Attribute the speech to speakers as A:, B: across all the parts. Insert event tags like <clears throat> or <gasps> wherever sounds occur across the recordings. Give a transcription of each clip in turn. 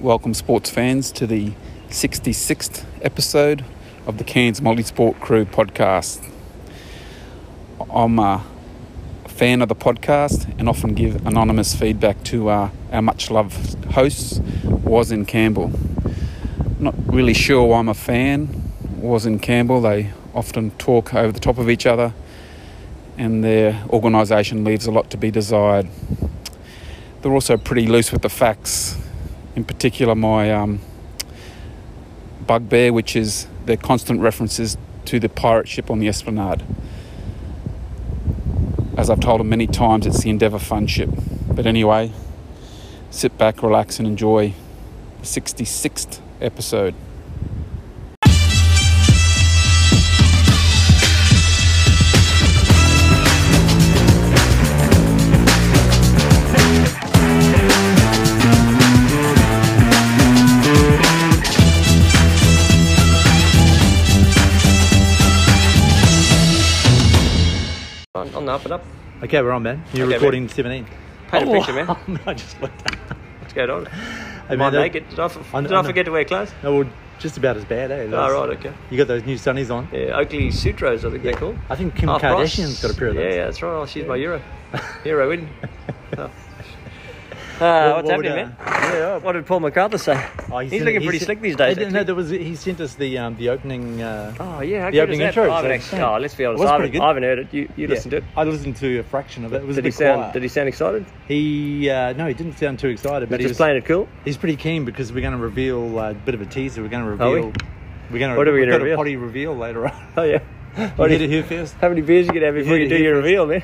A: Welcome, sports fans, to the 66th episode of the Cairns Multisport Crew podcast. I'm uh, a fan of the podcast and often give anonymous feedback to uh, our much loved hosts, Was and Campbell. Not really sure why I'm a fan, Was and Campbell. They often talk over the top of each other, and their organisation leaves a lot to be desired. They're also pretty loose with the facts, in particular, my um, bugbear, which is their constant references to the pirate ship on the Esplanade. As I've told them many times, it's the Endeavour Fun Ship. But anyway, sit back, relax, and enjoy the 66th episode.
B: On, on the up and up.
C: Okay, we're on, man. You're
B: Okay, man.
C: recording 17.
B: Paint a picture,
C: <laughs>
B: man.
C: I Oh, just looked at
B: What's going on?
C: Hey,
B: Am I
C: man, that-
B: naked? Did I, f-
C: I kn-
B: did I
C: I kn-
B: forget to wear clothes?
C: No, well, just about as bad, eh?
B: Oh,
C: Those-
B: right, okay.
C: You got those new sunnies on.
B: Yeah, Oakley Sutros, I think they're called.
C: I think Kim
B: Half price.
C: Kardashian's got a pair of those.
B: Yeah, yeah, that's right. Oh, she's my hero.
C: <laughs>
B: Hero in. Oh. Uh, Ah, what's
C: what would,
B: happening,
C: uh,
B: man? What did Paul McCartney say?
C: Oh, he
B: he's
C: sent-
B: looking
C: he
B: pretty
C: sent-
B: slick these days.
C: No,
B: actually.
C: no, there was, he sent us the um, the opening. Uh,
B: oh, yeah, how
C: the
B: good
C: opening
B: is that?
C: intro,
B: I haven't
C: so-
B: actually, oh, let's be honest,
C: was
B: I
C: pretty
B: haven't, I haven't
C: good.
B: heard it. You, you listened to it.
C: I listened to a fraction of it. It was
B: Did
C: a
B: he
C: bit
B: sound?
C: quiet.
B: Did he sound excited?
C: he? uh, no, he didn't sound too excited, but
B: But
C: he
B: just
C: was,
B: playing it cool.
C: he's pretty keen because we're going to reveal uh, a bit of a teaser. We're going to
B: Are we?
C: reveal. We're going to.
B: What are we
C: we've
B: gonna
C: got
B: reveal?
C: A potty reveal later on.
B: Oh yeah.
C: <laughs> you
B: What
C: get
B: is-
C: it here first.
B: How many beers you gonna have before
C: Yeah,
B: you do
C: yeah,
B: your reveal, man?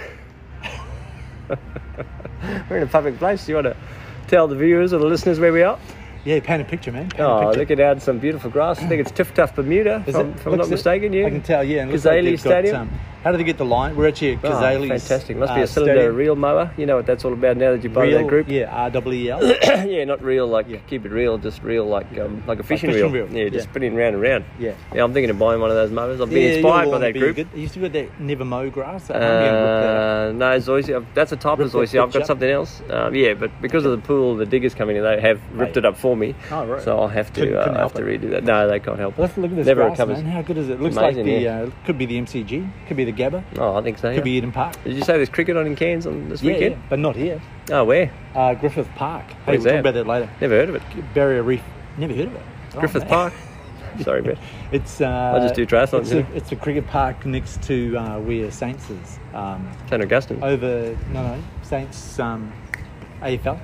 B: We're in a public place. You want to tell the viewers or the listeners where we are?
C: Yeah, paint a picture, man. Paint a
B: Oh,
C: picture.
B: look at out some beautiful grass. I think it's Tiff Tuff Bermuda,
C: Is
B: if I'm,
C: it-
B: if I'm not
C: looks it-
B: mistaken. Yeah,
C: I can tell. Yeah, and it looks
B: Kazali
C: like they've got,
B: Stadium.
C: um, how do they get the line? We're actually at
B: Oh,
C: Kazali.
B: fantastic. Must be
C: uh,
B: a cylinder
C: Stadium.
B: reel mower. You know what that's all about now that you're part of
C: Reel,
B: that group.
C: Yeah, R W E L.
B: <coughs> yeah, not real like
C: Yeah.
B: keep it real, just real like um, like a fishing,
C: fishing
B: reel.
C: reel.
B: Yeah, just
C: Yeah.
B: putting round and round.
C: Yeah.
B: yeah. I'm thinking of buying one of those mowers. I've been
C: Yeah,
B: inspired
C: you'll
B: by
C: wanna
B: that
C: be
B: group.
C: Good. You used to get that never mow grass. I'm gonna rip that up.
B: Uh, no, Zoysia. I've- That's a type
C: Rip
B: of
C: that
B: Zoysia. I've
C: bitch
B: got
C: up.
B: something else. Um, yeah, but because of the pool, the diggers coming in, they have ripped
C: Right.
B: it up for me.
C: Oh, right.
B: So I'll have to,
C: Couldn't-
B: uh,
C: couldn't
B: have
C: help
B: to
C: it.
B: redo that. No, they can't help it.
C: Let's look at this
B: Never
C: grass,
B: recovers.
C: man. How good is it? Looks
B: Amazing,
C: like the
B: yeah.
C: uh, could be the MCG, could be the Gabba, could
B: Oh, I think so. yeah.
C: be Eden Park.
B: Did you say there's cricket on in Cairns on this
C: Yeah,
B: weekend?
C: yeah, but not here.
B: Oh, where?
C: Uh, Griffith Park. Hey,
B: Where's
C: we'll talk
B: that?
C: about that later.
B: Never heard of it.
C: Barrier Reef. Never heard of it. Oh,
B: Griffith
C: man.
B: Park.
C: <laughs>
B: Sorry, man.
C: It's. Uh,
B: just do triathlons,
C: It's,
B: you
C: a,
B: know.
C: it's a cricket park next to uh, where Saints is. Um,
B: St Augustine.
C: over no no Saints um, AFL.
B: No,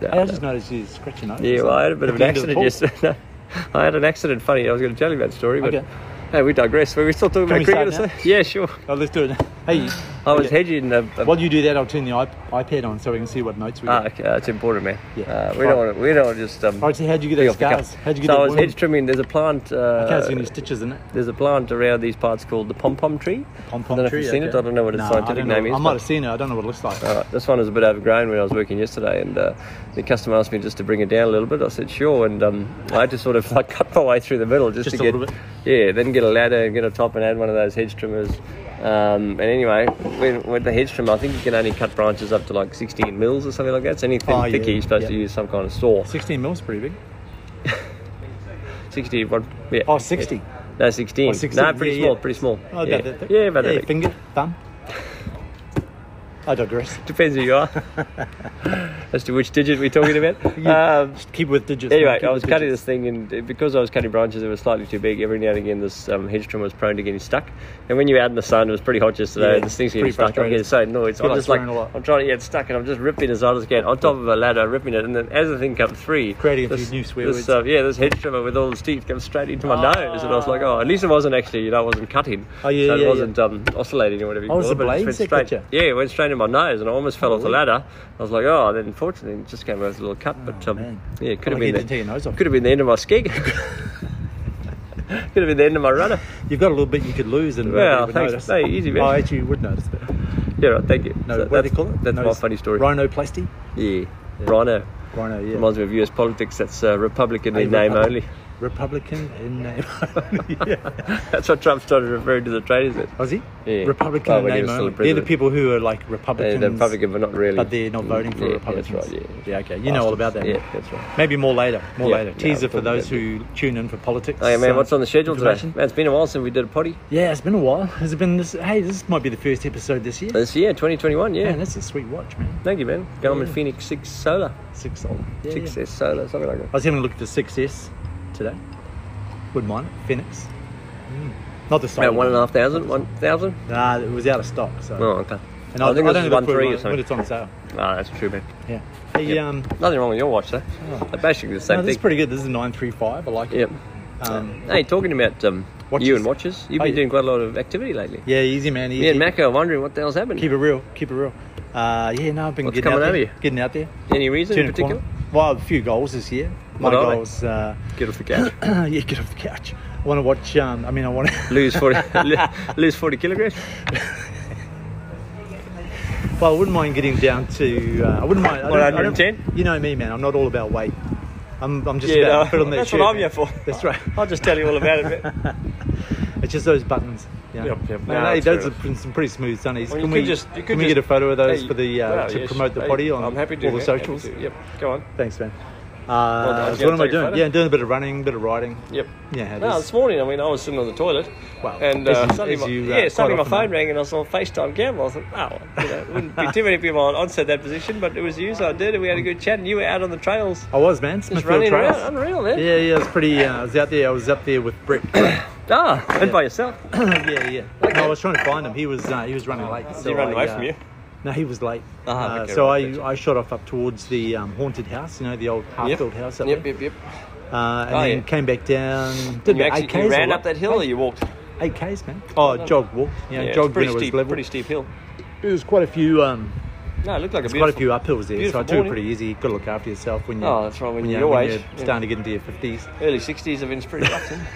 C: Hey, I
B: no.
C: just noticed you scratch your nose.
B: Yeah, well, I had a bit
C: At
B: of an
C: the end the
B: accident
C: pool.
B: yesterday. <laughs> I had an accident. Funny, I was going to tell you that story, but
C: Okay.
B: hey, we digress. We're still talking
C: Can
B: about
C: we
B: cricket.
C: start
B: so- Yeah, sure.
C: Oh, let's do it. Hey,
B: I was
C: okay.
B: hedging a, a
C: While you do that, I'll turn the iP- iPad on so we can see what notes we
B: Ah,
C: got.
B: okay, uh, it's important, man.
C: Yeah.
B: Uh, we don't want to. We don't want to just. Um,
C: All right, so how'd you get
B: be
C: those
B: off the cuff.
C: scars? How'd you get
B: so I
C: that
B: was
C: wound?
B: hedge trimming. There's a plant. Uh,
C: Okay, it's got any stitches in it.
B: there's a plant around these parts called the pom pom tree. I
C: Pom-pom
B: don't know
C: tree,
B: if you've seen
C: okay.
B: it. I don't know what its
C: No, I
B: scientific
C: don't know.
B: name is.
C: I
B: but-
C: might have seen it. I don't know what it looks like.
B: All right, this one was a bit overgrown when I was working yesterday, and uh, the customer asked me just to bring it down a little bit. I said sure, and um, I had to sort of <laughs> like cut my way through the middle just,
C: Just
B: to
C: a
B: get,
C: little
B: yeah, then get a ladder and get a top and add one of those hedge trimmers. Um, and anyway, with, with the hedge trimmer, I think you can only cut branches up to like 16 mils or something like that. So anything
C: Oh, yeah,
B: thicker, you're supposed
C: yeah.
B: to use some kind of saw.
C: 16 mils, pretty big.
B: 60, what? Yeah.
C: Oh, 60.
B: No, 16.
C: Oh, 16,
B: No, pretty
C: yeah,
B: small,
C: yeah.
B: pretty small.
C: Oh,
B: yeah.
C: about that thick.
B: yeah, about that
C: yeah,
B: thick.
C: Finger, thumb. I digress.
B: Depends who you
C: <laughs>
B: are as to which digit we're talking about. Um,
C: Just keep with digits. man,
B: anyway,
C: keep
B: I was
C: with
B: cutting
C: digits.
B: this thing, and uh, because I was cutting branches that were slightly too big, every now and again this um, hedge trim was prone to getting stuck. And when you're out in the sun, it was pretty hot yesterday,
C: Yeah,
B: and this thing's getting
C: pretty
B: stuck. I'm getting
C: frustrating.
B: so annoyed. So
C: Feel
B: I'm
C: like
B: just like,
C: swearing a lot.
B: I'm trying to get stuck, and I'm just ripping as hard as I can on top of a ladder, ripping it. And then as the thing comes free,
C: Creating a few
B: this-
C: new swear
B: this,
C: words. Ah.
B: uh, yeah, this hedge trimmer with all the teeth comes straight into my nose, and I was like, oh, at least it wasn't actually, you know, it wasn't cutting.
C: Oh, yeah,
B: so it
C: yeah, yeah.
B: wasn't um, oscillating or whatever. you
C: Oh, it was
B: call but
C: the
B: it
C: blades
B: just
C: that
B: went
C: cut
B: straight. Yeah, it went straight in my nose, and I almost fell off the ladder. I was like, oh, then unfortunately, it just came out as a little cut, but um,
C: Oh, man.
B: yeah, it could have been the-
C: Lucky it Oh, didn't take your nose off.
B: could have been the end of my skig. <laughs> could have been the end of my runner.
C: You've got a little bit you could lose and
B: Well,
C: nobody would
B: thanks.
C: notice.
B: Hey, easy, man.
C: Oh, actually, you would notice that.
B: Yeah, right, thank you.
C: No,
B: So
C: what do
B: that's-
C: they call it?
B: That's my
C: Nose-
B: funny story.
C: Rhinoplasty?
B: Yeah. Rhino.
C: Rhino, yeah.
B: Reminds me of US politics. That's uh, Republican
C: Hey,
B: in name only.
C: Republic-
B: <laughs>
C: Republican in name. yeah.
B: That's what Trump started referring to the traders as.
C: Aussie?
B: Yeah.
C: <laughs> Republican
B: Well,
C: in
B: when he
C: name
B: was still
C: only. They're the
B: president.
C: people who are like
B: Yeah,
C: Republicans,
B: they're Republican, but not really.
C: but they're not voting for
B: yeah,
C: Republicans.
B: That's right. Yeah.
C: okay. You know all about that.
B: Yeah, that's right.
C: Maybe more later. More
B: Yeah,
C: later.
B: yeah,
C: Teaser
B: we'll
C: for
B: talk
C: those
B: about that.
C: who tune in for politics.
B: Hey man,
C: uh,
B: what's on the schedule today?
C: information.
B: Man, it's been a while since we did a potty.
C: Yeah, it's been a while. Has it been this? Hey, this might be the first episode this year.
B: This year, 2021, yeah.
C: Man, that's a sweet watch, man.
B: Thank you, man. Garmin
C: Yeah.
B: Phoenix 6 Solar.
C: Six dollars. Yeah, yeah.
B: 6S Solar, something like
C: I was having a look at the 6S today. Wouldn't mind it. Phoenix. Mm. Not the
B: that.
C: solar.
B: About one and a half thousand, one thousand.
C: Nah, it was out of stock. So.
B: Oh, okay.
C: And I,
B: I think
C: I
B: this
C: don't
B: is
C: know
B: one
C: if they put it
B: three or
C: on- when
B: something.
C: it's on sale.
B: Ah, that's true, man.
C: Yeah. Hey,
B: Yep.
C: um,
B: Nothing wrong with your watch, though.
C: Oh.
B: They're basically the same
C: no, this is
B: thing.
C: pretty good. This is a 935. I like
B: Yep.
C: it. Um,
B: Hey, talking about um,
C: Watches.
B: you and watches, you've
C: Oh,
B: been
C: yeah.
B: doing quite a lot of activity lately.
C: yeah, easy, man. Easy.
B: Me and Macca are wondering what the hell's happened.
C: Keep it real. Keep it real. Uh, yeah, no, I've been
B: What's
C: getting
B: coming
C: out there.
B: over you?
C: Getting out there.
B: Any reason in
C: Turning a
B: particular?
C: corner. Well, a few goals this year. My
B: What are they?
C: goals. Uh,
B: Get off the couch.
C: <clears throat> yeah, get off the couch. I want to watch. Um, I mean, I <laughs> want to.
B: lose 40, <laughs> lose 40 kilograms.
C: <laughs> Well, I wouldn't mind getting down to. Uh, I wouldn't mind. I don't- I don't-
B: 110?
C: You know me, man. I'm not all about weight. I'm, I'm just
B: Yeah,
C: about
B: no,
C: put on that
B: that's
C: shirt,
B: what I'm
C: man.
B: here for.
C: That's right.
B: I'll just tell you all about <laughs> it. But
C: It's just those buttons. Yeah.
B: Yep, yep.
C: No,
B: No,
C: no,
B: that's
C: those
B: fair
C: are pr- some pretty smooth sunnies.
B: Well, you could
C: can we
B: just- you could
C: can we
B: just-
C: get a photo of those
B: Hey,
C: for the uh,
B: well,
C: to
B: yes,
C: promote the
B: hey,
C: body on
B: I'm happy to,
C: all the
B: yeah,
C: socials?
B: happy to. Yep, go on.
C: Thanks, man. Uh,
B: I was
C: so what
B: gonna
C: am I
B: take a
C: doing?
B: photo.
C: Yeah, I'm doing a bit of running, a bit of riding.
B: Yep.
C: Yeah, it
B: No,
C: is.
B: this morning, I mean, I was sitting on the toilet,
C: Wow.
B: and
C: As
B: uh,
C: you-
B: suddenly,
C: as
B: my,
C: you, uh,
B: yeah, suddenly my
C: quite often
B: phone
C: are.
B: rang, and I saw FaceTime Gamble. I thought, oh, well, you know, it
C: <laughs>
B: wouldn't be too many people on onset that position, but it was you, so I did, and we had a good chat, and you were out on the trails,
C: I was, man.
B: just
C: Smithfield
B: running
C: Trails.
B: around, unreal, man.
C: Yeah, yeah, it was pretty. Uh, I was out there. I was up there with Brett.
B: Ah, and by yourself.
C: <clears throat> yeah, yeah. No, I was trying to find him. He was uh, he was running late.
B: he run
C: I, uh,
B: away from you?
C: No, he was late.
B: Ah,
C: Uh,
B: okay,
C: so
B: right,
C: I,
B: gotcha.
C: I shot off up towards the um, haunted house, you know, the old half-built house up
B: Yep,
C: there,
B: yep, yep.
C: uh, and
B: Oh,
C: then
B: yeah.
C: came back down. Did
B: You
C: about
B: actually
C: eight
B: you
C: Ks or
B: ran
C: what?
B: up that hill, or you walked?
C: Eight Ks, man. Oh, jog walk. You know,
B: it's
C: jogged when
B: pretty
C: it was
B: steep,
C: level.
B: pretty steep hill.
C: There was quite a few, um,
B: No, it looked like a
C: there's quite a
B: beautiful.
C: few uphills there,
B: beautiful
C: so I took
B: morning.
C: it pretty easy. You've got to look after yourself when you're,
B: Oh, that's right, when you're
C: you're,
B: your
C: when
B: age,
C: you're
B: yeah.
C: starting to get into your fifties.
B: Early 60s, I've been pretty rough. isn't it?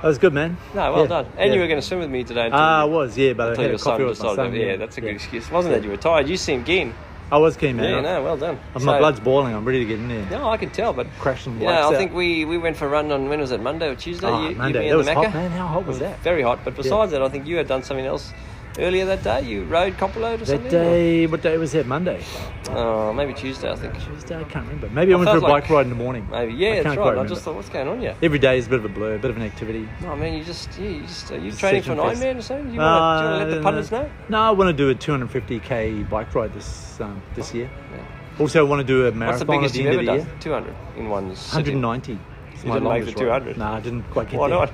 C: That was good, man.
B: No, well
C: Yeah,
B: done. And you
C: yeah.
B: were going to swim with me today. until
C: Ah, I
B: you-
C: was, yeah, but I
B: until
C: had
B: your
C: a
B: son
C: coffee with my
B: decided.
C: son.
B: yeah, that's a good
C: yeah.
B: excuse. Wasn't that you were tired? You seemed keen.
C: I was keen, man.
B: Yeah,
C: I-
B: no, well done.
C: my
B: So-
C: blood's boiling. I'm ready to get in there.
B: No, I can tell, but
C: Crashing the
B: Yeah,
C: lights
B: I
C: out.
B: think we, we went for a run on when was it Monday or Tuesday?
C: Ah,
B: you, you,
C: Monday.
B: me
C: That
B: and
C: was
B: the
C: hot,
B: Macca?
C: man. How hot was
B: It
C: that?
B: Very hot. But besides that, I think you had done something else earlier that day. You rode Copperload or something.
C: That
B: or-
C: day, what day was that? Monday.
B: Oh, maybe Tuesday. I think.
C: Tuesday, I can't remember. Maybe I,
B: I
C: went for a
B: felt
C: bike
B: like-
C: ride in the morning.
B: Maybe.
C: I
B: Yeah,
C: can't
B: that's
C: quite
B: right. I just
C: remember.
B: thought, what's going on here?
C: every day is a bit of a blur, a bit of an activity.
B: No, I mean, you just yeah, you just are you
C: Just
B: training for an
C: searching for-
B: Ironman or something? You want to, do you want to let the
C: Uh,
B: punters know?
C: No, I want to do a 250k bike ride this um, this year.
B: Yeah.
C: Also, want to do a
B: What's the
C: marathon
B: biggest
C: at the
B: you've
C: end
B: ever
C: of the year.
B: done? Two hundred in one sitting.
C: 190. It's
B: You
C: my
B: didn't make
C: longest
B: the
C: ride.
B: 200?
C: No, I didn't quite get
B: Why
C: there.
B: not?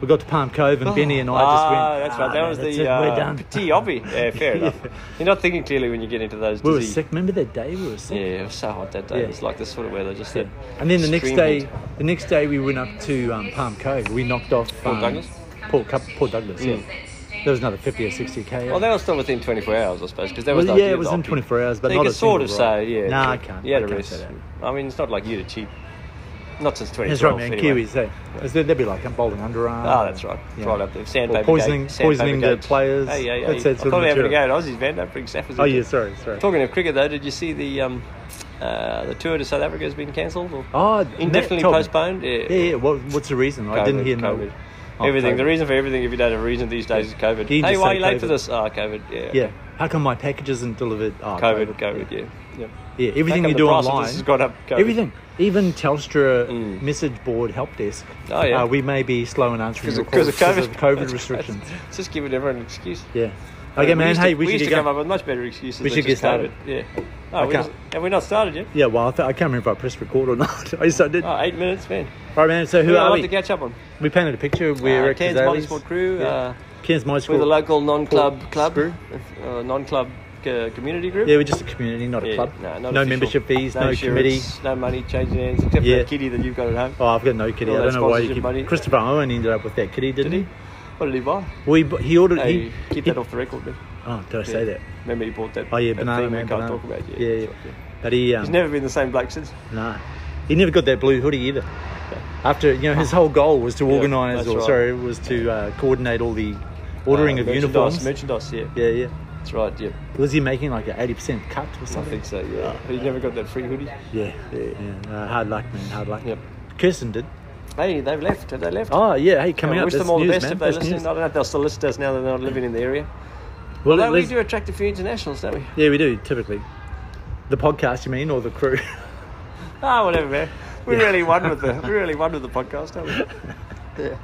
C: We got to Palm Cove
B: <gasps>
C: and Benny and I just went.
B: Ah, that's right.
C: "Ah,
B: That
C: man,
B: was
C: that's
B: the
C: it,
B: uh,
C: we're done.
B: petit obby. Yeah,
C: <laughs>
B: fair
C: Yeah.
B: enough. You're not thinking clearly when you get into those
C: We were
B: dizzy-
C: sick. Remember that day we were sick.
B: Yeah, it was so hot that day.
C: Yeah.
B: It's like this sort of weather, just that.
C: And then the next
B: extreme
C: day,
B: heat.
C: the next day we went up to um, Palm Cove. We knocked off um,
B: Douglas? Mm.
C: Paul, Cup, Paul Douglas. Yeah. There was another 50 or 60 k.
B: Well, that was still within 24 hours, I suppose, because that
C: Well,
B: was the
C: yeah,
B: idea
C: it
B: of
C: was
B: the
C: in
B: option.
C: 24 hours, but
B: so
C: not
B: you
C: a
B: could sort of
C: single
B: say,
C: ride.
B: yeah.
C: Nah, I
B: true.
C: can't-
B: You had
C: I
B: a
C: can't
B: rest.
C: say that.
B: I mean, it's not like you to cheat. Not since 2012.
C: that's right, man.
B: anyway.
C: Kiwis, eh? hey. Is that- That'd be like a bowling underarm.
B: Oh, that's right. It's
C: Um, Yeah.
B: right up there. Sandpaper
C: Or poisoning,
B: gate, sandpaper
C: poisoning the
B: gate.
C: players.
B: Hey, yeah, yeah.
C: That's that
B: I
C: sort
B: thought
C: of
B: we having a
C: material.
B: go at Aussies, man. Don't bring staffers
C: Oh,
B: into
C: yeah,
B: it.
C: sorry, sorry.
B: Talking of cricket, though, did you see the um, uh, the tour to South Africa has been cancelled or
C: Oh, Matt
B: indefinitely
C: told me.
B: postponed? Yeah.
C: Yeah, yeah. What, what's the reason? I didn't hear no. Oh,
B: everything. The
C: COVID.
B: reason for everything, if you don't have a reason these days, is COVID.
C: He
B: Hey,
C: just
B: why are
C: said
B: you late for
C: COVID.
B: this? Ah, COVID. Yeah. Ah,
C: Yeah. How come my package isn't delivered? Oh,
B: COVID. COVID. Yeah. yeah.
C: Yeah, everything
B: come
C: you
B: the
C: do
B: price of
C: online.
B: this has gone up, Kobe?
C: Everything, even Telstra
B: Mm.
C: message board help desk.
B: Oh, yeah.
C: uh, we may be slow in answering
B: Because
C: your
B: of, 'cause
C: calls
B: of COVID. <laughs>
C: COVID
B: That's-
C: restrictions.
B: It's just giving everyone an excuse.
C: Yeah. Okay,
B: We
C: man.
B: used
C: hey,
B: to,
C: we,
B: used
C: should
B: to
C: get
B: come
C: going.
B: up with much better excuses.
C: We
B: than
C: should get
B: just
C: started.
B: COVID. Yeah. Oh, we
C: Okay.
B: just, have we not started yet?
C: Yeah, well, I, th- I can't remember if I pressed record or <laughs> not. I guess I did.
B: Oh, eight minutes, man.
C: All right, man. So who
B: Who
C: are
B: I
C: we?
B: like to catch up on?
C: We painted a picture. We're
B: uh,
C: at
B: Cairns
C: Kazali's.
B: Motorsport Crew.
C: Yeah.
B: Uh,
C: Cairns
B: we're
C: Motorsport.
B: the local non-club
C: Sport
B: club,
C: Crew.
B: uh, non-club uh, community group.
C: yeah, we're just a community, not a
B: Yeah,
C: club.
B: No, not
C: no
B: official.
C: membership fees. No, committee.
B: insurance, No money changing hands except for
C: Yeah.
B: that kitty that you've got at home.
C: Oh, I've got no kitty.
B: All
C: I
B: that
C: don't know why you
B: sponsorship
C: keep.
B: money.
C: Christopher Owen ended up with that kitty, didn't
B: Did he? What did he buy?
C: We bu- he ordered.
B: Hey,
C: he,
B: keep
C: he-
B: that off the record, man.
C: Oh, did I
B: Yeah.
C: say that?
B: Remember he bought that.
C: Oh yeah,
B: that
C: banana
B: thing
C: man.
B: we can't
C: banana.
B: talk about. Yeah,
C: yeah, yeah.
B: that's right,
C: But he, um,
B: He's never been the same bloke since.
C: nah, he never got that blue hoodie either. After you know, his whole goal was to
B: Yeah,
C: organise,
B: that's
C: or
B: right.
C: sorry, was to uh, coordinate all the ordering
B: Uh,
C: of
B: merchandise,
C: uniforms.
B: Merchandise, yeah.
C: yeah, yeah.
B: That's right, yeah.
C: Was he making like an eighty percent cut or
B: I
C: something? Oh.
B: think so, yeah. He never got that free hoodie.
C: Yeah, yeah. Uh, hard luck, man. Hard luck.
B: Yep. Ah,
C: Kirsten did.
B: Hey, they've left. Have they left?
C: Oh yeah, hey, coming
B: I
C: up.
B: wish
C: that's
B: them all
C: news,
B: the best
C: man.
B: if they
C: That's
B: listen.
C: news.
B: I don't know if they'll still listen to us now that they're not living in the area.
C: Well,
B: Although
C: at
B: we
C: least-
B: do attract a few internationals, don't we?
C: Yeah, we do typically. The podcast, you mean, or the crew? <laughs>
B: Ah, whatever, man. We really won with the we really won with the podcast,
C: <laughs>
B: haven't we? Yeah.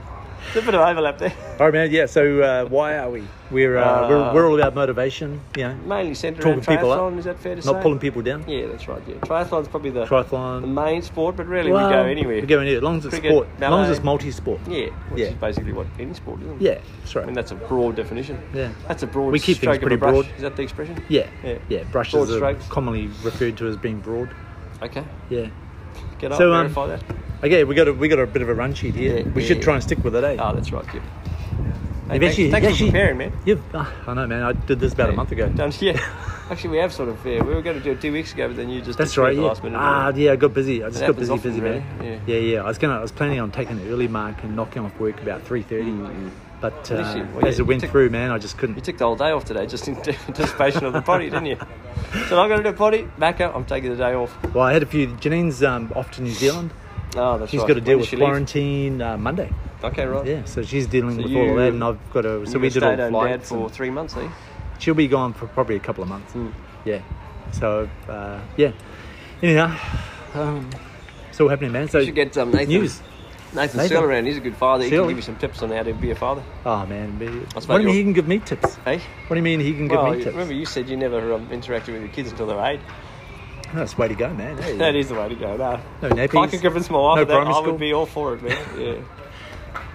B: There's a bit of overlap there.
C: All right, man. Yeah. So uh, why are we? We're, uh,
B: Uh,
C: we're we're all about motivation. You know,
B: Mainly centred
C: Talking
B: around
C: people up,
B: triathlon. Is that fair to say?
C: not pulling people down.
B: Yeah, that's right. Yeah, triathlon's probably the the
C: Triathlon.
B: main sport, but really
C: Well,
B: we go anywhere.
C: We go anywhere. As long as it's
B: Cricket,
C: sport. As long as
B: ballet.
C: it's multi-sport.
B: yeah, which
C: Yeah.
B: is basically what any sport is. Isn't it?
C: Yeah. That's right.
B: I mean that's a broad definition.
C: Yeah.
B: That's a broad.
C: We keep things
B: stroke
C: pretty
B: of a brush.
C: broad.
B: Is that the expression?
C: yeah.
B: yeah.
C: Yeah.
B: Broad
C: Brushes are
B: strokes.
C: commonly referred to as being broad.
B: Okay.
C: Yeah.
B: Get up.
C: So, um,
B: verify that.
C: Okay, we got a we got a bit of a run sheet here.
B: Yeah,
C: we
B: yeah,
C: should
B: yeah.
C: try and stick with it, eh?
B: Oh, that's right. Yeah. Hey,
C: You've
B: thanks,
C: actually-
B: thanks
C: you actually-
B: for preparing, man.
C: You've, ah, I know, man. I did this about a
B: Yeah.
C: month ago.
B: Done. <laughs> Yeah. Actually, we have sort of. Yeah, we were going to do it two weeks ago, but then you just
C: That's
B: disappeared at
C: right.
B: the
C: Yeah.
B: last minute.
C: Ah, yeah. I got busy. I just got
B: happens
C: busy,
B: often,
C: busy,
B: really.
C: man. Yeah. yeah, I was gonna. I was planning on taking an early mark and knocking off work about three thirty. But uh,
B: least you- Mm-hmm. well,
C: as
B: yeah,
C: it went
B: you took-
C: through, man, I just
B: You
C: couldn't.
B: took the whole day off today just in <laughs> anticipation of the potty, didn't you? <laughs> So I'm going to do a potty. Back up. I'm taking the day off.
C: Well, I had a few. Janine's um, off to New Zealand.
B: Oh, that's
C: She's
B: right.
C: got to deal
B: When
C: with
B: does she leave?
C: quarantine uh, Monday.
B: Okay, right.
C: Yeah, so she's dealing
B: So
C: with all of that,
B: you-
C: and I've got to. So
B: You
C: we
B: were
C: did all
B: stay-at-home dad
C: flights.
B: for
C: and
B: three months, eh?
C: she'll be gone for probably a couple of months.
B: Mm.
C: Yeah. So uh, yeah. Anyhow, um, it's all happening, man. So
B: You should get um, Nathan.
C: news.
B: Nathan,
C: Nathan.
B: Searle around. He's a good father. He
C: Searle.
B: can give you some tips on how to be a father.
C: Oh man, we- what
B: suppose
C: do you mean
B: you're-
C: he can give me tips?
B: Hey.
C: What do you mean he can give
B: Well,
C: me
B: you-
C: tips?
B: remember you said you never um, interacted with your kids until they're eight.
C: That's the way to go, man.
B: <laughs>
C: Hey.
B: That is the way to go. No.
C: No
B: If I
C: nappies.
B: could convince my wife
C: no
B: of that,
C: primary
B: I
C: school.
B: would be all for
C: <laughs>
B: it, man. Yeah.
C: Yeah.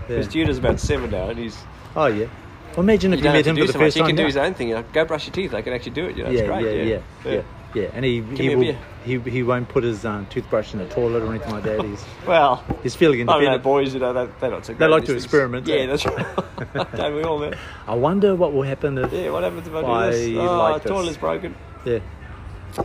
B: Because Judah's about seven now, and he's
C: Oh yeah. Well, imagine if
B: you
C: you
B: don't
C: met
B: have to
C: him for
B: do
C: the
B: so much.
C: first
B: He
C: time.
B: can do
C: now.
B: his own thing. You know, go brush your teeth. I can actually do it. You know,
C: yeah,
B: it's great.
C: yeah, yeah, yeah, yeah, And he
B: me
C: he
B: a
C: will
B: beer.
C: he, he won't put his um, toothbrush in the toilet or anything like
B: <laughs>
C: that. He's
B: Well,
C: he's feeling
B: I don't know,
C: independent.
B: Oh, boys. You know, they, they're not so. They
C: like to experiment, eh?
B: Yeah, that's right.
C: <laughs>
B: don't we all, man?
C: I wonder what will happen if.
B: Yeah, what happens if I do
C: Why
B: this?
C: you
B: Oh,
C: like this?
B: toilet's broken.
C: yeah. All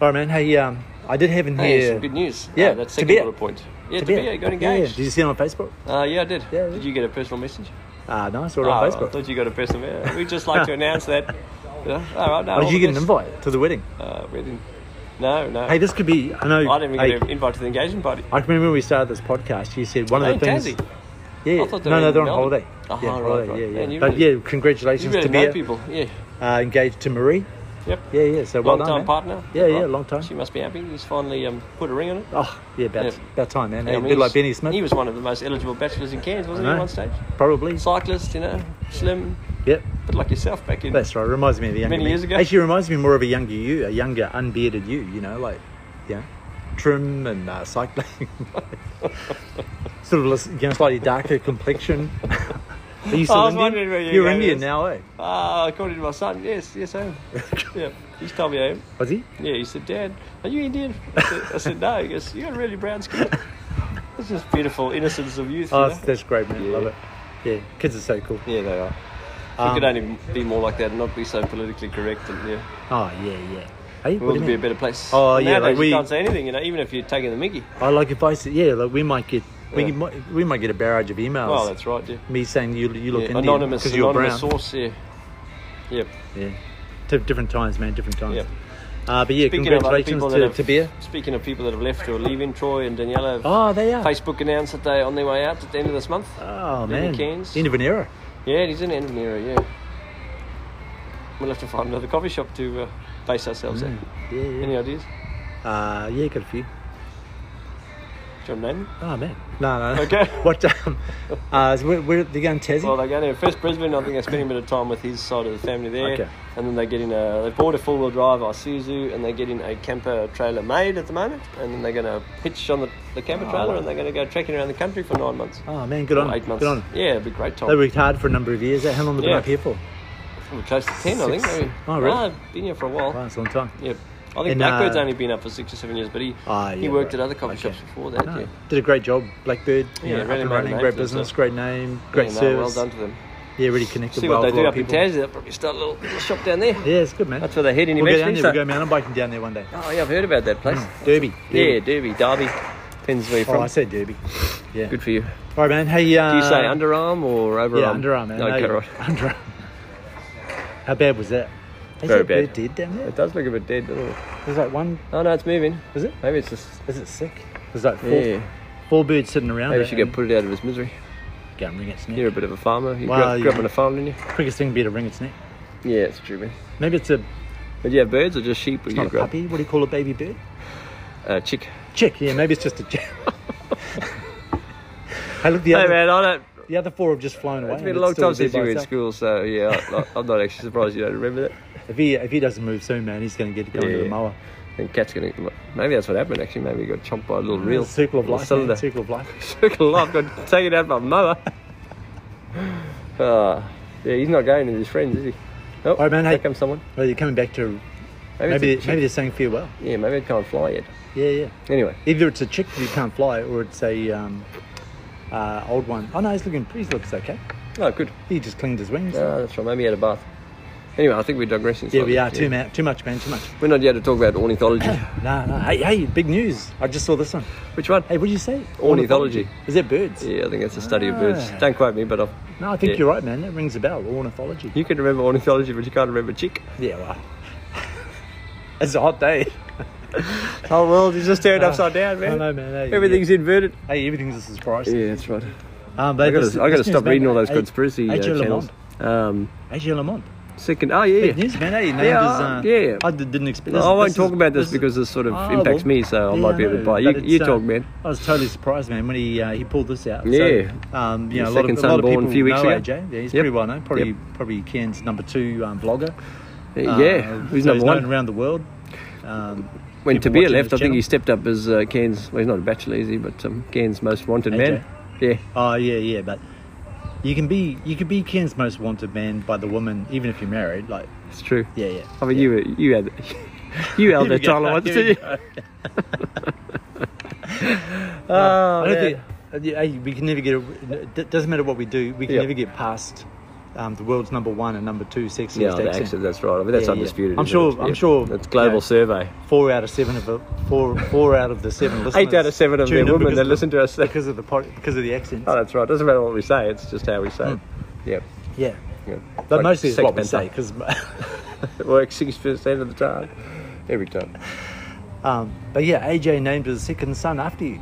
C: right, man. Hey, um, I did have in
B: Hey,
C: here.
B: some good news.
C: Yeah,
B: Uh, that's
C: to
B: second
C: be
B: bullet
C: it.
B: point. Yeah,
C: To
B: to
C: be
B: be
C: it.
B: it, got
C: Yeah, yeah. Did
B: engaged.
C: you see it on Facebook?
B: Uh, yeah, I did.
C: Yeah, yeah.
B: Did you get a personal message?
C: Ah, no, I saw it
B: Oh,
C: on
B: I
C: Facebook.
B: thought you got a personal message. We'd just
C: <laughs>
B: like to announce that. You know? All right, no,
C: Oh,
B: all
C: did you
B: the
C: get an
B: best.
C: invite to the wedding?
B: Uh, we didn't. No, no.
C: Hey, this could be. I know.
B: I didn't even
C: hey,
B: get an invite to the engagement party.
C: I remember when we started this podcast. You said one of
B: Hey,
C: the things.
B: Tassie.
C: Yeah,
B: I thought they
C: no,
B: were
C: no,
B: in
C: they're on
B: Melbourne.
C: holiday.
B: Oh,
C: yeah,
B: right,
C: holiday.
B: right.
C: Yeah, yeah.
B: Man, you
C: but
B: really-
C: yeah,
B: You
C: congratulations
B: really
C: to
B: know
C: Mia,
B: people. Yeah.
C: uh, engaged to Marie.
B: Yep.
C: Yeah, yeah. So well
B: long
C: done,
B: time
C: man.
B: partner.
C: Yeah, yeah,
B: Right.
C: long time.
B: She must be happy. He's finally um, put a ring on it.
C: Oh, yeah, about,
B: Yeah.
C: about time, man.
B: Yeah, I
C: Hey,
B: mean,
C: a bit like
B: he's-
C: Benny Smith,
B: He was one of the most eligible bachelors in Cairns, wasn't
C: I
B: he,
C: know.
B: at one stage?
C: probably.
B: Cyclist, you know, slim,
C: Yep,
B: bit like yourself back in.
C: that's right. Reminds me of a younger
B: Many
C: me.
B: years ago.
C: Actually, reminds me more of a younger you, a younger unbearded you. You know, like yeah, trim and uh, cycling, <laughs> sort of less- you know, slightly darker complexion.
B: <laughs>
C: Are you still
B: I was
C: Indian?
B: wondering where you were
C: You're
B: going with
C: Indian
B: this.
C: now, eh?
B: Ah, according to my son, yes, yes,
C: <laughs>
B: I am. yeah, he's told me I am.
C: Was he?
B: Yeah, he said, Dad, are you Indian? <laughs> I said, I said no. He goes, you got really brown skin. It's just beautiful innocence of youth.
C: Oh,
B: you
C: that's,
B: know?
C: that's great, man.
B: Yeah.
C: Love it. Yeah, kids are so cool.
B: Yeah, they are.
C: Um,
B: we could only be more like that and not be so politically correct. And yeah,
C: Oh yeah, yeah. Hey,
B: the
C: what do
B: world would
C: you
B: be a
C: mean?
B: better place.
C: Oh,
B: And
C: yeah, like
B: nowadays
C: we-
B: you can't say anything, you know, even if you're taking the Mickey.
C: I like if I said, yeah, like we might get, we,
B: Yeah.
C: might, we might get a barrage of emails.
B: Well, that's right. Yeah.
C: me saying you, you look
B: Yeah,
C: Indian
B: anonymous,
C: because you're brown.
B: anonymous source. Yeah. Yep.
C: Yeah, Di- different times, man, different times.
B: Yep.
C: Uh, but yeah,
B: Speaking of other
C: congratulations
B: people
C: to,
B: that have,
C: to Beer.
B: Speaking of people that have left or leaving, Troy and Daniela. have
C: Oh, they are.
B: Facebook announced that they're on their way out at the end of this month.
C: oh
B: Jimmy
C: man,
B: Keynes.
C: end of an era.
B: Yeah, he's in Envenera, yeah. We'll have to find another coffee shop to uh, base ourselves
C: Mm.
B: at.
C: Yeah,
B: Any
C: yeah.
B: ideas?
C: Uh, yeah, got a few.
B: Do you want to name them?
C: Oh man, no, no. no. <laughs>
B: Okay.
C: what? Um, uh, so where, where they're going, Tassie?
B: Well, they're going to first Brisbane. I think they're spending a bit of time with his side of the family there.
C: Okay.
B: And then they're getting a, they bought a four wheel drive Isuzu and they're getting a camper trailer made at the moment. And then they're going to pitch on the, the camper
C: Oh,
B: trailer
C: wow.
B: and they're going to go trekking around the country for nine months.
C: oh man, good
B: Or
C: on,
B: eight months.
C: good on.
B: Yeah, it'd be great time.
C: They worked hard for a number of years. eh? How long have they been
B: Yeah.
C: up here for?
B: We're close to 10, I think.
C: Six.
B: maybe.
C: Oh, really?
B: Ah, I've been here for a while.
C: Wow, that's a long time.
B: Yep. I think
C: And,
B: Blackbird's
C: uh,
B: only been up for six or seven years, but he
C: Ah,
B: he
C: yeah,
B: worked at
C: right.
B: other coffee
C: Okay.
B: shops before that.
C: No,
B: yeah.
C: Ah, Did a great job, Blackbird.
B: Yeah,
C: Yeah,
B: really
C: up and
B: made a
C: running,
B: name
C: great
B: for themselves.
C: business, great name, great
B: Yeah, no,
C: service.
B: well done to them.
C: Yeah, really connected.
B: See
C: well
B: what they
C: with a
B: do
C: lot
B: up
C: of
B: in
C: people.
B: Tassie. They'll probably start a little, little shop down there.
C: Yeah, it's good, man.
B: That's where they're heading
C: We'll go down
B: eventually.
C: there.
B: so-
C: We'll go mountain biking down there one day.
B: Oh, yeah, I've heard about that place.
C: Mm. Derby.
B: Yeah, Derby, Derby. Depends where you're
C: Oh,
B: from.
C: I said derby. Yeah.
B: Good for you. Do
C: All right, man. Hey, uh,
B: you say underarm or overarm?
C: Yeah, underarm, man.
B: Okay,
C: No,
B: right.
C: <laughs> Underarm. How bad was that? Is
B: Very
C: that bird
B: bad.
C: dead down there?
B: It does look a bit dead, doesn't it?
C: There's like one.
B: Oh, no, it's moving.
C: Is it?
B: Maybe it's just.
C: Is it sick? There's like four,
B: Yeah.
C: Four birds sitting around.
B: Maybe
C: it
B: she could
C: and-
B: put it out of his misery.
C: Go and wring its neck.
B: You're a bit of a farmer. You
C: Well,
B: grew, up, grew up
C: yeah.
B: on a farm, didn't
C: Quickest thing would be to wring its neck.
B: you? Yeah, it's true, man.
C: Maybe it's a
B: But you have birds or just sheep? Or you
C: not a
B: grew up-
C: puppy. What do you call a baby bird?
B: Uh, chick.
C: Chick. Yeah, maybe it's just a chick. <laughs> hey, look, the
B: Hey,
C: other,
B: man, I don't.
C: the other four have just flown away.
B: It's been
C: and
B: a long
C: still
B: time
C: there
B: since
C: by
B: you were in
C: itself.
B: school, so yeah, I- I- I'm not actually surprised you don't remember that.
C: If he if he doesn't move soon, man, he's going to get going to
B: Yeah.
C: the mower.
B: And cat's gonna. Maybe that's what happened. Actually, maybe you got chomped by a little reel.
C: circle of
B: little
C: life.
B: Cylinder.
C: Man, circle of life.
B: <laughs> circle of life. Got taken out by mother.
C: <laughs>
B: Ah, yeah, he's not going to his friends, is he? Oh,
C: right, man,
B: Here
C: hey.
B: comes someone.
C: Well, you're coming back to
B: Maybe,
C: maybe
B: it's a
C: maybe
B: chick.
C: they're saying farewell.
B: yeah, maybe it can't fly yet.
C: Yeah, yeah.
B: Anyway,
C: Either it's a chick who can't fly, or it's a um, uh, old one. Oh no, he's looking. He looks okay.
B: oh, good.
C: He just cleaned his wings.
B: Ah, that's right. Maybe he had a bath. Anyway, I think we're digressing.
C: yeah, we
B: slightly.
C: are too man. Too much, man. Too much.
B: We're not yet to talk about
C: <coughs>
B: ornithology.
C: No, no. Hey, hey, big news. I just saw this one.
B: Which one?
C: Hey, what did you say?
B: Ornithology.
C: Is that birds?
B: Yeah, I think that's a study of birds.
C: Ah.
B: Don't quote me, but I've,
C: No, I think
B: Yeah.
C: you're right, man. That rings a bell. Ornithology.
B: you can remember ornithology, but you can't remember chick.
C: Yeah, well. it's a hot day.
B: The whole world is just <laughs> turned
C: Ah,
B: upside down, man.
C: I know, man. Hey,
B: Everything's inverted.
C: Hey, everything's a surprise.
B: Yeah, that's right.
C: Um, but
B: I got
C: this-
B: to I got to
C: this
B: stop
C: news,
B: reading
C: man,
B: all those
C: A-
B: conspiracy uh,
C: AJ
B: channels.
C: Lamont.
B: Um,
C: AJ Lamont.
B: second, oh yeah,
C: Big
B: yeah.
C: news, man. Hey, named
B: Yeah,
C: his,
B: uh,
C: uh,
B: yeah, yeah.
C: I did, didn't expect.
B: No,
C: this-
B: I won't
C: this
B: talk
C: is-
B: about this,
C: is-
B: because this sort of
C: Ah,
B: impacts
C: well,
B: me, so I
C: yeah,
B: might be a bit
C: know,
B: biased.
C: but
B: You,
C: it's,
B: you
C: uh,
B: talk, man.
C: I was totally surprised, man, when he uh, he pulled this out.
B: Yeah.
C: So, um, you
B: His
C: know, a lot of,
B: second
C: a
B: son
C: lot of
B: born
C: people
B: a few weeks
C: know
B: ago.
C: AJ. Yeah, he's
B: Yep.
C: pretty well known. Probably
B: Yep.
C: probably Cairns' number two um, vlogger. Uh,
B: yeah, who's number
C: so he's
B: one?
C: known around the world. Um,
B: When
C: people
B: Tabir
C: watching
B: left,
C: his
B: I think
C: channel.
B: he stepped up as uh, Cairns. Well, he's not a bachelor, is he? But um, Cairns' most wanted man. Yeah,
C: Oh yeah, yeah, but you can be you can be Ken's most wanted man by the woman, even if you're married. Like,
B: it's true.
C: yeah, yeah.
B: I mean, you you had you held
C: <laughs> Here we
B: that
C: go,
B: title once,
C: here we
B: didn't you?
C: go.
B: <laughs> Oh,
C: I don't
B: man.
C: think uh, yeah, hey, we can never get. A, it doesn't matter what we do, we can
B: Yeah.
C: never get past um, the world's number one and number two sexiest
B: Yeah, the
C: accent.
B: accent, that's right. I mean, that's
C: Yeah, yeah.
B: undisputed.
C: I'm
B: isn't
C: sure-
B: it?
C: I'm sure,
B: It's
C: you
B: global
C: know,
B: survey.
C: Four out of seven of the four four out of the seven listeners.
B: Eight out of seven of
C: tune
B: the
C: in
B: women
C: because
B: that
C: of-
B: listen to us. say-
C: because of the pod, because of the accents.
B: Oh, that's right. Doesn't matter what we say. It's just how we say it. Yeah.
C: yeah,
B: yeah.
C: but
B: Like
C: mostly it's
B: sex
C: what we
B: bent
C: say
B: up.
C: because.
B: It works six percent of the time. Every time.
C: <laughs> Um, but yeah, AJ named his second son after you.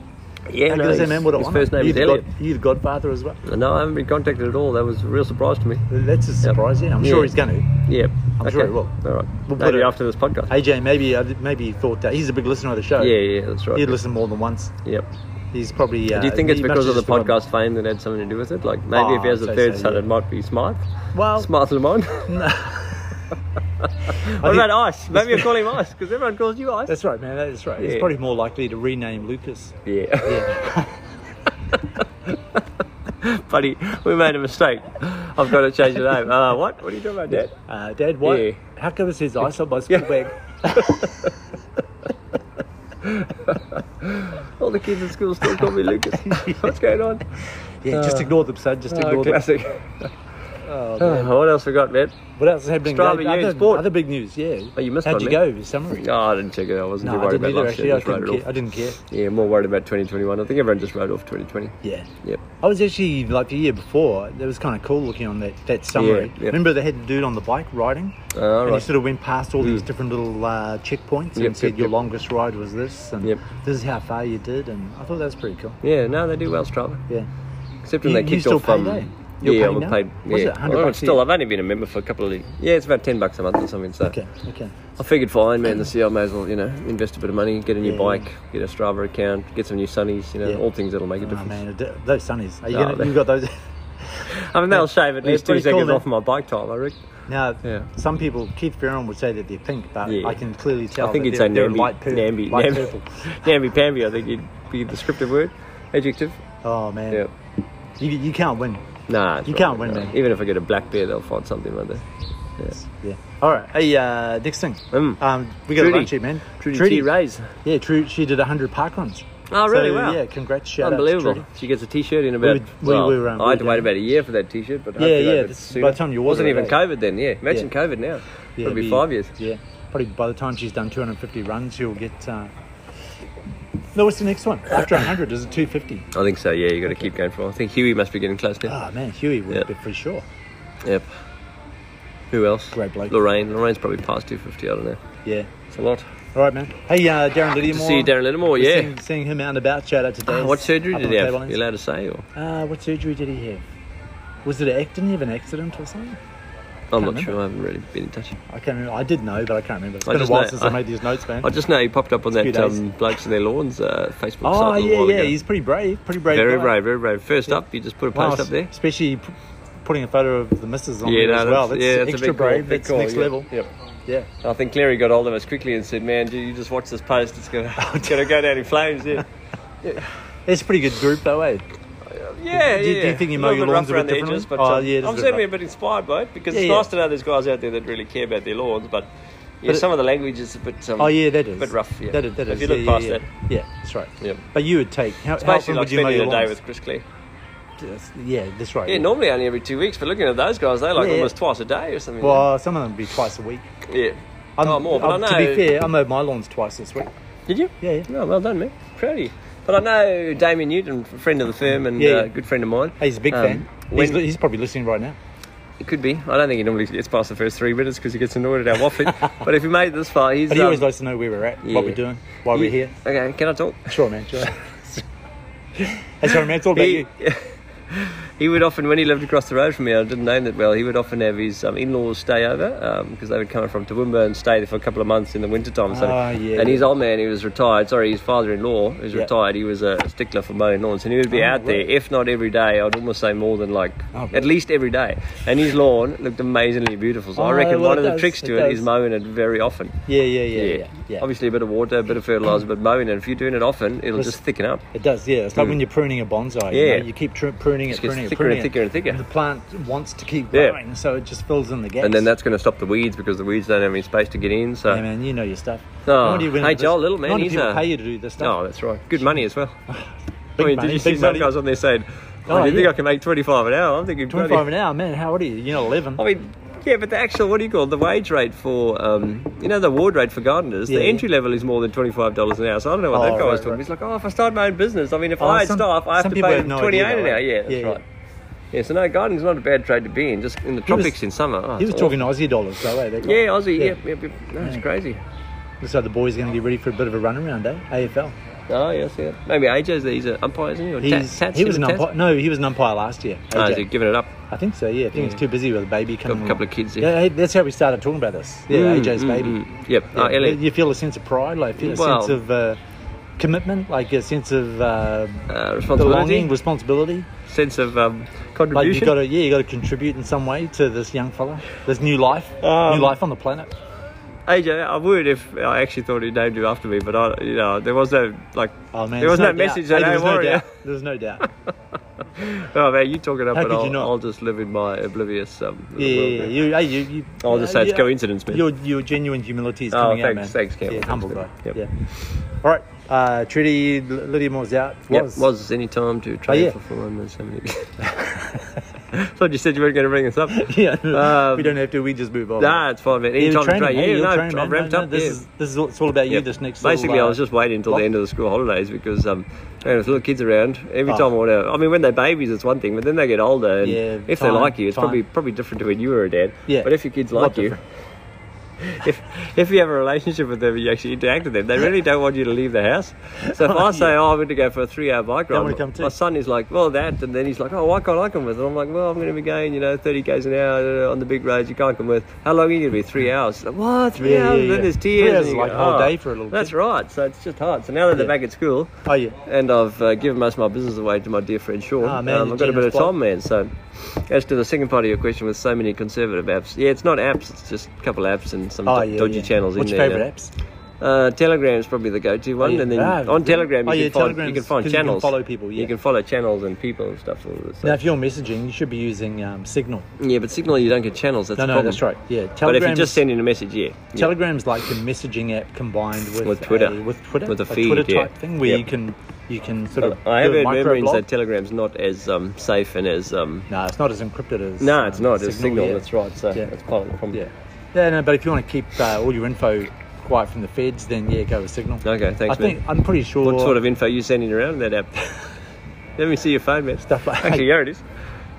B: Yeah,
C: How good is that, man? What a
B: his
C: honour.
B: first name
C: you
B: is
C: the
B: Elliot.
C: God, you the godfather as well.
B: No, I haven't been contacted at all. That was a real surprise to me.
C: That's a surprise. Yeah, I'm
B: Yeah.
C: sure he's going to.
B: Yeah.
C: I'm sure he will.
B: All right.
C: We'll put
B: Maybe
C: it-
B: after this podcast.
C: AJ, maybe uh, maybe he thought that he's a big listener of the show.
B: Yeah, yeah, that's right.
C: He'd listen more than once.
B: Yep.
C: He's probably. Uh,
B: Do you think it's
C: he must
B: because of
C: have
B: the
C: just gone-
B: podcast fame that had something to do with it? Like maybe if he
C: Oh,
B: has a
C: I'd say
B: third
C: so,
B: son,
C: yeah.
B: it might be Smythe.
C: Well,
B: Smythe Lamont. <laughs> what
C: think-
B: about Ice? Maybe you call him Ice because everyone calls you Ice.
C: that's right, man. That's right. He's
B: Yeah.
C: probably more likely to rename Lucas.
B: Yeah.
C: Yeah.
B: <laughs> Buddy, we made a mistake. <laughs> I've got to change the name. Uh, what? What are you talking about, Dad?
C: Uh, Dad, why?
B: Yeah.
C: How come it says ice on my school
B: <laughs>
C: bag?
B: All the kids at school still call me <laughs> Lucas. What's going on?
C: Yeah, just ignore them, son. Just ignore them.
B: Uh,
C: <laughs>
B: classic.
C: Oh, man.
B: <sighs> Oh, what else we got, man?
C: what else is happening?
B: Strava,
C: Dave?
B: you in
C: other,
B: sport?
C: other big news. Yeah.
B: Oh, you missed one,
C: How'd you
B: man.
C: go? Summary.
B: No, I didn't check it. out. I wasn't
C: No,
B: too
C: I
B: worried
C: didn't
B: about
C: either.
B: last
C: Actually,
B: year.
C: I
B: Just wrote
C: didn't,
B: it
C: care.
B: off.
C: I didn't care.
B: Yeah, more worried about 2021. I think everyone just wrote off 2020.
C: Yeah.
B: Yep.
C: I was actually like the year before. It was kind of cool looking on that that summary.
B: Yeah, yeah.
C: Remember they had the dude on the bike riding,
B: Uh, All
C: and he
B: Oh, right. Mm.
C: sort of went past all these different little uh, checkpoints and
B: Yep,
C: said
B: yep,
C: your
B: yep.
C: longest ride was this, and
B: Yep.
C: this is how far you did. And I thought that was pretty cool.
B: Yeah, no, they do well, Strava.
C: Yeah.
B: Except when
C: You-
B: they
C: you
B: kicked
C: still
B: off
C: pay,
B: um,
C: though? You're
B: yeah,
C: paying
B: I'm
C: now?
B: paid.
C: Was
B: yeah.
C: it 100
B: Well,
C: bucks a
B: Still,
C: year?
B: I've only been a member for a couple of. Yeah, it's about 10 bucks a month or something. So
C: Okay. Okay.
B: I figured fine, man. This year I may as well, you know, invest a bit of money, get a new
C: Yeah.
B: bike, get a Strava account, get some new sunnies. You know,
C: Yeah.
B: all things that'll make a
C: Oh,
B: difference.
C: man, it- those sunnies. Are you
B: Oh,
C: gonna,
B: they-
C: you got those?
B: <laughs> I mean, they'll shave at
C: They're
B: least two
C: pretty cool,
B: seconds
C: man.
B: off my bike time. I reckon.
C: now,
B: Yeah.
C: some people, Keith Ferron would say that they're pink, but
B: Yeah.
C: I can clearly tell.
B: I think
C: that
B: it's a
C: they're, they're
B: namby,
C: light, pur-
B: namby,
C: light
B: namby, <laughs>
C: purple.
B: namby pamby. I think it'd be the descriptive word, adjective.
C: Oh man,
B: Yeah.
C: you, you can't win.
B: Nah, it's
C: You
B: all
C: can't win,
B: nah.
C: man.
B: Even if I get a black bear, they'll find something like that.
C: Yeah. All right. Hey, uh, next thing.
B: Mm.
C: Um, we got
B: Trudy.
C: a lunch here, man.
B: Trudy, T. Rays.
C: Yeah, Trudy. She did 100 park runs.
B: Oh, really?
C: So,
B: Wow.
C: Yeah, congrats. Shout Out to
B: Unbelievable.
C: Trudy.
B: She gets a T-shirt in about.
C: We were- we
B: well,
C: were, um,
B: I had to
C: we were
B: wait
C: down-
B: about a year for that T-shirt, but
C: Yeah,
B: hopefully
C: yeah,
B: I got it
C: this- by
B: sooner.
C: the time you
B: wasn't
C: ordered
B: even
C: it,
B: COVID then. Yeah, imagine COVID now.
C: Yeah,
B: It'll be
C: we-
B: five years.
C: Yeah. Probably by the time she's done 250 runs, she'll get. Uh... No, what's the next one? After 100, is it 250?
B: I think so. Yeah, you got to keep going for. it. I think Huey must be getting close now.
C: Oh, man, Huey would
B: Yeah.
C: be for sure.
B: Yep. Who else?
C: Great bloke.
B: Lorraine. Lorraine's probably past 250. I don't know. Ah,
C: Yeah.
B: It's a lot.
C: All right, man. Hey, uh, Darren Littlemore.
B: To see you, Darren Littlemore,
C: We're
B: yeah.
C: Seeing, seeing him out and about. Shout out to
B: Uh,
C: Dave.
B: what surgery
C: Up
B: did
C: on
B: he
C: the
B: have?
C: table,
B: You allowed to say? Or?
C: Uh, what surgery did he have? Was it an act? Didn't he have an accident or something?
B: I'm
C: Can't
B: not sure. I haven't really been in touch.
C: I can't remember. I did know, but I can't remember. It's
B: I
C: been a
B: just
C: while
B: know-
C: since
B: I-
C: I made these notes, man.
B: I just know he popped up on
C: few
B: that
C: days.
B: um, Blokes in Their Lawns uh, Facebook site a
C: oh
B: little
C: yeah,
B: while
C: yeah.
B: ago.
C: He's pretty brave. Pretty brave.
B: very
C: guy.
B: brave, very brave. First up, you just put a
C: Wow,
B: post up there.
C: Especially p- putting a photo of the missus on
B: Yeah, no,
C: there as well.
B: that's-
C: That's,
B: yeah, that's a
C: extra
B: big call, big
C: brave. that's
B: call,
C: next
B: yeah.
C: level.
B: Yep.
C: Yeah.
B: I think Clary got hold of us quickly and said, "Man, you you just watch this post. It's
C: <laughs>
B: gonna, it's gonna go down in flames." Yeah,
C: It's a pretty good group though, eh?
B: yeah,
C: Do you-
B: yeah.
C: do you think you mow
B: little
C: your
B: bit rough
C: lawns a bit
B: around the
C: differently?
B: edges, but
C: Oh,
B: um,
C: yeah, it is a
B: I'm
C: bit
B: certainly
C: rough.
B: a bit inspired by it because
C: Yeah,
B: it's
C: yeah.
B: nice to know there's guys out there that really care about their lawns. But yeah,
C: But it-
B: some of the language is a bit. Um,
C: Oh yeah, that is.
B: bit rough, yeah.
C: That is. That
B: If
C: is.
B: you look
C: yeah,
B: past
C: yeah, yeah. Yeah, that's right.
B: Yeah.
C: But you would take how,
B: It's
C: how
B: basically
C: often would
B: like
C: you mow
B: spending
C: your
B: a day
C: lawns?
B: with Chris Clare.
C: Yes, Yeah, that's right.
B: Yeah, normally only every two weeks, but looking at those guys, they like
C: Yeah.
B: almost twice a day or something.
C: Well, some of them would be twice a week.
B: yeah. oh, more, but i
C: I'm-
B: know.
C: To be fair, I mowed my lawns twice this week.
B: Did you?
C: Yeah, yeah.
B: No, well done, man. Proud of you. But I know Damien Newton, a friend of the firm and
C: Yeah, yeah.
B: uh, good friend of mine.
C: Hey, he's a big
B: um,
C: fan.
B: when-
C: He's, li- he's probably listening right now.
B: It could be. I don't think he normally gets past the first three minutes because he gets annoyed at our
C: <laughs>
B: waffle. but if he made it this far, he's.
C: But he
B: um,
C: always likes to know where we're at,
B: yeah.
C: what we're doing, why
B: he-
C: we're here.
B: Okay, can I talk?
C: Sure, man.
B: <laughs>
C: Sure. hey, sorry, man. It's all about
B: He-
C: you.
B: <laughs> He would often, when he lived across the road from me, I didn't know him that well. He would often have his um, in-laws stay over because they would come from Toowoomba and stay there for a couple of months in the wintertime. So,
C: Ah, yeah,
B: and his
C: yeah.
B: old man, he was retired. Sorry, his father-in-law, who's
C: Yeah.
B: retired, he was a stickler for mowing lawns, and he would be
C: Oh,
B: out
C: right.
B: there, if not every day, I'd almost say more than like
C: Oh,
B: at
C: really?
B: least every day. And his lawn looked amazingly beautiful. So I
C: Oh,
B: reckon
C: well,
B: one
C: it
B: of the
C: does,
B: tricks
C: it
B: to it is
C: does.
B: mowing it very often.
C: Yeah, yeah, yeah, yeah. yeah,
B: Obviously, a bit of water, a bit of fertilizer, but mowing it. If you're doing it often, it'll
C: Listen-
B: just thicken up. Mm.
C: It does, yeah. It's like when you're pruning a bonsai. You,
B: Yeah.
C: know, you keep tr- pruning it,
B: Just gets
C: pruning it,
B: thicker and
C: pruning it.
B: thicker and thicker.
C: the plant wants to keep
B: Yeah.
C: growing, so it just fills in the gaps.
B: And then that's going to stop the weeds because the weeds don't have any space to get in. So
C: Hey, man, you know your stuff.
B: Oh,
C: No wonder you went
B: hey,
C: into this-
B: Joel, little man,
C: no wonder
B: he's
C: people
B: a-
C: pay you to do this
B: Oh,
C: stuff.
B: that's right. Good money as well. I
C: <sighs> Big
B: mean,
C: money,
B: did you see
C: big
B: some
C: money.
B: guys on there saying,
C: Oh,
B: oh, do you think
C: yeah.
B: I can make 25 an hour? I'm thinking,
C: 25
B: bloody-
C: an hour, man. How old are you? You're not 11.
B: I mean, yeah, but the actual, what do you call it, the wage rate for, um, you know, the award rate for gardeners,
C: Yeah,
B: the
C: yeah.
B: entry level is more than $25 an hour. So I don't know what that
C: Oh,
B: guy
C: right,
B: was talking
C: right.
B: about. He's like, oh, if I start my own business, I mean, if
C: Oh,
B: I had
C: some-
B: staff, I have
C: some
B: to
C: people
B: pay
C: have
B: them
C: no
B: 28
C: idea
B: an
C: that,
B: hour.
C: right?
B: Yeah, that's
C: Yeah, yeah.
B: right. Yeah, so no, gardening's not a bad trade to be in, just in the tropics in summer. Oh,
C: he
B: it's
C: was talking Aussie dollars, though, eh? that
B: awful.
C: guy?
B: Yeah, Aussie, yeah, yeah, yeah, no, it's crazy.
C: Looks like the boys are going to get ready for a bit of a runaround, eh? AFL.
B: Oh, yeah, I see that. Maybe AJ's, he's an umpire, isn't he? Or Oh, Tat-
C: He's,
B: Tats,
C: he was
B: isn't
C: an
B: it Tats?
C: umpire. No, he was an umpire last year.
B: Oh,
C: AJ.
B: is he giving it up?
C: I think so. Yeah, I think he's too busy with a baby coming.
B: couple of
C: along.
B: kids, yeah.
C: Yeah, hey, that's how we started talking about this. Yeah,
B: Mm,
C: AJ's
B: mm,
C: baby.
B: mm. Yep.
C: Yeah,
B: Uh, Elliot.
C: You feel a sense of pride, like feel a
B: Well-
C: sense of uh, commitment, like a sense of uh,
B: Uh, responsibility,
C: belonging, responsibility.
B: sense of um,
C: Like you
B: contribution.
C: got to, yeah, you got to contribute in some way to this young fella, this new life,
B: Um,
C: new life on the planet.
B: AJ, I would if I actually thought he named you after me, but I, you know, there was no like,
C: Oh man,
B: there
C: there's
B: was
C: no
B: no,
C: doubt.
B: message
C: Hey,
B: that
C: there
B: I
C: was no
B: warrior.
C: doubt. There was no doubt.
B: <laughs> Oh man, you talk it up,
C: How
B: and
C: could you
B: I'll,
C: not?
B: I'll just live in my oblivious. Um,
C: Yeah,
B: little
C: yeah,
B: world.
C: yeah. You, hey, you, you,
B: I'll just say it's
C: yeah.
B: coincidence, man.
C: Your, your genuine humility is
B: Oh,
C: coming out,
B: thanks,
C: man.
B: thanks, Campbell.
C: Yeah,
B: Thanks,
C: humble guy.
B: man. Yep.
C: Yeah. All right, uh, Trudy L- Lydia Moore's out.
B: Yep,
C: Was. Oh,
B: was. any time to trade
C: yeah.
B: for four hundred seventy. Thought you said you weren't going to bring us up.
C: <laughs> Yeah,
B: Um,
C: we don't have to. We just move on.
B: Nah, it's fine, man. Any
C: Yeah,
B: time
C: you're
B: to trade.
C: training, hey,
B: Yeah,
C: you're
B: no,
C: training, man.
B: I've ramped
C: No, no,
B: up.
C: This
B: yeah.
C: is this is all, <laughs> it's all about you.
B: Yep.
C: This next.
B: Basically,
C: little,
B: I
C: uh,
B: was just waiting until
C: block.
B: the end of the school holidays because um, man, with little kids around, every
C: Oh.
B: time I want to. I mean, when they're babies, it's one thing, but then they get older, and
C: Yeah,
B: if
C: time,
B: they like you, it's
C: time.
B: probably probably different to when you were a dad.
C: Yeah.
B: But if your kids
C: Lot
B: like you, <laughs> if if you have a relationship with them, and you actually interact with them. They really don't want you to leave the house. So
C: <laughs>
B: if I say, "Oh, I'm going to go for a three-hour bike
C: Don't
B: ride,"
C: wanna
B: my-
C: come too.
B: my son is like, "Well, that," and then he's like, "Oh, why can't I come with?" And I'm like, "Well, I'm going to be going, you know, 30 k's an hour uh, on the big roads. You can't come with. How long are you going to be? Three hours? Like, what? Three
C: Yeah, yeah,
B: hours? And
C: yeah.
B: Then there's
C: Three
B: tears.
C: hours
B: and
C: is
B: you
C: like
B: go,
C: a whole
B: "Oh,
C: day for a little
B: That's
C: kid."
B: right. So it's just hard. So now that they're
C: Yeah.
B: back at school,
C: Oh yeah.
B: and I've uh, given most of my business away to my dear friend Sean.
C: Ah, man,
B: um,
C: you're
B: I've got a bit of
C: generous
B: time, man. So, as to the second part of your question, with so many conservative apps, yeah, it's not apps. It's just a couple of apps and some
C: Oh
B: d-
C: yeah.
B: dodgy
C: yeah.
B: channels
C: What's
B: in
C: your
B: there.
C: favourite
B: now.
C: apps?
B: Uh, Telegram's probably the go-to one,
C: yeah.
B: and then
C: Ah,
B: on
C: yeah.
B: Telegram you
C: Oh,
B: can find
C: yeah,
B: you
C: Telegram's-
B: can find
C: 'cause you can
B: channels.
C: follow people,
B: You
C: yeah.
B: can follow channels and people and stuff. All that
C: Now,
B: stuff.
C: if you're messaging, you should be using um, Signal.
B: yeah, but Signal you don't get channels. That's
C: No,
B: the
C: no,
B: problem.
C: that's right. Yeah,
B: But if
C: Telegram.
B: you're just sending a message, yeah, yeah.
C: Telegram's like the messaging app combined with
B: With Twitter.
C: a- with Twitter,
B: With a
C: a
B: feed,
C: Twitter
B: yeah.
C: type thing where
B: Yep.
C: you can you can sort
B: But
C: of.
B: Uh, I have
C: do a
B: heard murmurings
C: microblog.
B: that Telegram's not as um, safe and as um,
C: No, Uh, it's not as encrypted as.
B: no, it's
C: um,
B: not as Signal.
C: yeah.
B: That's right. So
C: Yeah.
B: that's part of the problem.
C: Yeah. Yeah, no, but if you want to keep uh, all your info quiet from the feds, then yeah, go with Signal.
B: Okay, thanks,
C: I think I'm pretty sure.
B: What sort of info are you sending around in that app? <laughs> Let me see your phone, man.
C: Stuff like-
B: Actually, here it is.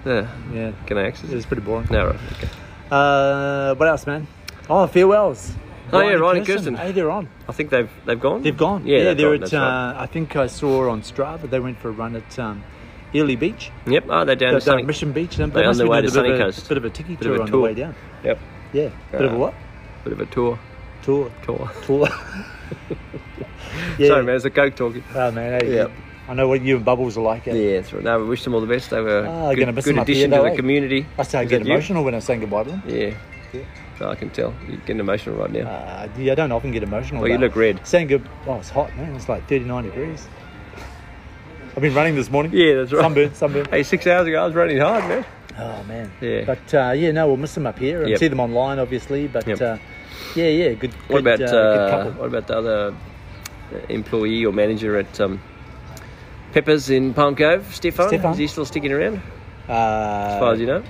B: Uh, Yeah.
C: Yeah,
B: Can I access
C: it was
B: it?
C: pretty boring.
B: No, right. Okay.
C: Uh, what else, man? Oh, farewells.
B: Oh, yeah, Ryan and Kirsten.
C: Hey, they're on.
B: I think they've they've gone.
C: They've gone.
B: Yeah, they've
C: they're
B: gone,
C: at.
B: that's right.
C: Uh, I think I saw on Strava they went for a run at um, Ely Beach,
B: Yep. Oh, they're down to
C: uh, They're down at
B: something.
C: Mission Beach. They
B: They're
C: must
B: on their way to
C: be doing a bit
B: Sunny
C: of a-
B: Coast.
C: Bit of a tiki
B: of a
C: tour on the way
B: tour.
C: down.
B: Yep.
C: Yeah, bit of a
B: Uh,
C: what?
B: Bit of a tour.
C: Tour,
B: Tour.
C: <laughs> tour. yeah.
B: Sorry, man. It's a coke talking.
C: Oh man, hey,
B: Yeah.
C: I know what you and Bubbles are like. eh?
B: Yeah, that's right. No, we wish them all the best. They were
C: Ah,
B: a
C: gonna
B: good,
C: miss
B: good
C: them up
B: addition
C: here,
B: to
C: though,
B: the
C: eh?
B: community.
C: I say I
B: Is
C: get
B: that you?
C: emotional when I'm saying goodbye to them.
B: Yeah.
C: Yeah.
B: I can tell. You're getting emotional right now.
C: Uh, yeah, I don't often get emotional.
B: Well, you
C: about
B: look red.
C: Saying good. Oh, it's hot, man. It's like 39 degrees. I've been running this morning.
B: Yeah, that's right.
C: Sunburn, sunburn.
B: Hey, six hours ago, I was running hard, man.
C: Oh man.
B: Yeah.
C: But uh, yeah, no, we'll miss them up here and
B: Yep.
C: see them online, obviously. But
B: Yep.
C: uh, yeah, yeah, good.
B: What
C: good,
B: about
C: uh, good
B: uh,
C: couple.
B: what about the other uh, employee or manager at um, Peppers in Palm Cove, Stefan?
C: Stefan?
B: Is he still sticking around?
C: Uh,
B: As far as you know,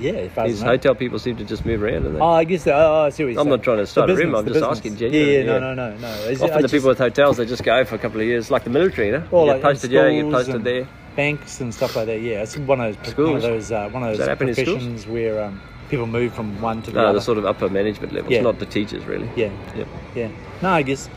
C: Yeah, as far
B: his
C: as I know.
B: hotel people seem to just move around, don't they?
C: Oh, I guess. The, oh, I see what you're
B: I'm
C: saying.
B: not trying to start
C: the
B: a rumor,
C: business,
B: I'm
C: the
B: just asking
C: business. Yeah,
B: genuinely,
C: yeah,
B: yeah.
C: no, no, no, no. Is it-
B: Often
C: I
B: the
C: just-
B: people with hotels, they just go for a couple of years, like the military, you know?
C: Well,
B: you
C: like
B: get posted here, you get
C: schools
B: posted
C: and
B: there.
C: Banks and stuff like that. Yeah, it's one of those one of
B: Schools.
C: those uh, one of
B: Does
C: those
B: that happen in schools?
C: professions where um, people move from one to the
B: No,
C: other.
B: the sort of upper management levels,
C: Yeah.
B: not the teachers, really.
C: yeah,
B: Yep.
C: yeah. No, I guess.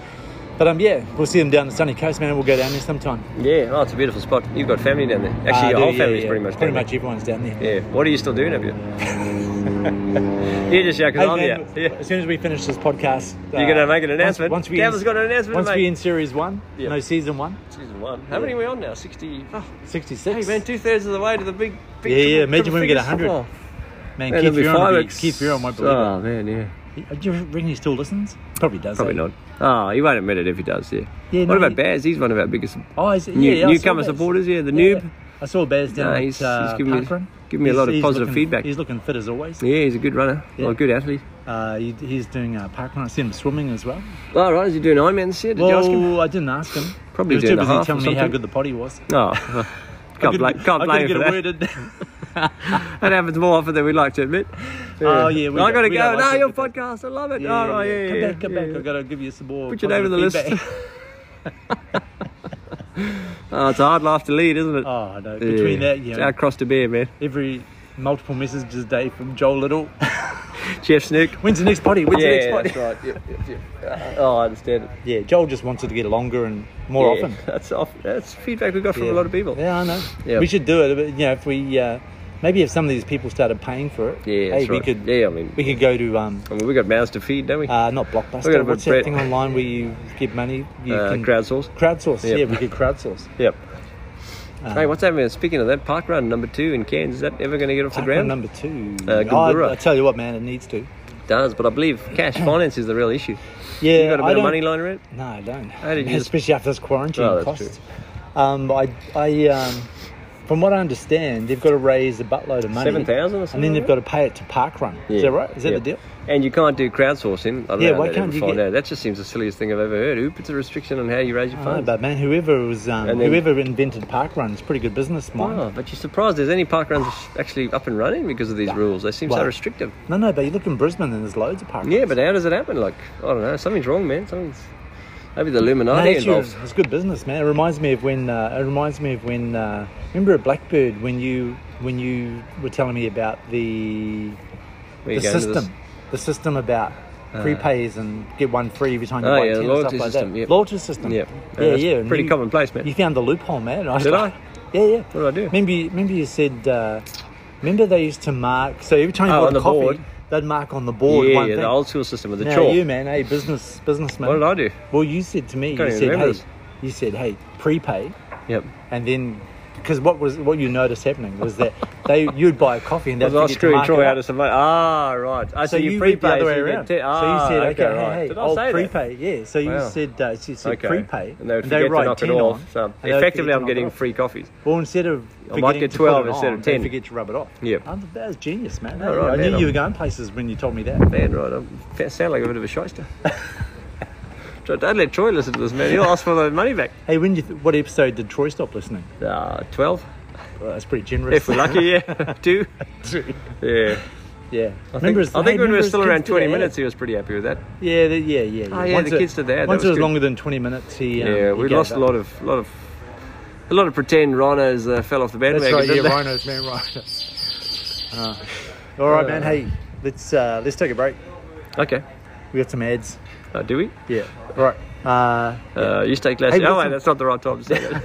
C: But um, yeah, we'll see them down the sunny coast, man. We'll go down there sometime.
B: Yeah, oh, it's a beautiful spot. You've got family down there. Actually,
C: Uh, I
B: your
C: do,
B: whole
C: yeah,
B: family's
C: yeah.
B: pretty much
C: pretty
B: down
C: much everyone's down there.
B: there. Yeah. What are you still doing up
C: <laughs>
B: here? <laughs> You're just yucking
C: Hey,
B: on
C: man,
B: here. Yeah.
C: As soon as we finish this podcast, uh,
B: You're gonna make an announcement?
C: Once, once we
B: Gavin's got an announcement
C: Once
B: to
C: we
B: make.
C: in series one,
B: Yeah.
C: no season one,
B: Season one. How many are we on now? 60. Oh,
C: sixty
B: hey,
C: six.
B: man, two thirds of the way to the big. big
C: yeah, yeah.
B: triple-
C: Imagine when we get
B: triple
C: hundred.
B: figures.
C: Man,
B: Man,
C: Keith
B: it'll be
C: Fearon,
B: five
C: will be,
B: ex-
C: Keith Fearon won't believe
B: Oh, man, yeah.
C: it. Do you reckon he still listens? Probably does.
B: Probably
C: eh?
B: not. Oh, he won't admit it if he does, yeah.
C: Yeah,
B: what
C: no,
B: about
C: he-
B: Baz? He's one of our biggest.
C: Oh, is it?
B: New-
C: yeah, yeah, I saw
B: newcomer
C: Baz.
B: supporters, yeah, the
C: Yeah,
B: noob.
C: yeah. I saw Baz down
B: No,
C: at
B: he's-
C: uh,
B: he's giving me-
C: Parkrun.
B: giving me a lot of
C: He's- he's
B: positive
C: looking-
B: feedback.
C: He's looking fit as always.
B: Yeah, he's a
C: <laughs>
B: good runner.
C: Yeah.
B: Well, good athlete.
C: Uh, he, he's doing uh, Parkrun. I see him swimming as well.
B: Oh, right, is he doing Ironmans here? Did you ask him?
C: Well, I didn't ask him.
B: Probably
C: he was
B: doing
C: too
B: the
C: busy
B: half or
C: telling me how
B: something.
C: good the potty was.
B: Oh, <laughs> can't
C: Couldn't-
B: blame, can't
C: I
B: blame
C: couldn't
B: him for
C: get
B: that.
C: a word in.
B: <laughs> That happens more often than we like to admit.
C: <laughs> Oh, yeah, we
B: I
C: don't-
B: gotta
C: we
B: go.
C: don't like
B: No,
C: to
B: your
C: admit
B: podcast. I love it.
C: Yeah,
B: All right, yeah,
C: come
B: yeah,
C: back, come
B: yeah,
C: back.
B: yeah.
C: I've got to give you some more.
B: Put your name on the
C: positive
B: list.
C: feedback.
B: <laughs> Oh, it's a hard life to lead, isn't it?
C: oh, I know.
B: Yeah.
C: Between that, you
B: it's
C: know,
B: our cross to bear, man.
C: every multiple messages a day from Joel Little. <laughs>
B: Jeff Snook.
C: When's the next potty? When's the next potty?
B: right. Yep, yep, yep. Uh, Oh, I understand it.
C: Yeah, Joel just wants it to get longer and more
B: Yeah,
C: often.
B: <laughs> That's off, that's feedback we got from a
C: Yeah.
B: lot of people.
C: Yeah, I know.
B: Yeah.
C: We should do it. But, you know, if we uh, maybe if some of these people started paying for it,
B: Yeah,
C: hey,
B: that's
C: we
B: right.
C: could
B: Yeah, I mean-
C: we could go to um
B: I mean, we got mouths to feed, don't we?
C: uh, not
B: We're gonna
C: blockbuster.
B: put
C: What's that
B: Brett-
C: thing online where you give money? You
B: Uh, crowdsource.
C: Crowdsource.
B: Yep.
C: Yeah, we could crowdsource.
B: yep.
C: Uh,
B: hey, what's happening? Speaking of that, park run number two in Cairns, is that ever going to get off the
C: Parkrun
B: ground?
C: number two. Oh,
B: Uh,
C: I,
B: Gundura.
C: I tell you what, man, it needs to.
B: It does, but I believe
C: <clears throat>
B: cash finance is the real issue.
C: Yeah,
B: you got a
C: I
B: bit of
C: don't-
B: money lying around?
C: No, I don't.
B: How did you just-
C: <laughs> Especially after this quarantine
B: Oh, that's
C: cost. Um, I, I, um, from what I understand, they've got to raise a buttload of money,
B: 7,000 or
C: and
B: something
C: then
B: like
C: they've got to pay it to Parkrun. Is that right? Is that
B: yeah.
C: the deal?
B: And you can't do crowdsourcing. I don't
C: Yeah,
B: know how
C: why
B: they'd
C: can't
B: ever
C: you
B: find
C: get- Oh,
B: out. That's just seems the silliest thing I've ever heard. Who puts a restriction on how you raise your
C: I know,
B: funds?
C: but man, whoever was um,
B: And then-
C: whoever invented park runs, pretty good business mind.
B: Oh, but you're surprised there's any park runs actually up and running because of these rules. They seem so
C: Well-
B: restrictive.
C: No, no, but you look in Brisbane and there's loads of park
B: Yeah,
C: runs.
B: but how does it happen? Like, I don't know. Something's wrong, man. Something's maybe the
C: No,
B: Illuminati
C: that's your-
B: involved.
C: it's good business, man. It reminds me of when uh, it reminds me of when uh, remember at Blackbird when you when you were telling me about the
B: Where you
C: the
B: go into this- Uh.
C: system, the system about prepays and get one free every time you
B: Oh,
C: buy
B: yeah, the
C: ten and stuff
B: loyalty
C: like
B: system,
C: that.
B: yep.
C: Loyalty system.
B: Yep. Yeah,
C: Yeah, yeah.
B: that's
C: and
B: pretty
C: you-
B: commonplace, man.
C: You found the loophole, man. and was
B: Did
C: like-
B: I?
C: Yeah, yeah.
B: What did I do?
C: Remember, you, remember you said. Uh, remember they used to mark. So every time you
B: Oh, on
C: bought
B: the
C: a coffee,
B: board.
C: they'd mark on the board.
B: yeah,
C: one
B: yeah,
C: thing.
B: the old school system with the
C: now
B: chalk.
C: you, man, hey, business, businessman.
B: What did I do?
C: Well, you said to me,
B: Can't
C: you
B: even
C: said,
B: remember
C: hey,
B: this.
C: you said, hey, prepay,
B: Yep.
C: and then because what was what you noticed happening was that they you'd buy a coffee and they'd
B: Was I
C: forget to
B: screwing
C: mark
B: Troy
C: it
B: out
C: up.
B: of some money? Ah, right. Ah, so,
C: So
B: you,
C: you went
B: prepay.
C: the other way
B: so you get
C: around.
B: te- ah,
C: so you said,
B: okay,
C: okay,
B: right.
C: hey,
B: Did I
C: I'll
B: say that?
C: prepay. Yeah, so you
B: Wow.
C: said, uh, you said
B: Okay.
C: prepay.
B: And they would forget to
C: write
B: knock it
C: 10
B: off.
C: on,
B: So
C: and they would
B: effectively,
C: forget to
B: I'm
C: knock it
B: getting
C: off.
B: free coffees.
C: Well, instead of
B: I might
C: forgetting
B: get
C: to put it
B: 12 instead of
C: on, they
B: 10.
C: forget to rub it off.
B: Yep.
C: Oh, that is genius, man.
B: All right,
C: I
B: man,
C: knew you
B: I'm-
C: were going places when you told me that.
B: Man, right, I sound like a bit of a
C: <laughs>
B: shyster. So Don't let Troy listen to this, man. He'll ask for the money back.
C: Hey, when you th- what episode did Troy stop listening?
B: Ah, 12,
C: Well, that's pretty generous.
B: if we're lucky, yeah. <laughs> Two. Yeah.
C: yeah.
B: I think,
C: Remember his-
B: I think when
C: hey,
B: we
C: remember
B: were
C: his
B: still
C: kids
B: around
C: did
B: 20
C: that?
B: minutes, he was pretty happy with that.
C: <laughs> Yeah, the, yeah, yeah.
B: Oh, yeah, the
C: it-
B: kids did that. That
C: Once
B: was
C: it was
B: good.
C: longer than 20 minutes, he. Um,
B: yeah,
C: he
B: we
C: gave
B: lost
C: up.
B: a lot of, lot of, a lot of pretend rhinos uh, fell off the
C: That's
B: bandwagon.
C: right, yeah,
B: didn't they?
C: rhinos, man, rhinos. <laughs> Uh, all right, man. Hey, let's uh, let's take a break.
B: Okay.
C: We got some ads.
B: Oh, do we?
C: Yeah. Right. Uh,
B: Uh, you stay classy.
C: Hey,
B: oh, wait,
C: listen-
B: that's not the right time to say <laughs> that.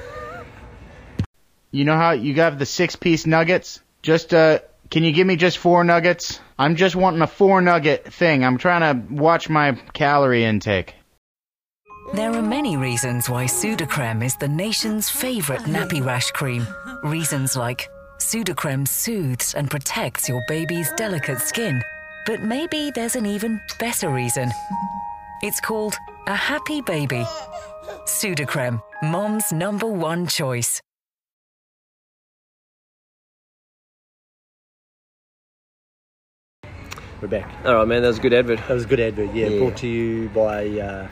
D: You know how you have the six piece nuggets? Just uh can you give me just four nuggets? I'm just wanting a four nugget thing. I'm trying to watch my calorie intake.
E: There are many reasons why Sudocrem is the nation's favorite nappy rash cream. Reasons like Sudocrem soothes and protects your baby's delicate skin. But maybe there's an even better reason. It's called a happy baby. Sudocrem, mom's number one choice.
C: we're back.
B: All right, man, that was a good advert.
C: That was a good advert. Yeah.
B: Yeah.
C: Brought to you by. Uh,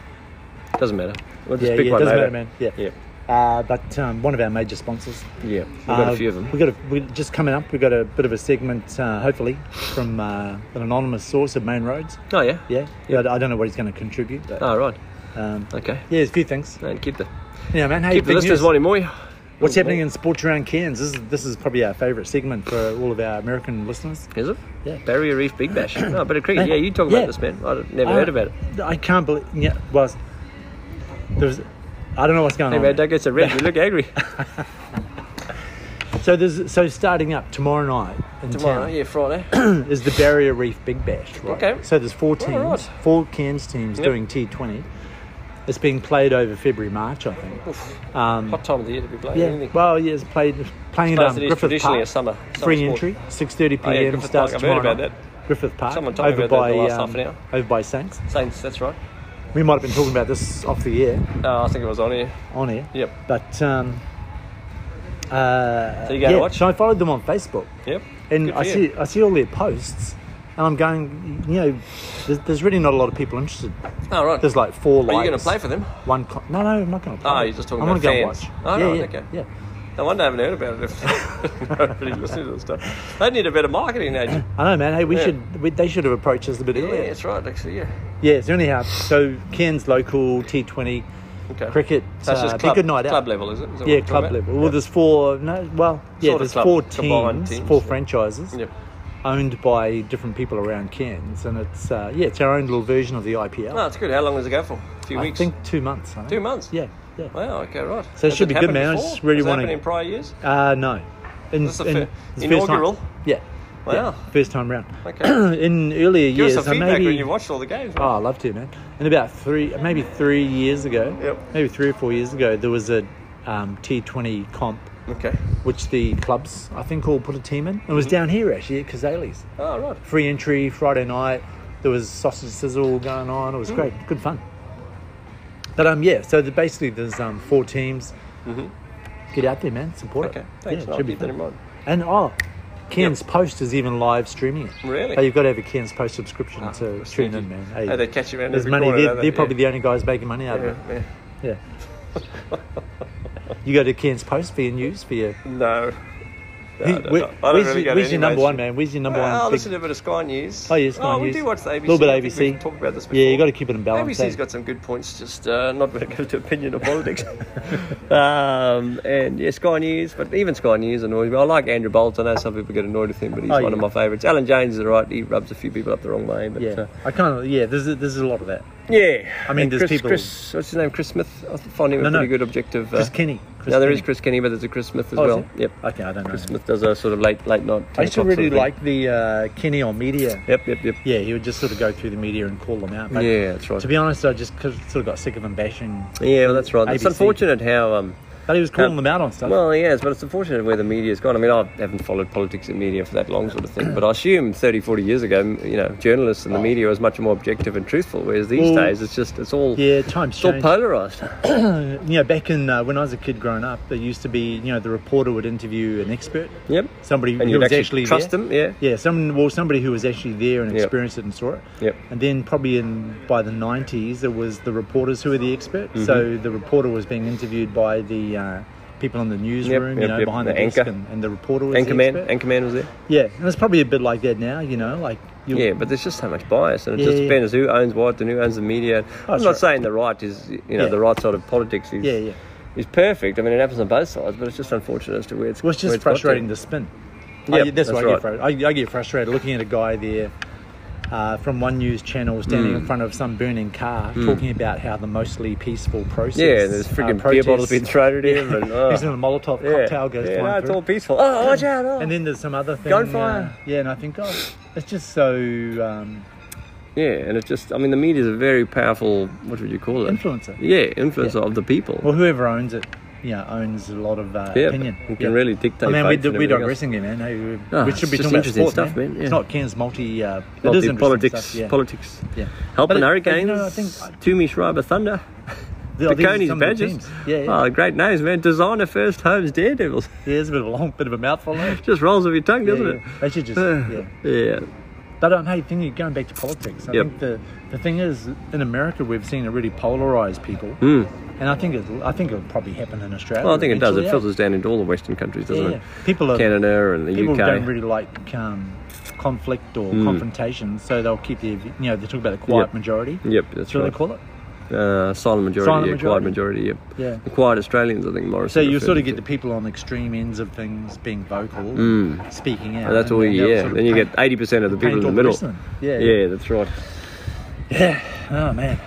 B: Doesn't matter. We'll just
C: yeah,
B: pick
C: yeah,
B: one
C: doesn't
B: later.
C: matter, man. Yeah.
B: Yeah,
C: Uh, but um, one of our major sponsors.
B: yeah. We've got a few of them.
C: We got a, we just coming up. We've got a bit of a segment, uh, hopefully, from uh, an anonymous source of Main Roads.
B: Oh, yeah?
C: Yeah. I, I don't know what he's going to contribute, but
B: Oh, right.
C: um,
B: Okay.
C: yeah, there's a few things.
B: Man, keep the,
C: Yeah, man. Hey,
B: keep the
C: big
B: listeners
C: news.
B: wanting more.
C: What's happening in sports around Cairns? This is this is probably our favourite segment for all of our American listeners.
B: Is it?
C: Yeah.
B: Barrier Reef Big
C: <coughs>
B: Bash. No, a bit of cricket.
C: Man,
B: Yeah, you talk
C: yeah. Oh.
B: about this, man. I've never heard about it.
C: I can't believe. Yeah, well, there's. I don't know what's going
B: Hey,
C: on.
B: man, don't get so red. You look
C: <laughs>
B: angry.
C: So there's so starting up tomorrow night in
B: Tomorrow,
C: town
B: yeah, Friday.
C: <coughs> is the Barrier Reef Big Bash. Right?
B: Okay.
C: So there's four teams,
B: Alright.
C: four Cairns teams
B: Yep.
C: doing T20. It's being played over February March, I think.
B: Oof.
C: Um,
B: Hot time of the year to be playing.
C: yeah.
B: anything.
C: Well, yeah, it's played playing
B: Suppose
C: at um,
B: it is
C: Griffith
B: traditionally
C: Park.
B: a summer. summer
C: Free
B: sport. Oh,
C: entry, six thirty p.m.
B: yeah, Griffith
C: starts
B: Park. I've
C: tomorrow.
B: heard about
C: night. Griffith Park,
B: Someone told me
C: over
B: about
C: by
B: that the last
C: um,
B: half an hour.
C: over by Saints.
B: Saints, that's right.
C: We might have been talking about this off the air,
B: Uh, I think it was on here.
C: on air.
B: Yep.
C: But um, uh,
B: So you go to
C: yeah,
B: watch?
C: So I followed them on Facebook,
B: Yep.
C: and
B: Good for
C: I
B: you.
C: see I see all their posts, and I'm going, you know, there's, there's really not a lot of people interested.
B: All right.
C: There's like four.
B: Are you
C: likes,
B: going to play for them?
C: One. Co- no, no, I'm not going to play.
B: Oh, you're just talking
C: I'm
B: about
C: gonna
B: fans.
C: Go and
B: Oh,
C: watch. yeah,
B: right,
C: yeah,
B: okay.
C: yeah.
B: <laughs> No wonder I haven't heard about it. <laughs> If nobody listening to this stuff. They need a better marketing agent.
C: I know, man. Hey, we
B: Yeah.
C: should. We, they should have approached us a bit
B: Yeah,
C: earlier.
B: that's right. Actually, yeah.
C: Yeah, so anyhow, so Cairns local T20
B: Okay.
C: cricket.
B: That's
C: uh,
B: just
C: be
B: club,
C: good night out.
B: club level, is it? Is that what
C: Yeah,
B: we're talking
C: club
B: about?
C: level. Well, there's four. No, well, yeah,
B: Sort of
C: there's
B: club,
C: four
B: combined
C: teams,
B: teams,
C: four
B: yeah.
C: franchises
B: Yep.
C: owned by different people around Cairns, and it's uh, yeah, it's our own little version of the IPL.
B: No, it's good. How long does it go for? Ah, A few
C: I
B: weeks.
C: think two months. I think.
B: Two months?
C: Yeah, yeah.
B: Wow. Okay. Right.
C: So it should be good,
B: happened
C: man. I
B: before?
C: just really
B: Has it
C: wanna-
B: happened in prior years.
C: Uh, no. In,
B: This is the
C: in-
B: fir-
C: it's the first time.
B: inaugural?
C: Yeah.
B: Wow.
C: yeah, First time round.
B: <clears throat> Okay.
C: <clears throat> in earlier
B: Give
C: years,
B: us some
C: I
B: feedback
C: maybe
B: when you watched all the games.
C: Oh, I love to, man. And about three, maybe three years ago,
B: Yep.
C: maybe three or four years ago, there was a um, T20 comp,
B: Okay. Mm-hmm.
C: which the clubs, I think, all put a team in. It was down here, actually, at Kazali's.
B: Oh, right.
C: Free entry, Friday night. There was sausage sizzle going on. It
B: Mm.
C: was great. Good fun. But, um, yeah, so the, basically there's um, four teams. Get out there, man. Support it.
B: Mm-hmm. Okay. Thanks.
C: Yeah, it
B: I'll
C: should be
B: keep that in
C: fun.
B: mind.
C: And, oh, Cairns Post is even live streaming it.
B: Really?
C: Oh, you've got to have a Cairns Post subscription
B: Ah,
C: to
B: that's
C: tune in,
B: sneaky.
C: man.
B: Hey, they catch you around
C: There's
B: every
C: money.
B: corner,
C: They're,
B: don't they?
C: they're probably
B: Yeah.
C: the only guys making money out
B: Yeah,
C: of
B: yeah.
C: it. Yeah. you go to Cairns Post for your news, for your.
B: No. No,
C: Who-
B: I don't
C: where-
B: know. I don't really
C: where's your-
B: go to
C: where's
B: any
C: your number one,
B: mainstream.
C: man? Where's your number
B: Well, I
C: one?
B: listen to
C: big-
B: a bit of Sky News.
C: Oh, yes,
B: Oh,
C: Sky
B: we
C: News.
B: do watch the ABC.
C: Little bit
B: I think
C: ABC.
B: We've talked about this before.
C: Yeah, you gotta keep it in balance,
B: ABC's
C: eh?
B: got some good points. Just uh, not when it comes to opinion or
C: <laughs>
B: politics. um, and yeah, Sky News, but even Sky News annoys me. I like Andrew Bolt. I know some people get annoyed with him, but he's
C: Oh,
B: one
C: yeah.
B: of my favourites. Alan James is all right. He rubs a few people up the wrong way, but
C: yeah.
B: uh,
C: I kind of. Yeah, there's a, there's a lot of that.
B: yeah.
C: I mean,
B: And
C: there's
B: Chris,
C: people-
B: Chris, what's his name? Chris Smith. I find him a
C: No, no.
B: pretty good objective. uh,
C: Chris Kenny. Chris
B: no, there is
C: Kenny.
B: Chris Kenny, but there's a Chris Smith as
C: Oh, is
B: well.
C: there?
B: Yep.
C: Okay, I don't know.
B: Chris Smith does a sort of late late night.
C: I used
B: 10 o'clock
C: to
B: sort
C: really
B: of thing.
C: like the uh, Kenny on media.
B: Yep, yep, yep.
C: Yeah, he would just sort of go through the media and call them out. But
B: Yeah, that's right.
C: To be honest, I just sort of got sick of him bashing. <clears throat>
B: Yeah, well, that's right. It's
C: ABC.
B: unfortunate how um,
C: But he was calling
B: Um,
C: them out on stuff.
B: Well, yes, but it's unfortunate where the media's gone. I mean, I haven't followed politics and media for that long, sort of thing. But I assume 30, 40 years ago, m- you know, journalists and the media was much more objective and truthful. Whereas these
C: Well,
B: days, it's just it's all
C: yeah, times
B: it's all
C: change.
B: polarized.
C: you know, back in uh, when I was a kid growing up, there used to be, you know, the reporter would interview an expert,
B: yep.
C: somebody
B: And
C: who
B: you'd
C: was
B: actually,
C: actually
B: trust
C: there.
B: them. Yeah.
C: Yeah, some well, somebody who was actually there and
B: Yep.
C: experienced it and saw it.
B: Yep.
C: And then probably in by the '90s, it was the reporters who were the expert. So
B: Mm-hmm.
C: the reporter was being interviewed by the uh, people in the newsroom, you
B: yep,
C: know,
B: yep.
C: behind the,
B: The
C: desk,
B: anchor.
C: and, and the reporter was the
B: Anchorman,
C: expert.
B: Anchorman was there.
C: Yeah, and it's probably a bit like that now, you know, like you
B: Yeah, but there's just so much bias, and it
C: Yeah,
B: just
C: yeah.
B: depends who owns what and who owns the media.
C: Oh,
B: I'm
C: that's
B: not
C: right.
B: saying the right is, you know,
C: Yeah.
B: the right side of politics is
C: yeah, yeah.
B: is perfect. I mean, it happens on both sides, but it's just unfortunate as to where it's.
C: Well, it's
B: where
C: just
B: got to.
C: frustrating the spin. I
B: Yep,
C: get- that's,
B: that's
C: why I get
B: right.
C: frustrated. I, I get frustrated looking at a guy there uh, from one news channel standing
B: Mm.
C: in front of some burning car talking about how the mostly peaceful process. uh,
B: Yeah, there's friggin' beer bottles being thrown at him
C: <laughs>
B: and, oh.
C: Using a Molotov
B: Yeah.
C: cocktail goes
B: yeah.
C: flying
B: No, it's
C: through.
B: all peaceful. Oh, watch out! Oh.
C: And then there's some other thing.
B: fire.
C: uh, yeah, and I think, oh, it's just so um,
B: yeah, and it just—I mean, the media is a very powerful. What would you call it?
C: influencer.
B: Yeah, influencer of the people.
C: Well, whoever owns it, you know, owns a lot of uh,
B: yeah,
C: opinion.
B: we can really
C: I
B: dictate.
C: mean, we
B: votes
C: d-
B: and
C: we're
B: everything else.
C: digressing here, man. Hey, we-
B: Ah,
C: we
B: it's
C: should be
B: just
C: talking about
B: interesting
C: sport,
B: stuff,
C: man.
B: man, yeah.
C: It's not Cairns multi. Uh, it
B: Multi-
C: is interesting
B: politics,
C: stuff, yeah.
B: politics,
C: Yeah.
B: helping
C: But it- but, you
B: hurricanes.
C: know, I think-
B: Toomey Schreiber Thunder,
C: <laughs> The,
B: the
C: these are
B: Coney's
C: some of the
B: Badgers.
C: teams. Yeah, yeah.
B: Oh, great names, man! Designer first homes daredevils.
C: yeah, it's a bit of a long, bit of a mouthful. eh?
B: just rolls off your tongue, doesn't
C: yeah, yeah. They should just. yeah.
B: it? Yeah.
C: But um, hey, thing going back to politics, I
B: Yep.
C: think the the thing is in America we've seen it really polarize people, and I think it I think it'll probably happen in Australia.
B: Hmm. Well, I think it does. It
C: eventually.
B: filters down into all the Western countries,
C: Yeah,
B: doesn't
C: yeah.
B: it?
C: people are
B: Canada and the
C: people
B: UK.
C: don't really like um, conflict or confrontation, so they'll keep the you know they talk about the quiet
B: Yep.
C: majority.
B: Yep, that's
C: That's what
B: right.
C: they call it.
B: Uh, silent majority,
C: Silent
B: yeah, quiet majority, yep.
C: Yeah.
B: The quiet Australians, I think Morris.
C: So you sort of get the people on the extreme ends of things being vocal, and speaking out.
B: And Hmm. Oh, that's
C: and
B: all
C: they'll
B: you, yeah.
C: sort of
B: then you
C: paint-
B: get 80% of the people
C: paint
B: in the
C: all
B: middle.
C: rest of them. Yeah, yeah.
B: yeah, that's right.
C: Oh man.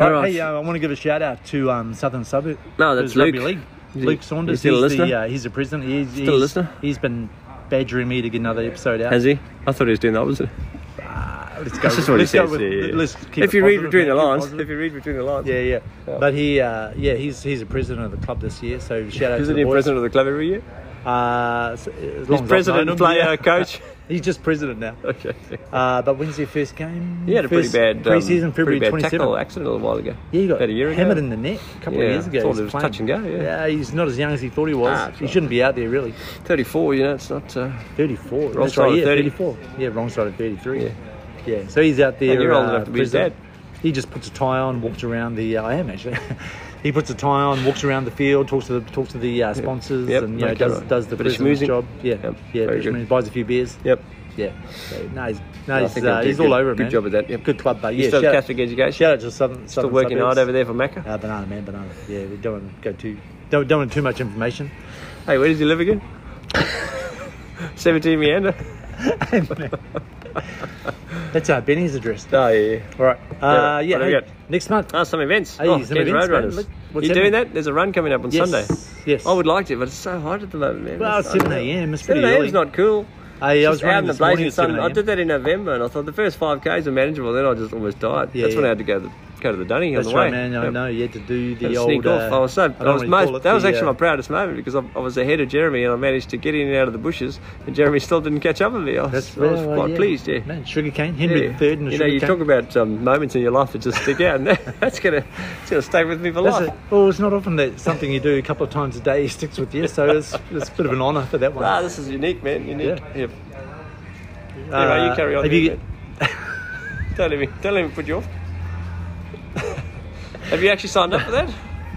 B: All
C: Hey,
B: right.
C: Hey, uh, I want to give a shout out to um, Southern Suburb.
B: No, that's
C: who's rugby
B: Luke.
C: League.
B: Is he-
C: Luke Saunders.
B: is he still a
C: he's the
B: listener?
C: uh, he's the president. He's, still
B: a listener?
C: He's been badgering me to get another episode out.
B: Has he? I thought he was doing the opposite.
C: Let's go.
B: That's just what
C: let's
B: he
C: go
B: says.
C: with-
B: yeah, yeah.
C: Let's keep
B: if
C: it
B: you read
C: positive,
B: between the
C: man, keep it
B: lines,
C: positive.
B: if you read between the lines.
C: Yeah, yeah.
B: Yeah.
C: But he, uh, yeah, he's he's a president of the club this year. So shout out to
B: Isn't
C: the
B: he
C: boys.
B: president of the club every year?
C: Uh, s- as long as I've
B: He's
C: known
B: president,
C: him,
B: player,
C: yeah.
B: coach.
C: <laughs> He's just president now.
B: Okay.
C: Uh, but when's their first game?
B: He had a pretty
C: First
B: bad, um,
C: preseason, February
B: pretty bad
C: 27.
B: tackle accident a little while ago.
C: Yeah, he got
B: about a year ago.
C: hammered in the neck a couple
B: Yeah,
C: of years ago.
B: thought
C: He was
B: it was
C: playing.
B: touch and go, yeah.
C: he's not as young as he thought he was.
B: Ah, that's
C: he
B: right.
C: shouldn't be out there really.
B: 34, you know, it's not. Uh,
C: 34. Wrong
B: side of
C: yeah,
B: 30.
C: 34. Yeah, wrong side of 33.
B: Yeah.
C: Yeah. so he's out there.
B: And you're old
C: uh,
B: enough to be his
C: president. He just puts a tie on, walks around the. Uh, I am actually. <laughs> he puts a tie on, walks around the field, talks to the talks to the uh, sponsors,
B: Yep,
C: and you know,
B: okay,
C: does
B: right.
C: does the
B: Bit of
C: president's
B: schmoozing.
C: job. Yeah,
B: Yep,
C: yeah.
B: very
C: bit
B: good.
C: of schmoozing, buys a few beers.
B: yep.
C: Yeah. So, no, he's no,
B: I
C: he's,
B: think he'll
C: uh,
B: do
C: he's
B: good-
C: all over it,
B: good
C: man.
B: job at that, yep.
C: Good club, but yeah.
B: still
C: shout-
B: Catholic education.
C: Shout out to Southern.
B: Still
C: Southern
B: working hard
C: suburbs.
B: over there for Macca.
C: Uh, banana man, banana. Yeah, we don't want to go too. Don't, don't want too much information.
B: Hey, where does he live again?
C: <laughs>
B: 17 Meander.
C: That's our Benny's address.
B: Oh, yeah.
C: All right. Uh,
B: Yeah, what
C: yeah.
B: do we
C: hey,
B: got?
C: next month.
B: Oh, some events.
C: Hey,
B: oh,
C: some
B: Cairns
C: events, man.
B: Roadrunners.
C: Look, what's
B: you doing
C: happening?
B: that? There's a run coming up on
C: Yes,
B: Sunday.
C: yes.
B: I would like to, but it's so hot at the moment, man.
C: Well,
B: It's
C: it's 7
B: unreal.
C: a.m., it's pretty
B: 7 a.m.
C: early.
B: is not cool.
C: Hey, I
B: It's
C: was
B: just out in
C: running
B: the
C: this morning
B: blazing
C: at
B: sun.
C: 7
B: I
C: a.m.
B: did that in November, and I thought the first five k's are manageable. Then I just almost died.
C: Yeah,
B: That's when I
C: yeah.
B: had to go to the, go to the dunny
C: That's
B: on the way.
C: right, man. I
B: Yep.
C: know you had to do
B: Had
C: the
B: to
C: old.
B: sneak off.
C: uh,
B: I was so.
C: I
B: I
C: don't
B: was
C: really call
B: most,
C: it
B: that was
C: the,
B: actually
C: uh,
B: my proudest moment because I, I was ahead of Jeremy, and I managed to get in and out of the bushes, and Jeremy still didn't catch up with me. I was,
C: That's
B: I was
C: well,
B: quite
C: yeah.
B: pleased. Yeah.
C: Man, sugarcane. Henry
B: Yeah.
C: III and the
B: you know, you
C: sugarcane.
B: talk about um, moments in your life that just stick out, and <laughs> that's gonna it's gonna stay with me for
C: That's
B: life.
C: it. Well, it's not often that something you do a couple of times a day sticks with you, so it's, it's a bit of an honour for that one.
B: Ah, this is unique, man. Unique.
C: Yeah.
B: Yep.
C: Uh,
B: Anyway, you carry on.
C: have
B: doing
C: you-
B: it. don't let me don't let me put you off. Have you actually signed up for that?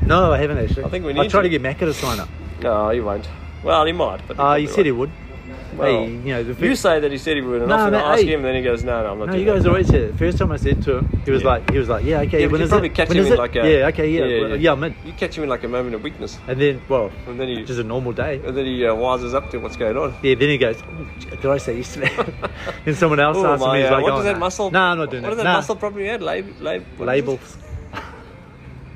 C: No, I haven't actually. I
B: think we
C: I
B: need
C: tried
B: to.
C: to get Macca to sign up.
B: No, you won't. Well, he might. But he
C: Uh,
B: probably
C: you said he
B: won't.
C: would.
B: Well,
C: hey, you know, the
B: You
C: first,
B: say that he said he would, and
C: No,
B: I often
C: no,
B: ask
C: hey.
B: him, and then he goes, "No, no, I'm not."
C: no,
B: doing
C: you guys
B: that.
C: always said it. First time I said to him, he was
B: Yeah.
C: like, he was like, yeah, okay,
B: Yeah, but
C: when
B: you
C: is
B: probably
C: it?
B: catch
C: When
B: him
C: is
B: in
C: it?
B: like a
C: yeah, okay, yeah, well, yeah, I'm in.
B: You catch him in like a moment of weakness,
C: And then, well,
B: and then he
C: just a normal day.
B: and then he uh, wises up to what's going on.
C: Yeah, then he goes, oh, j- did I say yes to that? and someone else
B: Oh
C: asks him,
B: my!
C: he's
B: uh,
C: like,
B: what
C: oh,
B: does that
C: nah.
B: muscle?
C: Nah, I'm not doing
B: What
C: that.
B: does that
C: nah.
B: muscle property add? Lab, lab, what is
C: Label,
B: it? <laughs>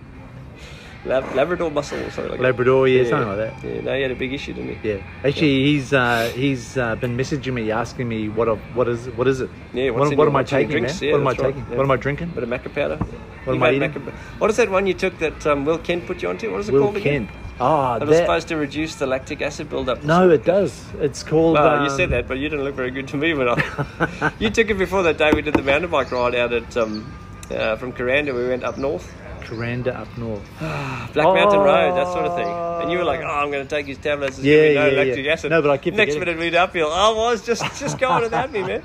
B: Lab, Labrador muscle or something like that.
C: Labrador, yeah, something like that.
B: Yeah, no, he had a big issue, didn't he?
C: Yeah, actually, he's uh, he's uh, been messaging me, asking me what a, what is what is it?
B: Yeah, what's
C: what,
B: in
C: what
B: your-
C: am I
B: what's in your
C: taking,
B: drinks?
C: man?
B: Yeah,
C: what am I
B: that's right,
C: taking?
B: yeah.
C: What am I drinking?
B: Bit of maca powder.
C: What
B: You
C: am I
B: made
C: eating?
B: maca- what is that one you took that um, Will Kent put you onto? What is it
C: Will
B: called again?
C: Kent. Ah,
B: That was
C: that.
B: supposed to reduce the lactic acid buildup.
C: no, it does. It's called.
B: Well, you
C: um,
B: said that, but you didn't look very good to me when
C: <laughs>
B: I. you took it before that day we did the mountain bike ride out at um, uh, from Coranda. We went up north,
C: Coranda
B: <sighs>
C: up north.
B: Black Mountain Road, that sort of thing. And you were like, "Oh, I'm going to take his tablets. There's
C: Yeah,
B: going to be no
C: yeah, yeah.
B: lactic acid."
C: No, but I kept
B: Next
C: forgetting.
B: minute we'd uphill. I was "Oh,
C: <laughs>
B: just just going without me, man.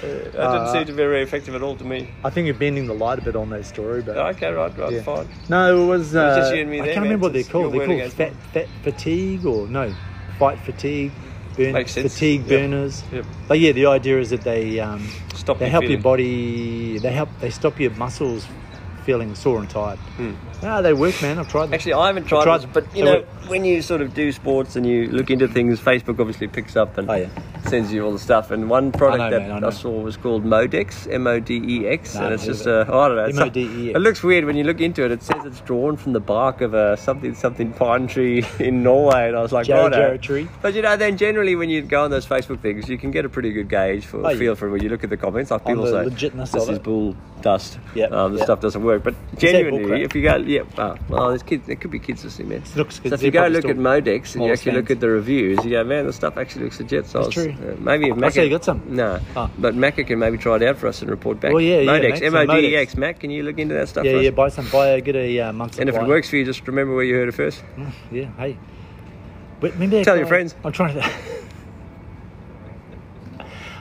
B: That didn't seem to be very effective at all to me.
C: Uh, I think you're bending the light a bit on that story, but
B: Okay, right, right,
C: Yeah.
B: fine.
C: no, it was. Uh,
B: just you and me
C: I
B: there,
C: can't
B: man.
C: remember what they're
B: It's your
C: called. They're
B: word
C: called
B: against
C: fat, fat fatigue or no, fight fatigue, burn,
B: Makes sense.
C: fatigue
B: Yep.
C: burners.
B: Yep.
C: But yeah, the idea is that they um,
B: Stop
C: they
B: you
C: help
B: feeling.
C: your body. They help. They stop your muscles feeling sore and tired. Ah, they work, man. I've tried them.
B: Hmm. Actually, I haven't tried,
C: tried
B: this,
C: them.
B: but you
C: They
B: know,
C: work.
B: when you sort of do sports and you look into things, Facebook obviously picks up and
C: Oh, yeah.
B: sends you all the stuff. And one product
C: know,
B: that
C: man, I
B: I,
C: know.
B: saw was called Modex, M O D E X,
C: Nah,
B: and it's
C: I've
B: just
C: heard
B: a <laughs>
C: of
B: oh, I don't know. it's- <laughs>
C: M.O.D.E.X..
B: It looks weird when you look into it. It says it's drawn from the bark of a something something pine tree <laughs> in Norway, and I was like,
C: Jarrah
B: "Righto."
C: Jarrah tree.
B: But you know, then generally when you go on those Facebook things, you can get a pretty good gauge for
C: Oh, yeah.
B: feel for when you look at the comments. Like
C: On
B: people
C: the
B: say,
C: legitness
B: "This
C: of
B: is
C: it."
B: bull dust."
C: Yep,
B: um, this
C: yep.
B: stuff doesn't work. But
C: that
B: genuinely,
C: bullcrap?
B: if you go, yeah, oh, well, there's kids. There could be kids listening, man.
C: Looks good.
B: So if
C: They're
B: you go
C: probably
B: look at
C: still
B: Modex and you
C: smaller
B: actually look
C: stands.
B: at the reviews, you go, man, this stuff actually looks legit. So
C: That's
B: I was-
C: true.
B: uh, maybe if Macca,
C: so you got some?
B: No,
C: Ah.
B: but Macca can maybe try it out for us and report back.
C: Well, yeah, yeah,
B: Modex,
C: mate, so
B: M O D E X. Mac, can you look into that stuff?
C: Yeah,
B: for us?
C: yeah. Buy some. Buy a get a uh, month's
B: And if it
C: supply.
B: works for you, just remember where you heard it first.
C: Ah, yeah. Hey, but remember that
B: Tell
C: guy-
B: your friends.
C: I'm trying to.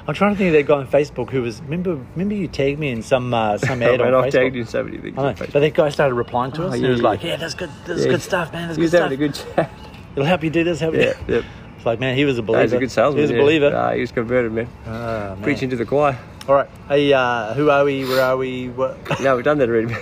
C: I'm trying to think of that guy on Facebook who was. Remember, remember you tagged me in some
B: <laughs>
C: uh, some ad on
B: Man, I've
C: Facebook.
B: tagged you in so many things.
C: I know,
B: on
C: but
B: Facebook. Ah,
C: that guy started replying to us, and
B: yeah,
C: he was
B: yeah.
C: like, "Yeah, that's good. That's
B: Yeah.
C: good stuff, man. That's
B: He
C: good
B: was
C: stuff.
B: having a good chat.
C: It'll help you do this. Help you."
B: Yeah,
C: do-"
B: yeah.
C: It's like, man, he was a believer.
B: He's a good salesman.
C: He was a
B: yeah.
C: believer.
B: Nah, he was converted, man.
C: Ah, man.
B: Preaching to the choir.
C: All right. Hey, uh, who are we? Where are we? What
B: No, we've done that already.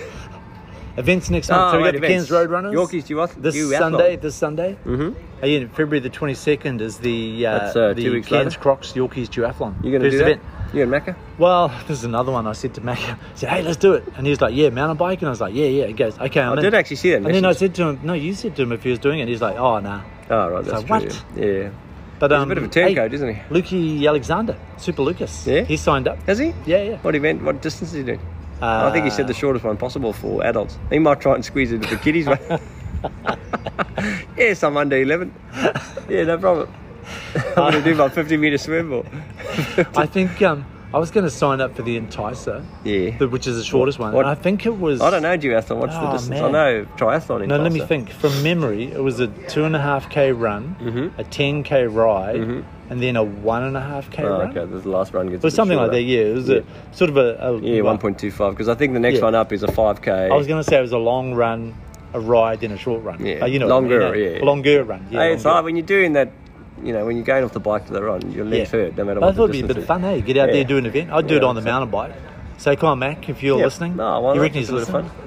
C: events next month? so we
B: Ah, right,
C: got the
B: events.
C: Cairns Road Runners.
B: Yorkies, you ask-
C: this
B: you athlon.
C: Sunday. This Sunday. Mm-hmm. Again, February the twenty second is the uh,
B: That's, uh,
C: the
B: two weeks
C: Cairns
B: later.
C: Crocs Yorkies Duathlon.
B: You're going to
C: First
B: do that?
C: event.
B: You and Macca?
C: Well, <laughs> this is another one. I said to Mac, I said, "Hey, let's do it," and he was like, "Yeah, mountain bike," and I was like, "Yeah, yeah." He goes, <laughs> "Okay, I'm
B: I
C: in."
B: did actually see that
C: And then I
B: message.
C: said to him, "No, you said to him if he was doing it." He's like, "Oh, nah."
B: Oh, right,
C: It's
B: that's
C: like,
B: true. Yeah.
C: But
B: He's a
C: um,
B: bit of a turncoat, isn't he?
C: Lukey Alexander, Super Lucas.
B: Yeah?
C: he signed up.
B: Has he?
C: Yeah, yeah.
B: What event? What distance did he do? I think he
C: Uh,
B: said the shortest one possible for adults. He might try and squeeze it for kiddies.
C: <laughs>
B: mate. yes, I'm under 11. Yeah, no problem. <laughs> I'm going to do my 50 metre swim. Or...
C: I think um, I was going to sign up for the Enticer,
B: Yeah.
C: the- which is the shortest one.
B: What-
C: and I think it was.
B: I don't know duathlon. What's the
C: Oh,
B: distance? I
C: man.
B: know triathlon. In
C: No, let me
B: Tulsa.
C: think. From memory, it was a two and a half k run,
B: Mm-hmm.
C: a ten k ride, and then a one and a half k
B: Oh,
C: run.
B: okay, this is the last run gets.
C: It was something like that. Yeah, it was
B: Yeah.
C: a sort of a, a
B: Yeah, one point two five. Because I think the next
C: Yeah.
B: one up is a five k.
C: I was going to say it was a long run, a ride, then a short run.
B: Yeah.
C: Uh, you know, what I mean,
B: Longer,
C: you know,
B: yeah.
C: longer run. Yeah,
B: hey, it's
C: longer.
B: hard when you're doing that. You know, when you're going off the bike to the run, your legs hurt no matter
C: But I
B: what. the
C: thought it'd be a
B: distance
C: bit
B: is.
C: fun, hey? Get out
B: Yeah.
C: there, do an event. I'd do it
B: Yeah,
C: on the
B: exactly.
C: mountain bike. So come on, Mac, if you're
B: Yeah.
C: listening,
B: No, why
C: you
B: not?
C: reckon he's
B: It's a bit of
C: listening?
B: fun.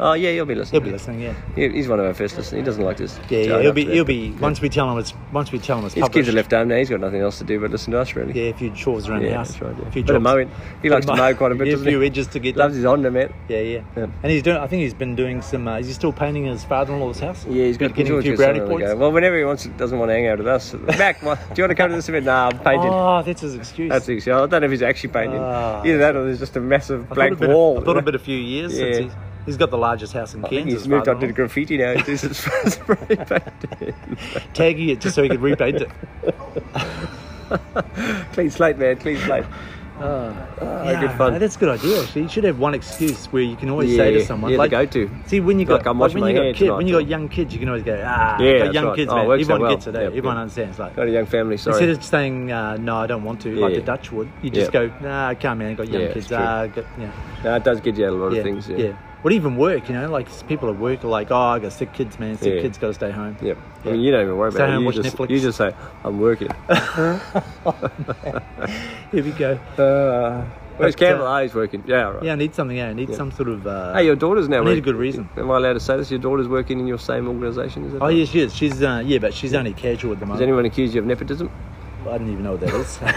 B: Oh yeah, he'll be listening.
C: He'll be listening, yeah.
B: He- He's one of our first listeners. He doesn't like this.
C: Yeah,
B: Joe
C: yeah. He'll
B: after
C: be,
B: that.
C: he'll be. Once we tell him it's, once we tell him it's
B: His
C: published.
B: kids are left home now. He's got nothing else to do but listen to us, really.
C: Yeah, a few chores around the
B: Yeah,
C: house.
B: that's right. Yeah.
C: A few
B: Bit of
C: jobs.
B: mowing. He likes to
C: Bit of
B: mow quite a bit.
C: Yeah, a
B: doesn't
C: few
B: he?
C: edges to get.
B: Loves
C: Done.
B: his Honda, man.
C: Yeah, yeah,
B: Yeah.
C: And he's doing. I think he's been doing some. Uh, is he still painting his father-in-law's house?
B: Yeah, he's got
C: getting a
B: George
C: few
B: got something
C: brownie
B: to
C: points.
B: go. Well, whenever he wants, doesn't want to hang out with
C: <laughs>
B: us. Mac, what, do you want to come to this event? Nah, I'm painting.
C: Oh, that's his excuse.
B: That's it. So I don't know if he's actually painting.
C: Ah.
B: Either that or there's just a massive
C: I thought
B: blank
C: it'd been a-
B: wall.
C: I thought it'd been a few years since
B: Yeah.
C: he's, he's got the largest house in
B: I think
C: Kansas.
B: he's moved on to the
C: father-in-law.
B: graffiti now. He does his first
C: <laughs>
B: spray painting.
C: tagging it just so he could
B: <laughs>
C: repaint it.
B: Clean slate, man. Clean slate.
C: Oh,
B: Ah, good fun.
C: That's a good idea. Actually, you should have one excuse where you can always
B: Yeah,
C: say
B: yeah.
C: to someone,
B: Yeah, the
C: like,
B: go-to.
C: See, when you got
B: Like, I'm
C: like,
B: washing
C: when you
B: my
C: got
B: hands
C: kid,
B: tonight,
C: when you got
B: or-
C: young kids, you can always go, ah,
B: Yeah,
C: got
B: that's
C: young
B: right.
C: kids,
B: Oh, it
C: man.
B: works out
C: Everyone
B: well.
C: gets it. eh?
B: Yeah,
C: Everyone
B: yeah.
C: understands. Like,
B: Got a young family. Sorry.
C: instead of saying uh, no, I don't want to, like
B: Yeah.
C: the Dutch would, you just
B: Yeah.
C: go, nah, I can't, man. I got young
B: Yeah, it's
C: kids.
B: true.
C: Ah, got, yeah,
B: No, it does get you out a lot
C: yeah,
B: of things. Yeah.
C: yeah. Would even work, you know, like s- people at work are like, oh, I got sick kids, man. Sick
B: Yeah.
C: kids got to stay home.
B: Yep. I
C: Yeah.
B: mean, you don't even worry
C: Stay
B: about it.
C: home,
B: You
C: watch
B: just,
C: Netflix.
B: you just say, I'm working.
C: Here we go.
B: uh, where's
C: But,
B: Campbell?
C: uh,
B: Oh, he's working. Yeah, all right.
C: Yeah, I need something. Yeah, I need some sort of. Uh,
B: Hey, your daughter's now
C: I need a
B: working.
C: good reason.
B: Am I allowed to say this? Your daughter's working in your same organisation, is it?
C: Oh yeah, she is. She's uh, yeah, but she's only casual at the
B: Has
C: moment.
B: anyone accused you of nepotism?
C: I don't even know what
B: <laughs>
C: that is. <laughs>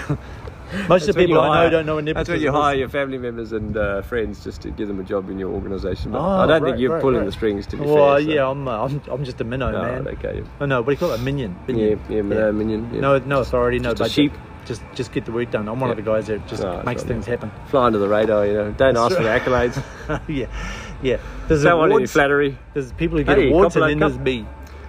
C: Most of
B: That's
C: the
B: when
C: people
B: you
C: I know
B: hire-
C: don't know what
B: That's
C: nepotism
B: when you
C: is.
B: hire your family members and uh, friends just to give them a job in your organisation. But
C: Oh,
B: I don't
C: right,
B: think you're
C: right,
B: pulling
C: right.
B: the strings to be
C: Well,
B: fair. so-
C: yeah, I'm, uh, I'm, I'm just a minnow,
B: No,
C: man.
B: okay.
C: Oh, no, what do you call it? A minion. minion.
B: Yeah, yeah, minnow, minion, yeah.
C: No, no authority, no
B: just a
C: budget.
B: sheep.
C: Just, just get the work done. I'm one of
B: Yeah. Oh,
C: the guys that just
B: No, that's
C: makes
B: right,
C: things happen.
B: Fly under the radar, you know. Don't ask for the accolades.
C: <laughs> yeah, yeah. There's
B: Don't want any
C: awards.
B: flattery.
C: There's people who get
B: Hey,
C: awards, and
B: Coppola
C: then
B: Cup.
C: there's me.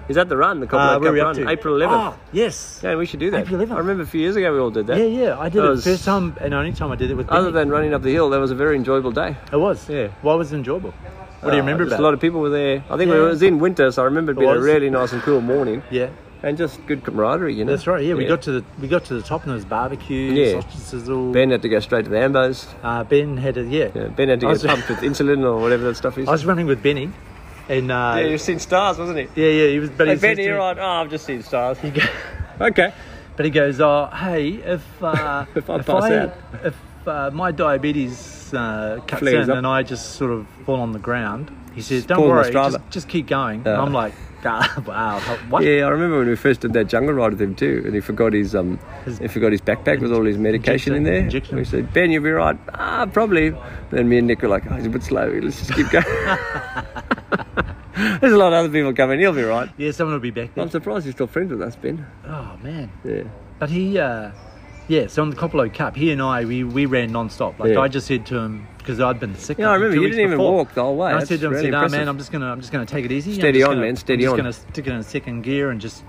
B: Is that the run? The Commonwealth
C: Uh, where
B: Cup
C: we
B: run?
C: up to?
B: April 11th.
C: Ah, yes.
B: Yeah, we should do that.
C: April 11th.
B: I remember a few years ago we all did that.
C: Yeah, yeah. I did
B: That
C: it
B: was-
C: first time and only time I did it with.
B: Other
C: Benny.
B: than running up the hill, that was a very enjoyable day.
C: it was.
B: Yeah.
C: Why was it enjoyable? What do you
B: Uh,
C: remember
B: just
C: about?
B: A lot of people were there. I think it
C: Yeah.
B: was in winter, so I remember it being a
C: was.
B: really nice and cool morning.
C: it? Yeah.
B: And just good camaraderie, you know.
C: That's right. Yeah, we got to the we got to the top and there was barbecue,
B: Yeah.
C: sausage sizzle.
B: Ben had to go straight to the Ambos.
C: uh, ben had a yeah.
B: Yeah, ben had to
C: I
B: get
C: was-
B: pumped with insulin or whatever that stuff is.
C: <laughs> I was running with Benny, and uh,
B: yeah,
C: yeah,
B: you've seen stars, wasn't it?
C: yeah, he was. But
B: Hey,
C: he says
B: Ben,
C: to
B: you're
C: me-
B: right. Oh, I've just seen
C: <laughs>
B: stars. okay.
C: But he goes, oh hey, if uh,
B: <laughs> If I pass
C: I-
B: out."
C: if uh, my diabetes s- uh, cuts
B: Flares
C: in
B: up.
C: and I just sort of fall on the ground. He says, "Don't
B: Pull my
C: worry,
B: Strava.
C: just, just keep going." And
B: Yeah.
C: I'm like, <laughs> ah, "Wow, what?"
B: Yeah, I remember when we first did that jungle ride with him too, and he forgot his um,
C: His-
B: he forgot his backpack with all his medication in there.
C: injection.
B: We said, Ben, you'll be right. Ah, probably. Then me and Nick were like, oh, he's a bit slow. Let's just
C: <laughs>
B: keep going. There's a lot of other people coming. He'll be right.
C: Yeah, someone will be back there.
B: I'm surprised you're still friends with us, Ben.
C: Oh man.
B: Yeah.
C: But he, uh, yeah, so on the Coppola Cup, he and I, we, we ran non-stop. Like
B: Yeah.
C: I just said to him because I'd been sick.
B: Yeah, I
C: like,
B: remember
C: two
B: you
C: weeks
B: didn't even
C: before.
B: walk the whole way.
C: And I
B: That's
C: said to him, I
B: really
C: said, "No, man,
B: impressive."
C: I'm just gonna, I'm just gonna take it easy. I'm
B: Steady
C: just
B: on,
C: gonna-
B: man, steady
C: I'm
B: on."
C: just gonna stick it in second gear and just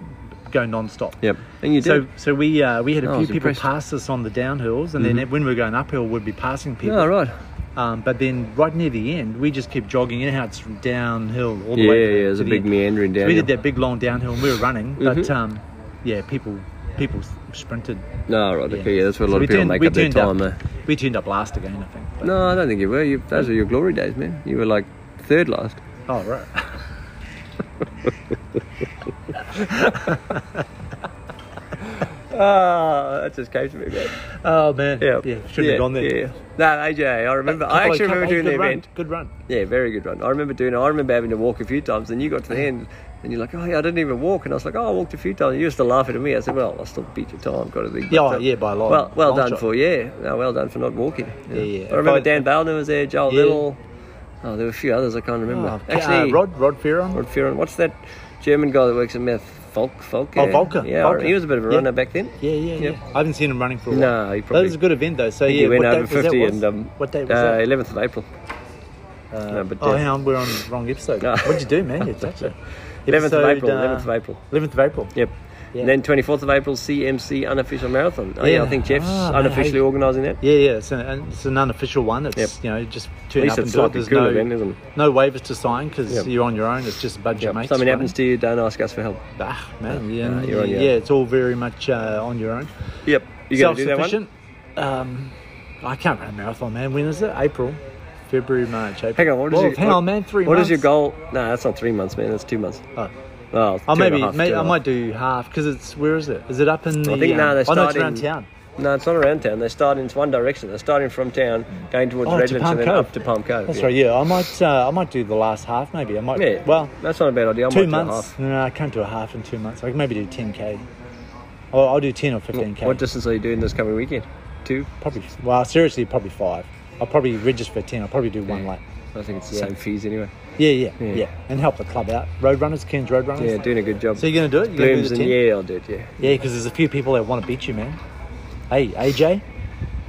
C: go non-stop.
B: Yep. And you
C: So,
B: did.
C: so we uh, we had
B: I
C: a
B: was
C: few people
B: impressed. Mm-hmm.
C: pass us on the downhills, and then when we were going uphill, we'd be passing people.
B: Oh, right.
C: Um, but then right near the end, we just kept jogging in out from downhill all the
B: Yeah,
C: way.
B: yeah,
C: to
B: there's a
C: the
B: big
C: end.
B: meandering
C: So we did
B: downhill. Mm-hmm.
C: that big long downhill, and we were running, but um, yeah, people people sprinted.
B: No, right. Okay, yeah, that's where a lot
C: So we
B: of people
C: turned-
B: make
C: we
B: up their
C: turned
B: time. uh,
C: Up,
B: there.
C: we turned up last again, I think. But,
B: No, I don't think you were. You, those were your glory days, man. You were like third last. <laughs>
C: Oh right. <laughs>
B: Ah, that just came to me, man.
C: Oh man.
B: Yeah.
C: Yeah. Should have
B: yeah,
C: gone there.
B: Yeah. No, AJ, I remember. I
C: Couple of-
B: actually
C: couple-
B: remember doing the
C: good run,
B: event.
C: Good run.
B: Yeah, very good run. I remember doing it. I remember having to walk a few times, and you got to the end, and you're like, oh, yeah, I didn't even walk. And I was like, oh, I walked a few times. And you were still laughing at me. I said, well, I still beat your time. Got to think.
C: Yeah,
B: about
C: oh,
B: that."
C: yeah, by a long-
B: Well, well
C: long
B: done
C: shot.
B: for, yeah. No, well done for not walking.
C: Yeah, yeah.
B: I remember
C: If I-
B: Dan Balner was there, Joel
C: Yeah.
B: Little. Oh, there were a few others I can't remember.
C: Oh,
B: Actually,
C: uh, Rod Rod Ferron.
B: Rod Fearon. What's that German guy that works at Meth? Volk, Volker?
C: Oh, Volker,
B: Yeah,
C: Volker.
B: he was a bit of a
C: Yeah.
B: runner back then.
C: Yeah, yeah,
B: Yep.
C: yeah. I haven't seen him running for a while.
B: No, he
C: That
B: probably-
C: was a good event though. So
B: I think
C: yeah,
B: he went
C: what
B: over
C: date was that
B: 50
C: was?
B: and um,
C: what date was
B: uh,
C: that?
B: 11th of April. no, but
C: Oh,
B: Dan-
C: hang on, we're on the wrong episode.
B: No.
C: What'd you do, man?
B: <laughs>
C: You touched it.
B: 11th of
C: Episode,
B: April.
C: uh,
B: 11th of April.
C: 11th of April.
B: Yep.
C: Yeah.
B: And then 24th of April, CMC unofficial marathon. Oh, yeah,
C: Yeah.
B: I think Jeff's
C: Ah, mate,
B: unofficially
C: hey.
B: organising that.
C: Yeah, yeah. It's an, and it's an unofficial one. It's
B: Yep.
C: you know just
B: At
C: turn
B: least
C: up
B: it's
C: and
B: like
C: like,
B: a
C: there's
B: cool
C: no
B: event, isn't it?
C: no waivers to sign because
B: Yep.
C: you're on your own. It's just a bunch
B: Yep.
C: of mates.
B: Something
C: running.
B: happens to you, don't ask us for help.
C: Ah, man, yeah,
B: Nah,
C: yeah,
B: you're on your
C: yeah,
B: own.
C: it's all very much uh, on your own.
B: Yep. You going to do that one?
C: Self-sufficient. Um, I can't run a marathon, man. When is it? April, February, March, April.
B: Hang on, what is
C: Well,
B: your,
C: hang
B: what-
C: on, man. Three.
B: What
C: months.
B: is your goal? No, that's not three months, man. That's two months.
C: Oh.
B: Oh,
C: Oh,
B: two and a
C: maybe,
B: half,
C: maybe
B: two
C: I
B: and a
C: might do half because it's where is it? Is it up in the?
B: think, no, they
C: oh, no, it's
B: start
C: around
B: in-
C: town.
B: half. No, it's not around town. They start in it's one direction. They're starting from town, going towards
C: Oh, to
B: Redlands,
C: Palm
B: and then
C: Cove.
B: up to Palm Cove.
C: That's right. Yeah, I might, uh, I might do the last half. Maybe I might.
B: Yeah.
C: Well,
B: that's not a bad idea. I might
C: two
B: do
C: months.
B: half.
C: No, no, I can't do a half in two months. I can maybe do ten k. I'll, I'll do ten or fifteen k.
B: What distance are you doing this coming weekend? Two.
C: Probably. Well, seriously, probably five. I'll probably register for ten. I'll probably do one lap.
B: I think it's the same fees anyway.
C: Yeah, yeah,
B: Yeah.
C: yeah, And help the club out. Roadrunners, Ken's Roadrunners.
B: Yeah, doing a good job.
C: So you're gonna do it? You're gonna
B: Blooms
C: do the
B: and
C: 10?
B: yeah, I'll do it. Yeah.
C: Yeah, because there's a few people that want to beat you, man. Hey, AJ,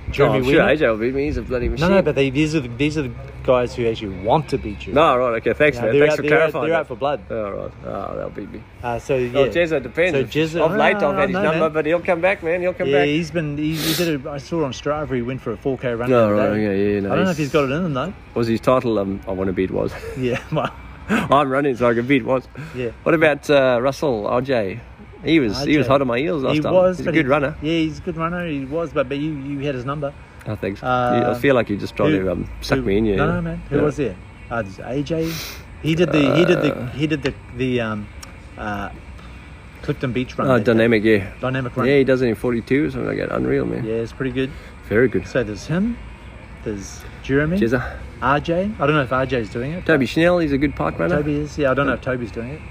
B: Oh,
C: Jeremy
B: I'm sure
C: Weiner.
B: AJ will beat me. He's a bloody machine.
C: No, no, but they, these are the, these are the guys who actually want to beat you.
B: No, right, okay, thanks,
C: Yeah,
B: man.
C: they're
B: Thanks
C: out-
B: for
C: they're out-
B: clarifying.
C: they're
B: that.
C: out for blood.
B: Oh, right. Oh, they'll beat me.
C: Uh, so yeah.
B: Oh, Jezza, depends.
C: So
B: If-
C: Jezza,
B: of late, I've
C: no,
B: had his
C: no,
B: number,
C: man.
B: but he'll come back, man. He'll come
C: Yeah,
B: back.
C: he's been. He, he did. A, I saw on Strava he went for a 4k
B: No,
C: run. the other
B: right,
C: day.
B: okay, yeah, no,
C: I don't know
B: he's-
C: if he's got it in him though.
B: Was his title? Um, I want to beat was.
C: Yeah, <laughs> well,
B: <laughs> I'm running, so I can beat was.
C: Yeah.
B: What about uh, Russell RJ? He was he was
C: RJ.
B: hot on my heels last
C: he
B: time.
C: was.
B: he's a
C: but
B: good
C: he-
B: runner.
C: Yeah, he's a good runner. He was, but but you you had his number.
B: I think. So.
C: Uh,
B: I feel like you just tried
C: who-
B: to um, suck
C: Who-
B: me in. Yeah.
C: No, no, man. Who
B: Yeah.
C: was there? Uh, there's AJ. He did the. he did
B: Uh,
C: the. He did the the um, uh, Clifton Beach run.
B: Oh,
C: that day.
B: dynamic, yeah.
C: Dynamic run.
B: Yeah, he does it in 42 or something like that. Unreal, man.
C: Yeah, it's pretty good.
B: Very good.
C: So there's him. There's Jeremy.
B: Jezza.
C: RJ. I don't know if RJ's doing it.
B: Toby Schnell, he's a good park runner.
C: Toby is. Yeah, I don't know if Toby's doing it.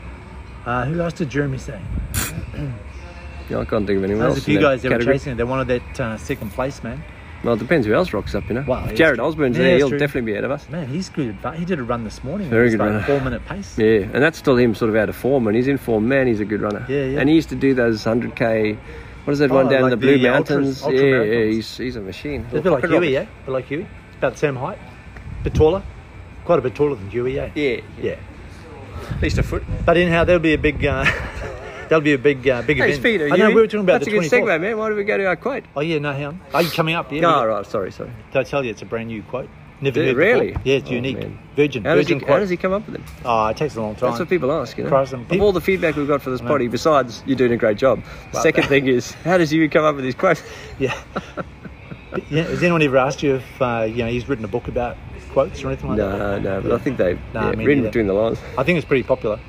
C: Uh, who else did Jeremy say?
B: Yeah, I can't think of anyone
C: There's
B: else.
C: a
B: in
C: few
B: that
C: guys that were
B: category.
C: chasing it. They wanted that uh, second place, man.
B: Well, it depends who else rocks up, you know.
C: Wow,
B: if
C: yeah,
B: Jared
C: true.
B: Osborne's
C: Yeah,
B: there,
C: it's
B: he'll
C: true.
B: definitely be ahead of us.
C: Man, he's good. adva- He did a run this morning.
B: Very
C: it was
B: good
C: like
B: runner.
C: Four minute pace.
B: Yeah, and that's still him sort of out of form, and he's in form, man, he's a good runner.
C: Yeah, yeah.
B: And he used to do those 100k, what is that
C: Oh,
B: one down
C: like
B: in the Blue
C: the ultras-
B: Mountains?
C: ultra
B: yeah, yeah,
C: marathons.
B: he's, he's a machine.
C: It's a bit like
B: Rocket.
C: Huey, eh? yeah? A bit like Huey. It's about the same height. bit taller. Quite a bit taller than Huey, yeah?
B: Yeah,
C: Yeah.
B: at least a foot.
C: But anyhow, there'll be a big, uh, <laughs> that'll be a big, uh, big
B: Hey,
C: event.
B: Speedo,
C: I know,
B: you-
C: we were talking about
B: That's
C: the
B: a good segue,
C: 24th.
B: man. Why do we go to our quote?
C: Oh, yeah, no, hang on. Are you coming up? Yeah.
B: No,
C: we-
B: right, sorry, sorry.
C: Did I tell you it's a brand new quote? Never
B: Did-
C: heard
B: really?
C: before. Yeah, it's
B: Oh,
C: unique.
B: man.
C: Virgin,
B: How does, he,
C: virgin
B: how does
C: quote.
B: he come up with them?
C: Oh, it takes a long time.
B: That's what people ask, you know.
C: Christ, and
B: of
C: peop-
B: all the feedback we've got for this potty, besides you're doing a great job, the second thing is, how does you come up with these quotes?
C: <laughs> Yeah. yeah. Has anyone ever asked you if, uh, you know, he's written a book about quotes or anything like that?
B: No, no, but I think they've
C: Nah,
B: yeah,
C: me
B: reading
C: neither.
B: between the lines.
C: I think it's pretty popular.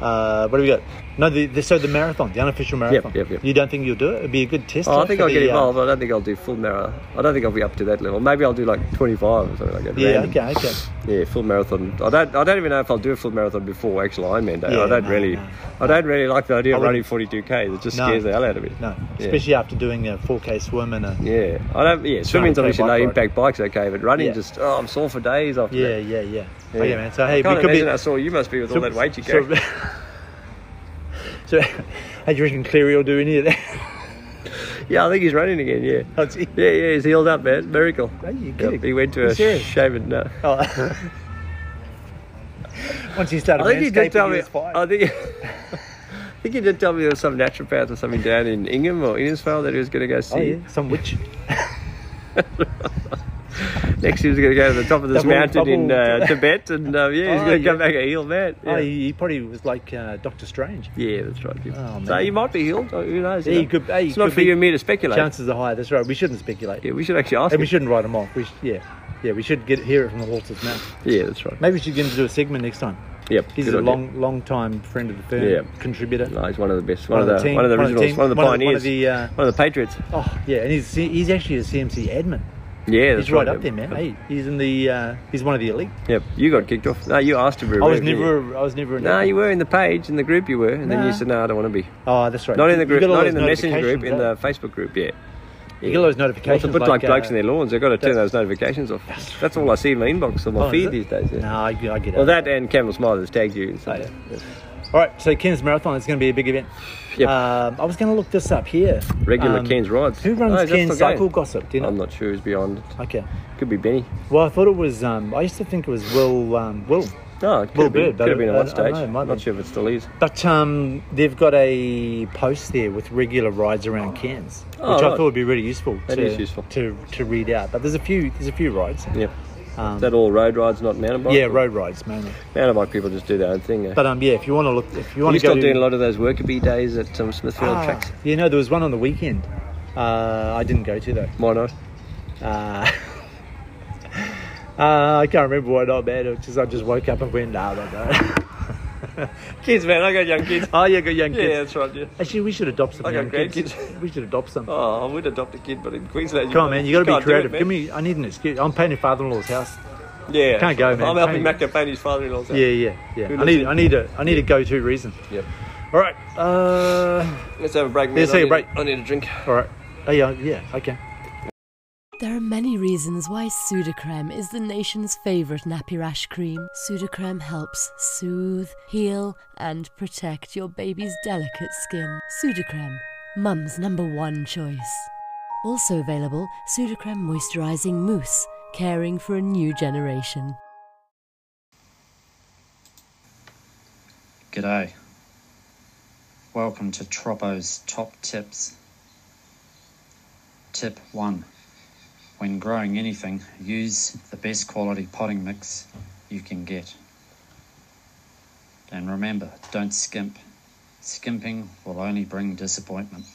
C: Uh, what have we got? No, the, the, so the marathon, the unofficial marathon.
B: yep, yep.
C: You don't think you'll do it? It'd be a good test.
B: Oh, I
C: like,
B: think
C: for
B: I'll get
C: the, uh,
B: involved. I don't think I'll do full marathon. I don't think I'll be up to that level. Maybe I'll do like 25 or something like that.
C: yeah,
B: random.
C: okay, okay.
B: Yeah, full marathon. I don't. I don't even know if I'll do a full marathon before actual Ironman day.
C: Yeah,
B: I don't
C: no,
B: really.
C: no.
B: I don't really like the idea
C: I
B: of running
C: wouldn't-
B: 42k. It just
C: No.
B: scares the hell out of me.
C: No,
B: Yeah.
C: especially after doing a 4K swim and a.
B: Yeah, I don't. Yeah, swimming's
C: to play
B: obviously no
C: bike ride.
B: impact bikes okay, but running
C: Yeah.
B: just oh, I'm sore for days after.
C: Yeah,
B: that.
C: yeah, yeah. Okay, man. So,
B: I
C: hey,
B: can't
C: we could
B: imagine
C: be.
B: how sore you must be with all that weight you
C: <laughs>
B: carry.
C: <laughs> so, <laughs> hey, do you reckon Cleary will do any of that? <laughs>
B: yeah, I think he's running again. Yeah.
C: Oh, gee.
B: Yeah, yeah, he's healed up, man. Miracle.
C: Are you
B: Yep,
C: kidding?
B: he went to
C: You
B: a uh,
C: serious?
B: shaven. No.
C: Oh.
B: <laughs>
C: Once he started
B: I think he did tell
C: manscaping, he
B: me.
C: was fine.
B: I think. <laughs> I think he did tell me there was some naturopath or something down in Ingham or Innisfail that he was going to go see.
C: Oh, yeah, some witch.
B: <laughs> Next, he was going to go to the top of this
C: Double-
B: mountain in
C: double-
B: uh, Tibet, and um, yeah, he's
C: Oh,
B: going to come
C: yeah.
B: back a healed man. Yeah,
C: Oh, he, he probably was like uh, Doctor Strange.
B: yeah that's right. Jim.
C: Oh,
B: so
C: man.
B: he might be healed. oh, Who knows?
C: Yeah,
B: you
C: he
B: know.
C: could- hey, he
B: it's not
C: could
B: for
C: be-
B: you and me to speculate.
C: Chances are high. That's right. We shouldn't speculate,
B: Yeah, we should actually ask.
C: and we
B: him.
C: shouldn't write him off. We sh- yeah, yeah. We should get hear it from the horse's mouth.
B: Yeah, that's right.
C: Maybe we should get him to do a segment next time.
B: Yep,
C: He's
B: good
C: a
B: idea.
C: long, long time friend of the firm.
B: Yeah.
C: contributor.
B: No, he's one of the best. One,
C: One
B: of the,
C: of the team,
B: one of the
C: one of the
B: originals.
C: team,
B: One of the
C: one of the- one
B: pioneers.
C: of the, uh,
B: one of the patriots.
C: Oh, yeah, and he's he's actually a CMC admin.
B: Yeah, that's
C: He's right
B: right
C: up there, man. Hey, he's in the uh, he's one of the elite.
B: Yep, you got kicked off. No, you asked him.
C: I was never, I was never. an
B: No,
C: admin.
B: you were in the page in the group. You were, and then you
C: Nah.
B: said, "No, I don't want to be."
C: Oh, that's right.
B: Not
C: You-
B: in the
C: you
B: group.
C: get all
B: Not
C: those
B: in the message group. In the
C: notifications,
B: Facebook group. Yeah.
C: eh? you get all those notifications.
B: It's a bit like, blokes
C: uh,
B: in their lawns. They've got to turn those
C: that's-
B: notifications off. That's all I see in my inbox on my
C: Oh, is
B: feed
C: it?
B: these days. Yeah.
C: No, I, I get it.
B: Well, that and Campbell Smythe has tagged you. So.
C: Oh, yeah. All right, so Cairns Marathon is going to be a big event.
B: Yep.
C: Um, I was going to look this up here.
B: Regular
C: Um,
B: Cairns rides. Oh,
C: Who
B: No,
C: runs
B: that's
C: Cairns
B: the guy.
C: Cycle Gossip? Do you know?
B: I'm not sure who's beyond it.
C: Okay.
B: Could be Benny.
C: Well, I thought it was. Um, I used to think it was Will. Um, Will.
B: No, Oh, it could
C: Well,
B: have been,
C: good, but
B: could have been at
C: I-
B: one
C: I
B: stage.
C: don't know, it might
B: not
C: be.
B: sure if it still is.
C: But um, they've got a post there with regular rides around Cairns,
B: Oh,
C: which
B: right.
C: I thought would be really useful.
B: That
C: to,
B: is useful.
C: to to read out. But there's a few there's a few rides.
B: Yep.
C: Um,
B: Is that all road rides, not mountain bike?
C: yeah, road rides mainly.
B: Mountain bike people just do their own thing. eh?
C: But um, yeah, if you want to look, if you
B: Are
C: want
B: you
C: to go
B: still
C: to,
B: doing a lot of those workerbee days at um, Smithfield
C: Ah,
B: tracks?
C: You know, there was one on the weekend. Uh, I didn't go to though.
B: Why not?
C: Uh, <laughs> uh, I can't remember why not, man. It was just I just woke up and went, nah, I don't know.
B: Kids, man. I got young kids.
C: oh, yeah, got young
B: Yeah,
C: kids.
B: that's right. Yeah.
C: <laughs> Actually, we should adopt some
B: I got
C: young kids.
B: grandkids.
C: We should adopt some.
B: Oh, I would adopt a kid, but in Queensland, you
C: Come on, man, you got to be
B: can't do it,
C: creative.
B: man.
C: Give me, I need an excuse. I'm painting father-in-low's house.
B: Yeah.
C: Can't go, man.
B: I'm helping
C: Can't-
B: Mac campaign his father-in-law's house.
C: Yeah, yeah, yeah.
B: Who
C: I
B: lives
C: need,
B: in-
C: I need a, I need a go-to reason.
B: Yep.
C: All right, uh,
B: Let's have a break. man.
C: Let's
B: I
C: take a
B: need-
C: break.
B: I need a drink.
C: all right. Oh yeah, yeah, okay.
F: There are many reasons why Sudocrem is the nation's favourite nappy rash cream. Sudocrem helps soothe, heal, and protect your baby's delicate skin. Sudocrem, mum's number one choice. Also available, Sudocrem Moisturising Mousse, caring for a new generation.
G: G'day. Welcome to Tropo's Top Tips. Tip 1. When growing anything, use the best quality potting mix you can get. And remember, don't skimp. Skimping will only bring disappointment.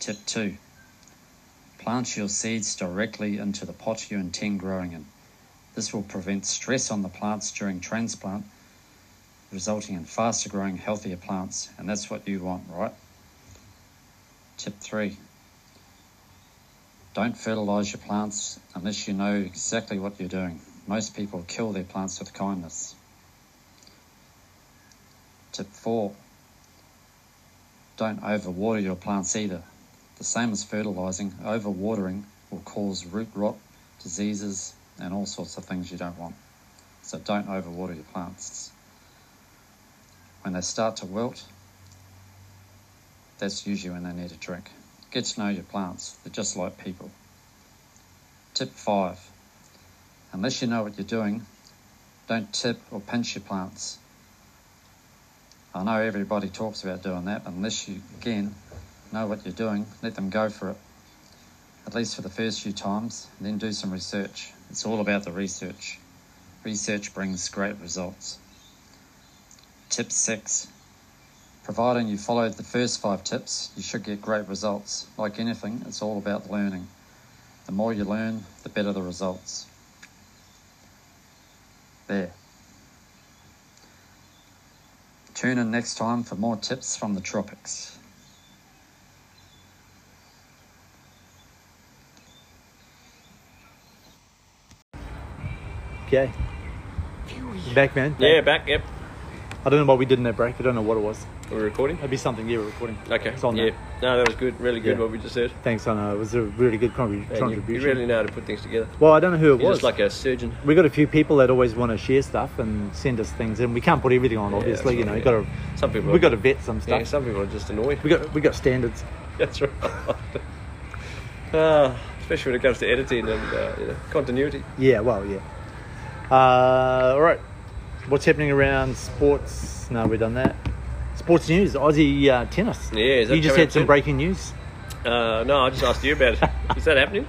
G: Tip 2. Plant your seeds directly into the pot you intend growing in. This will prevent stress on the plants during transplant resulting in faster growing, healthier plants, and that's what you want, right? Tip three don't fertilize your plants unless you know exactly what you're doing. Most people kill their plants with kindness. Tip four don't overwater your plants either. The same as fertilizing, overwatering will cause root rot, diseases, and all sorts of things you don't want. So don't overwater your plants when they start to wilt, that's usually when they need a drink. Get to know your plants, they're just like people. Tip 5 Unless you know what you're doing, don't tip or pinch your plants. I know everybody talks about doing that, but unless you, again, know what you're doing, let them go for it. At least for the first few times, and then do some research. It's all about the research. Research brings great results. Tip 6. Providing you follow the first five tips, you should get great results. Like anything, it's all about learning. The more you learn, the better the results. There. Tune in next time for more tips from the tropics.
C: Okay. You Back, man.
B: Yeah, back. Yep.
C: I don't know why we did in that break. I don't know what it was.
B: We're recording.
C: It'd be something. Yeah, we're recording.
B: Okay.
C: It's on
B: yeah.
C: there.
B: No, that was good. Really good
C: Yeah.
B: what we just said.
C: Thanks, I know. It was a really good contri-
B: And you,
C: contribution.
B: you really know how to put things together.
C: Well, I don't know who it
B: You're
C: was.
B: just like a surgeon.
C: we got a few people that always want to share stuff and send us things, and we can't put everything on,
B: Yeah,
C: obviously. you know,
B: that's
C: got
B: right,
C: to
B: yeah. Some people.
C: we
B: are-
C: got to vet some stuff.
B: Yeah, some people are just annoyed.
C: we got we got standards.
B: <laughs> That's right. Ah, especially when it comes to editing and uh, you know, continuity.
C: <laughs> Yeah, well, yeah. Uh, all right, what's happening around sports? No, we've done that. Sports news: Aussie uh, tennis.
B: Yeah, is that
C: you just
B: coming
C: had
B: up
C: some
B: soon?
C: breaking news.
B: Uh, no, I just asked you about it.
C: <laughs>
B: Is that happening?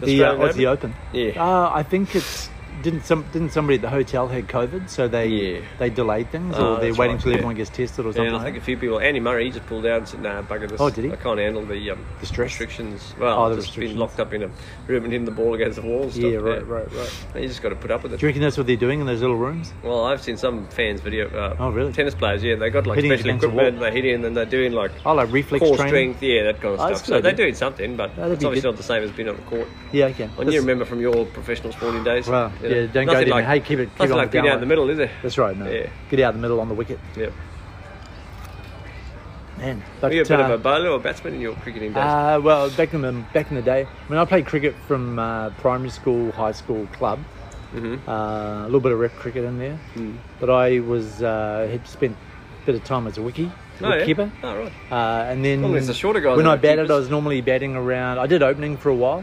C: The uh,
B: Australian
C: Aussie Open.
B: Yeah.
C: Uh, I think it's didn't some didn't somebody at the hotel had COVID, so they
B: Yeah.
C: they delayed things,
B: Oh,
C: or they're
B: that's
C: waiting
B: right,
C: till
B: yeah.
C: everyone gets tested or something.
B: And I
C: like
B: think a
C: that.
B: few people, Andy Murray, he just pulled out and said, nah, bugger this.
C: Oh, did he?
B: I can't handle the, um,
C: The stress?
B: restrictions. Well,
C: Oh, the
B: just being
C: restrictions.
B: locked up in a room and hitting the ball against the wall and stuff.
C: yeah, right, right, right.
B: You just got to put up with it.
C: Do you reckon that's what they're doing in those little rooms?
B: Well, I've seen some fans video. Uh,
C: Oh, really?
B: Tennis players, yeah. They got like
C: Hitting
B: special
C: against the wall.
B: equipment. They hit in and they're doing like
C: Oh, like reflex
B: core
C: training.
B: strength, yeah, that kind of
C: Oh, that's
B: stuff.
C: a
B: So
C: good
B: they're
C: idea.
B: doing something, but
C: That'd
B: it's
C: be
B: obviously
C: good.
B: not the same as being on the court.
C: Yeah, okay.
B: When
C: That's-
B: you remember from your professional sporting days,
C: Well,
B: you know,
C: yeah, don't go
B: nothing
C: there.
B: Like,
C: hey, keep it, keep it
B: nothing
C: on
B: like
C: the
B: being
C: down
B: out in the middle, is it?
C: That's right, no.
B: Yeah.
C: Get out of the middle on the wicket.
B: Yeah.
C: Man,
B: Were
C: but,
B: you a bit
C: uh,
B: of a bowler or batsman in your cricketing days?
C: Uh, well, back in the back in the day, I mean, I played cricket from uh, primary school, high school, club. Mm-hmm. Uh, a little bit of rep cricket in there,
B: Mm.
C: but I was uh, had spent a bit of time as a wiki
B: oh, yeah?
C: wickkeeper,
B: Oh, right.
C: uh, and then
B: Well, there's the shorter guys
C: when
B: that
C: I
B: are
C: batted,
B: keepers.
C: I was normally batting around. I did opening for a while,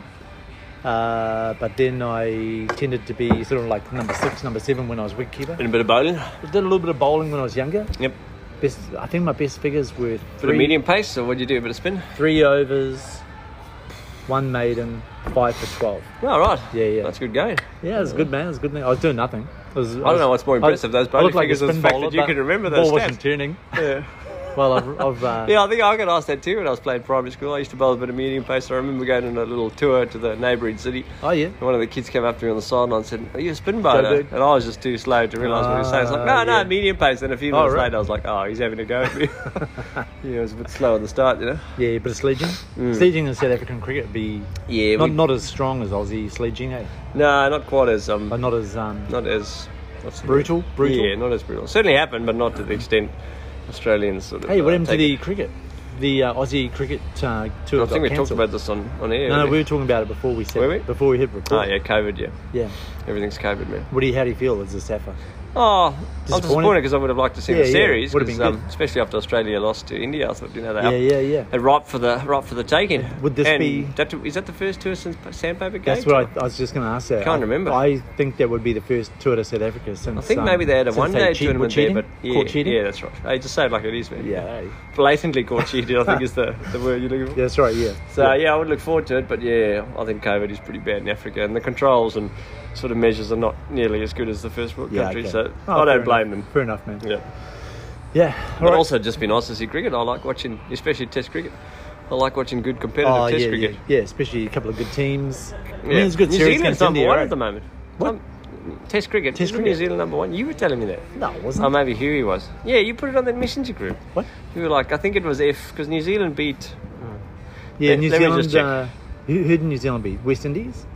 C: uh, but then I tended to be sort of like number six, number seven when I was wicketkeeper.
B: And a bit of bowling.
C: I did a little bit of bowling when I was younger.
B: Yep.
C: Best, I think my best figures were
B: Bit of
C: three,
B: medium pace, so what'd you do? A bit of spin?
C: three oh overs, one maiden, five for twelve.
B: Oh, right.
C: Yeah, yeah.
B: That's a good game.
C: Yeah, it was good, man. It was good. Man. I was doing nothing. It was, I,
B: don't know what's more impressive, those bowling
C: looked a
B: figures or the
C: spin
B: fact
C: bowler,
B: that you
C: but
B: can remember
C: the
B: those
C: ball wasn't
B: stats.
C: turning.
B: Yeah.
C: <laughs> Well, I've, I've uh,
B: Yeah, I think I got asked that too when I was playing primary school. I used to bowl a bit of medium pace. I remember going on a little tour to the neighbouring city.
C: oh yeah.
B: And one of the kids came up to me on the sideline and said, Are you a spin bowler?
C: big.
B: And I was just too slow to realise what he was saying. I was like, No,
C: Ah,
B: no,
C: yeah.
B: medium pace. And a few
C: Oh,
B: minutes
C: right.
B: later, I was like, Oh, he's having a go at
C: <laughs>
B: me. yeah, it was a bit slow at the start, you know?
C: Yeah, but sledging, sledging in South African cricket would be
B: Mm. Yeah,
C: not,
B: we-
C: not as strong as Aussie sledging, eh?
B: No, not quite as. um,
C: But not as um,
B: Not as. What's the
C: Brutal?
B: word?
C: Brutal?
B: Yeah, not as brutal. Certainly happened, but not to the extent Australians sort of.
C: hey, what
B: uh,
C: happened to
B: take it.
C: the cricket? The uh, Aussie cricket uh, tour
B: I think
C: got
B: we talked
C: cancelled.
B: about this on, on air.
C: No, no,
B: really.
C: we were talking about it before we said
B: Were we?
C: before we hit record.
B: Oh, yeah, COVID, yeah.
C: yeah.
B: Everything's COVID, man.
C: What do you? How do you feel as a Safa?
B: Oh, I'm disappointed
C: Disappointed?
B: because I would have liked to see
C: Yeah,
B: the
C: yeah,
B: series,
C: would've been
B: 'cause, um,
C: good.
B: especially after Australia lost to India. I thought, you know, they
C: Yeah,
B: up-
C: yeah, yeah.
B: They're ripe for the ripe for the taking.
C: Would this
B: And
C: be-
B: That, is that the first tour since Sandpaper Gate?
C: That's what I, I was just going to ask. That.
B: Can't
C: I,
B: remember.
C: I think that would be the first tour to South Africa since.
B: I think maybe they had a one-day tournament
C: cheating,
B: there, but yeah,
C: caught cheating.
B: yeah, that's right. I just say it like it is, man.
C: yeah, hey.
B: blatantly caught cheating. I think is
C: <laughs>
B: the, the word you're looking for.
C: Yeah, that's right. Yeah.
B: So yeah, I would look forward to it, but yeah, I think COVID is pretty bad in Africa, and the controls and sort of measures are not nearly as good as the first world
C: yeah,
B: countries.
C: okay.
B: So
C: Oh,
B: I
C: fair
B: don't
C: enough.
B: blame
C: Fair enough, man.
B: them. Yeah.
C: Yeah. all
B: But
C: right.
B: also just been nice to see cricket. I like watching, especially Test cricket. I like watching good competitive
C: Oh,
B: Test
C: yeah,
B: cricket.
C: yeah, yeah, especially a couple of good teams. I mean,
B: Yeah.
C: it's a good
B: New
C: series
B: Zealand's
C: against
B: number
C: India,
B: one
C: right?
B: at the moment.
C: What?
B: Um, Test cricket.
C: Test
B: Isn't New
C: cricket.
B: Zealand number one. You were telling me that.
C: No, it
B: Oh,
C: wasn't.
B: maybe Huey was. Yeah, you put it on that messenger group.
C: What?
B: You were like, I think it was F because New Zealand beat.
C: Yeah,
B: Let-
C: New
B: let me
C: Zealand.
B: just check.
C: Uh, who, who did New Zealand beat? West Indies.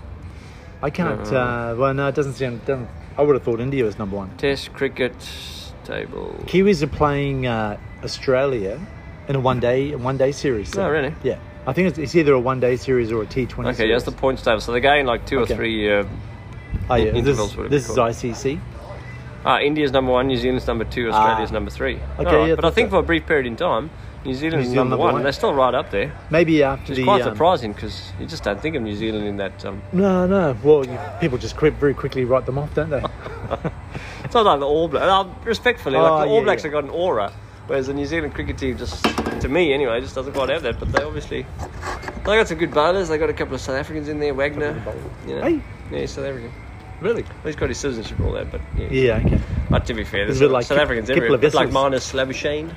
C: I can't. Uh, well, no, it doesn't sound. Doesn't, I would have thought India was number one.
B: Test cricket table.
C: Kiwis are playing uh, Australia in a one day one day series.
B: Oh, really?
C: Yeah. I think it's, it's either a one day series or a T Twenty.
B: Okay, yeah, that's the points table. So they're going like two
C: Okay.
B: or three. Uh,
C: Oh, yeah. This,
B: intervals, whatever
C: this
B: it's
C: is
B: called.
C: ICC.
B: ah, India's number one, New Zealand's number two, Australia's
C: Ah.
B: number three.
C: Okay,
B: All right,
C: yeah,
B: but I
C: that's
B: think
C: right.
B: for a brief period in time, New Zealand's
C: Zealand
B: number,
C: number
B: one.
C: one.
B: They're still right up there.
C: Maybe after
B: It's
C: the.
B: quite
C: um,
B: surprising because you just don't think of New Zealand in that. Um,
C: No, no. Well, you, people just creep very quickly write them
B: <laughs>
C: off, don't they?
B: it's not like the All Blacks. Uh, respectfully,
C: Oh,
B: like the All
C: yeah,
B: Blacks
C: yeah.
B: have got an aura, whereas the New Zealand cricket team just, to me anyway, just doesn't quite have that. But they obviously, they got some good bowlers. They got a couple of South Africans in there, Wagner. You know,
C: Hey.
B: yeah, he's South African.
C: really?
B: Well, he's got his citizenship and all that, but yeah.
C: Yeah. Okay.
B: But Ah, to be fair, there's
C: It's a bit
B: South
C: like Kip-
B: Africans
C: Kip
B: everywhere. It's like
C: Levissus.
B: minus Labuschagne,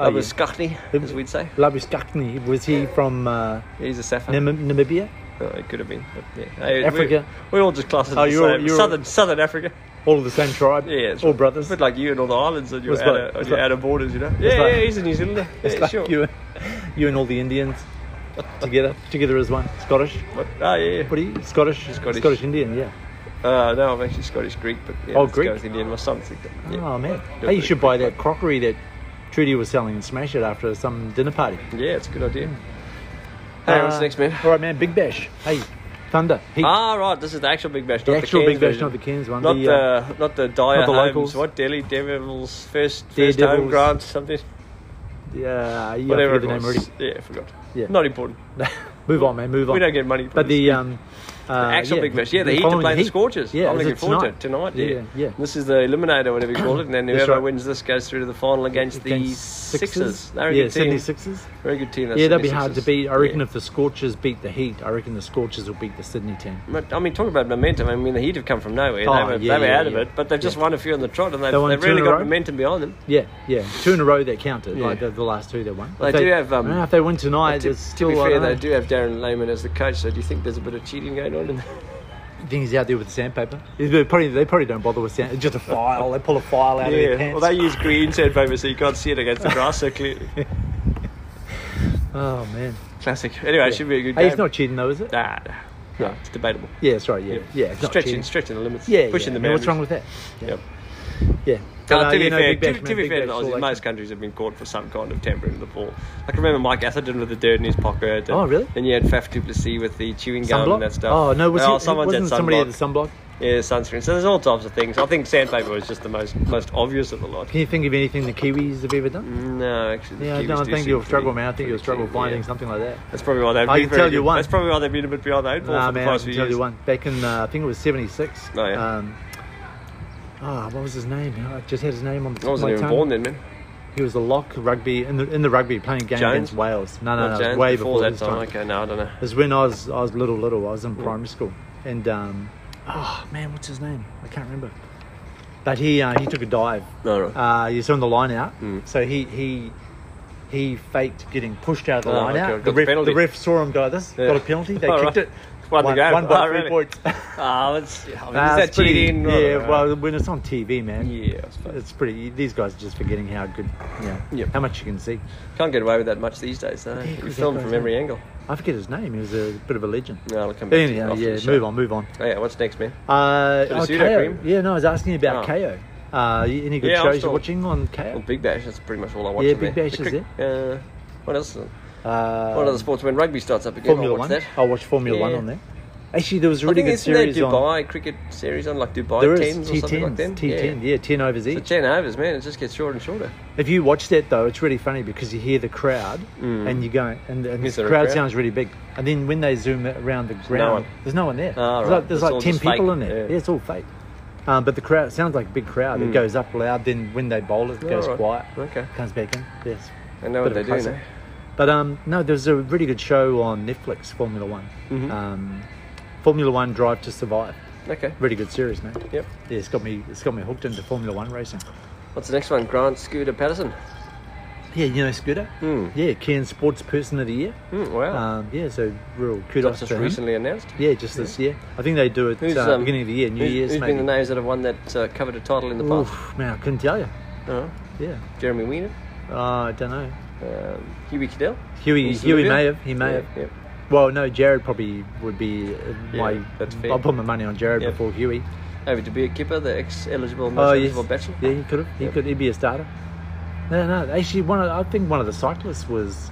C: Oh, yeah.
B: Labuschagne, as we'd say.
C: Labuschagne was he from uh,
B: He's a Safa.
C: Nam- Namibia?
B: Oh, it could have been, but yeah. Hey, we-
C: Africa.
B: We, all just class it as
C: Oh,
B: the
C: you're-
B: same.
C: you're-
B: Southern, Southern Africa.
C: all of the same tribe.
B: Yeah, it's
C: all
B: right.
C: brothers.
B: It's a bit like you and all the islands on your
C: It's like-
B: outer, on
C: it's
B: your
C: like-
B: outer borders, you know? Yeah,
C: like-
B: yeah, he's a New Zealander.
C: It's
B: Yeah,
C: like
B: sure.
C: you, you and all the Indians together, together as one. Scottish.
B: What? Oh, yeah.
C: What are you? Scottish.
B: Scottish.
C: Indian. Yeah.
B: Uh, no, I'm actually Scottish Greek, but yeah,
C: Oh,
B: let's go
C: Greek.
B: with Indian. My son thinks that. Yeah.
C: Oh man.
B: Yeah,
C: Hey, you
B: but-
C: should buy that crockery that Trudy was selling and smash it after some dinner party.
B: Yeah, it's a good idea. Hey, what's
C: Uh,
B: next, man?
C: All right, man. Big Bash. Hey, Thunder. Heat.
B: Ah, right, this is the actual Big Bash,
C: the
B: not
C: actual
B: the Cairns
C: Big Bash,
B: version.
C: not the Cairns one.
B: Not
C: the, uh,
B: the, not the dire
C: not the
B: homes.
C: locals.
B: What Delhi Devils first first home
C: Daredevils.
B: grant something
C: the, uh, yeah,
B: whatever
C: I forget
B: it
C: the name
B: was.
C: already.
B: Yeah, I forgot.
C: Yeah.
B: Not important.
C: Move on, man. Move on.
B: We don't get money. From
C: But
B: this.
C: the um, uh,
B: actual
C: yeah,
B: Big Bash. Yeah, the Heat to
C: following
B: play the
C: Heat.
B: Scorchers.
C: Yeah,
B: I'm
C: is
B: looking
C: it
B: forward to it tonight. Yeah.
C: Yeah, yeah.
B: This is the eliminator, whatever you call it, and then
C: That's
B: whoever
C: right.
B: wins this goes through to the final against, the
C: Against
B: Sixers. They're a
C: Yeah,
B: good team.
C: Sydney Sixers.
B: Very good team. that
C: Yeah, that'd be
B: 76ers.
C: hard to beat. I reckon
B: Yeah.
C: if the Scorchers beat the Heat, I reckon the Scorchers will beat the Sydney team.
B: But, I mean, talk about momentum. I mean, the Heat have come from nowhere.
C: Oh,
B: they were,
C: yeah,
B: they were
C: yeah,
B: out of
C: yeah.
B: it, but they've just won a few on the trot, and they've,
C: They won
B: they've
C: two in
B: really
C: a
B: got
C: row?
B: momentum behind them.
C: Yeah, yeah, two in a row that counted.
B: Yeah.
C: Like the, the last two they won.
B: They
C: If
B: do have, um,
C: I don't know if they win tonight.
B: to,
C: it's
B: to
C: still,
B: be fair,
C: I don't
B: they
C: know.
B: do have Darren Lehman as the coach, so do you think there's a bit of cheating going on? In there?
C: You think he's out there with the sandpaper? He's- They probably, they probably don't bother with sand. It's just a file. They pull a file out of their
B: yeah.
C: pants.
B: Well, they use green sandpaper, so you can't see it against the grass so clearly.
C: oh man,
B: Classic. Anyway, it should be a good
C: hey,
B: game.
C: it's not cheating though, is it?
B: Nah, nah.
C: Yeah.
B: It's debatable.
C: Yeah, that's right. Yeah, yeah, it's not
B: stretching,
C: cheating.
B: stretching the limits.
C: Yeah,
B: pushing
C: yeah.
B: the
C: I
B: boundaries.
C: mean, What's wrong with that?
B: Yep.
C: Yeah.
B: Now,
C: uh,
B: to be
C: you know,
B: fair,
C: Big Bash,
B: to, to
C: man,
B: be
C: Big
B: fair, to the
C: Bash,
B: Aussies,
C: all
B: most countries have been caught for some kind of tampering with the ball. Like remember Mike Atherton with the dirt in his pocket. and-
C: Oh, really?
B: And you had Faf du Plessis with the chewing
C: that.
B: gum
C: sunblock.
B: and that stuff.
C: Oh no, was
B: well,
C: it,
B: someone's
C: wasn't
B: had
C: somebody at the
B: sunblock.
C: sunblock?
B: Yeah, sunscreen. So there's all types of things. I think sandpaper was just the most most obvious of the lot.
C: Can you think of anything the Kiwis have ever done?
B: No, actually, the
C: Yeah, I
B: Kiwis
C: don't
B: do
C: think
B: seem
C: you'll
B: pretty-
C: struggle, man. I think
B: pretty
C: you'll struggle
B: clean,
C: finding
B: yeah.
C: something like that.
B: That's probably why they've
C: I
B: been
C: can
B: very
C: tell you
B: good.
C: one.
B: That's probably why they've been a bit behind the eight ball
C: Nah,
B: for the
C: man,
B: past
C: I
B: few
C: can tell
B: years.
C: you one. Back in, uh, I think it was 76.
B: Oh, yeah.
C: Um, ah, what was his name? I just had his name on the
B: I
C: top of
B: wasn't
C: my
B: even
C: tongue.
B: born then, man.
C: He was a lock rugby, in the, in the rugby, playing a game
B: Jones?
C: against Wales. No, no, no,
B: Not
C: it was
B: James,
C: way
B: before,
C: before,
B: that
C: his
B: time.
C: time.
B: Okay, Mm. no, I don't know.
C: It was when I was, I was little, little. I was in primary school. And, um, oh, man, what's his name? I can't remember. But he, uh, he took a dive.
B: No, right. Mm.
C: Uh, you saw him the line out. So he he he faked getting pushed out of the
B: Oh,
C: line
B: okay,
C: out.
B: got
C: The
B: the
C: ref,
B: penalty.
C: the ref saw him go this,
B: Yeah.
C: got a
B: <laughs>
C: penalty. They
B: Oh,
C: kicked
B: right.
C: it.
B: Won the game.
C: One by
B: Oh,
C: three
B: really?
C: points.
B: <laughs> Ah, that's. I mean, is
C: Nah,
B: that
C: it's pretty-
B: cheating? I don't
C: yeah,
B: know.
C: well, when it's on TV, man,
B: Yeah, I suppose.
C: it's pretty. These guys are just forgetting how good, you know,
B: Yep.
C: how much you can see.
B: Can't get away with that much these days, though.
C: Yeah,
B: You
C: 'cause
B: film
C: that
B: from
C: goes
B: every angle.
C: I forget his name. He was a bit of a legend.
B: No, I'll come back. to it
C: Anyhow,
B: after
C: yeah,
B: the show.
C: move on, move on.
B: Oh, yeah, what's next, man?
C: Uh,
B: So the
C: oh,
B: pseudo
C: KO.
B: cream?
C: Yeah, no, I was asking you about
B: Oh.
C: KO. Uh, y- any good
B: Yeah, I'm
C: shows
B: still-
C: you're watching on KO?
B: Well, Big Bash. That's pretty much all I watch.
C: Yeah,
B: on there.
C: Big Bash
B: The
C: is
B: cric- Uh, what else? What
C: Uh,
B: other sports when rugby starts up again?
C: Formula
B: I'll watch
C: One.
B: that.
C: I'll watch Formula One
B: Yeah.
C: on there. Actually, there was a
B: I
C: really
B: think
C: good
B: isn't there
C: series on.
B: Dubai cricket series on like Dubai
C: There is
B: tens or something like that?
C: T10s, T10, yeah. 10 overs
B: The
C: each.
B: ten overs, man, it just gets shorter and shorter.
C: If you watch that though, it's really funny because you hear the crowd and you go and, and the
B: Mm. Is there a
C: crowd,
B: crowd?
C: sounds really big. And then when they zoom around the
B: one.
C: ground, there's no one there.
B: Ah,
C: there's
B: right.
C: like, there's
B: It's all
C: like ten
B: just fake.
C: people in there.
B: Yeah.
C: Yeah. it's all fake. Um, but the crowd it sounds like a big crowd. It goes up loud. Then when they bowl, it
B: Oh,
C: goes
B: right.
C: quiet.
B: Okay.
C: comes back in. Yes,
B: I know what
C: Bit
B: they
C: of a
B: do
C: classic.
B: now.
C: But um, no, there's a really good show on Netflix, Formula One.
B: Mm-hmm.
C: Um, Formula One Drive to Survive.
B: Okay.
C: Really good series, man.
B: Yep.
C: Yeah, it's got me. It's got me hooked into Formula One racing.
B: What's the next one? Grant Scooter Patterson.
C: Yeah, you know Scooter.
B: Hmm.
C: Yeah, Cairns Sports Person of the Year.
B: Hmm, wow.
C: Um, yeah, so real
B: That's
C: kudos
B: just
C: to him.
B: recently announced.
C: Yeah, just this year. I think they do it
B: Who's,
C: uh,
B: um,
C: beginning of the year, New
B: who's,
C: Year's
B: who's
C: maybe.
B: been the names that have won that uh, covered a title in the past?
C: Oof, man, I couldn't tell you.
B: Uh,
C: Yeah,
B: Jeremy Weiner,
C: uh, I don't know.
B: um, Huey Cadell.
C: Huey,
B: He's
C: Huey
B: Olivia.
C: may have. He may
B: Yeah,
C: have.
B: yeah.
C: Well, no, Jared probably would be uh, my.
B: that's fair.
C: I'll put my money on Jared
B: Yep.
C: before Huey.
B: Over to Beer Kipper, the ex-eligible most
C: Oh, yes.
B: eligible bachelor.
C: Yeah, he could have. He
B: Yep.
C: could. He'd be a starter. No, no. Actually, one. Of, I think one of the cyclists was.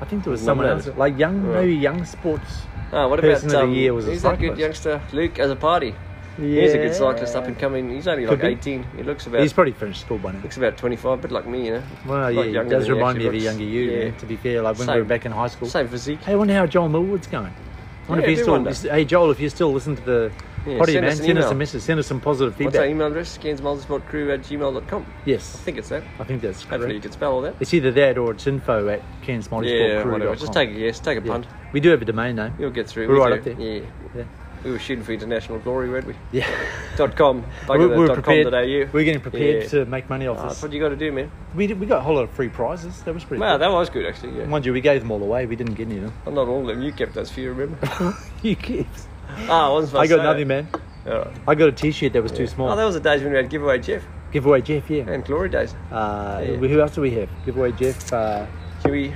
C: I think there was someone else,
B: Nominated.
C: like young,
B: Right.
C: maybe young sports.
B: Ah, what
C: Person
B: about
C: of
B: um,
C: the year was a
B: who's that good
C: cyclist.
B: youngster? Luke as a party. He's a good cyclist up
C: Yeah.
B: and coming. He's only
C: Could
B: like
C: be.
B: 18. He looks about
C: He's probably finished school by now.
B: looks about 25, but like me, you know.
C: Well,
B: Like
C: yeah, it
B: younger
C: does
B: than he
C: remind me of a
B: actually
C: younger
B: looks.
C: you.
B: Yeah.
C: Man, to be fair, like when we
B: Same-
C: were back in high school.
B: Same physique.
C: Hey, I wonder how Joel Millwood's going. I wonder
B: Yeah, I
C: if
B: do
C: he's still.
B: wonder.
C: Hey, Joel, if you still listen to the
B: Yeah,
C: potty,
B: send
C: man,
B: us an
C: send us
B: email.
C: a message. Send us some positive
B: What's our
C: feedback.
B: email address? Scansmultisportcrew at gmail.com.
C: Yes,
B: I think it's that.
C: I think that's
B: Hopefully you
C: correct.
B: can spell all that.
C: It's either that or it's info at Cairns
B: Yeah, whatever. Just take a guess, take a punt.
C: We do have a domain name.
B: You'll get through.
C: We're
B: We
C: right
B: do.
C: up there.
B: Yeah.
C: Yeah.
B: We were shooting for international glory, weren't we?
C: Yeah.
B: <laughs> Dot com.
C: <laughs> We- we
B: Bugger
C: We're,
B: dot com
C: prepared.
B: dot au.
C: We're getting prepared
B: Yeah.
C: to make money off
B: Ah, that's
C: this.
B: what you got to do, man.
C: We, did, we got a whole lot of free prizes. That was pretty.
B: Wow,
C: cool.
B: that was good actually. Yeah.
C: Mind you, we gave them all away. We didn't get any of them. <laughs>
B: Well, Not all of them. You kept those few, remember?
C: you kids.
B: ah, I was about
C: I
B: to
C: got
B: say
C: nothing,
B: that.
C: man.
B: All right.
C: I got a T-shirt that was too small.
B: Oh, that was the days when we had giveaway Jeff <laughs>
C: Giveaway Jeff, yeah.
B: and glory days.
C: Uh,
B: Yeah.
C: Who else do we have? Giveaway Jeff. Uh,
B: Huey,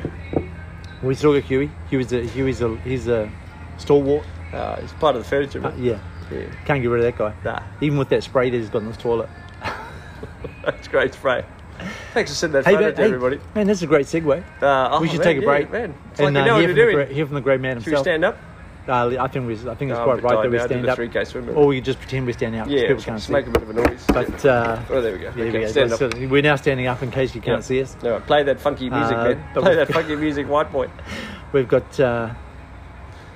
C: we still got Huey. Huey's a Huey's a he's a stalwart.
B: uh, he's part of the furniture.
C: Uh,
B: but
C: yeah,
B: yeah.
C: can't get rid of that guy.
B: Nah,
C: Even with that spray that he's got in his toilet.
B: that's great spray. Thanks for sending that
C: Hey,
B: photo
C: man,
B: to everybody.
C: man, that's a great segue.
B: Uh, oh,
C: we should
B: man,
C: take a
B: yeah,
C: break
B: man. It's
C: and
B: like we
C: uh,
B: know what
C: hear, from
B: we're
C: the,
B: doing.
C: gra- hear from the great man
B: Should we
C: himself.
B: stand up?
C: Uh, I think we, I think it's
B: Oh, I'm a
C: quite
B: bit
C: right that
B: tired
C: we
B: now. I did
C: stand
B: the
C: up,
B: 3K swimmer.
C: or we just pretend we're standing up
B: Yeah,
C: because people
B: just
C: can't see.
B: make a bit of a noise.
C: But uh,
B: oh, there we go.
C: yeah,
B: okay,
C: we go.
B: stand up.
C: So we're now standing up in case you can't see us.
B: No, play that funky music,
C: Uh,
B: man.
C: but
B: Play
C: we've
B: that
C: got-
B: funky music, white boy.
C: We've got uh,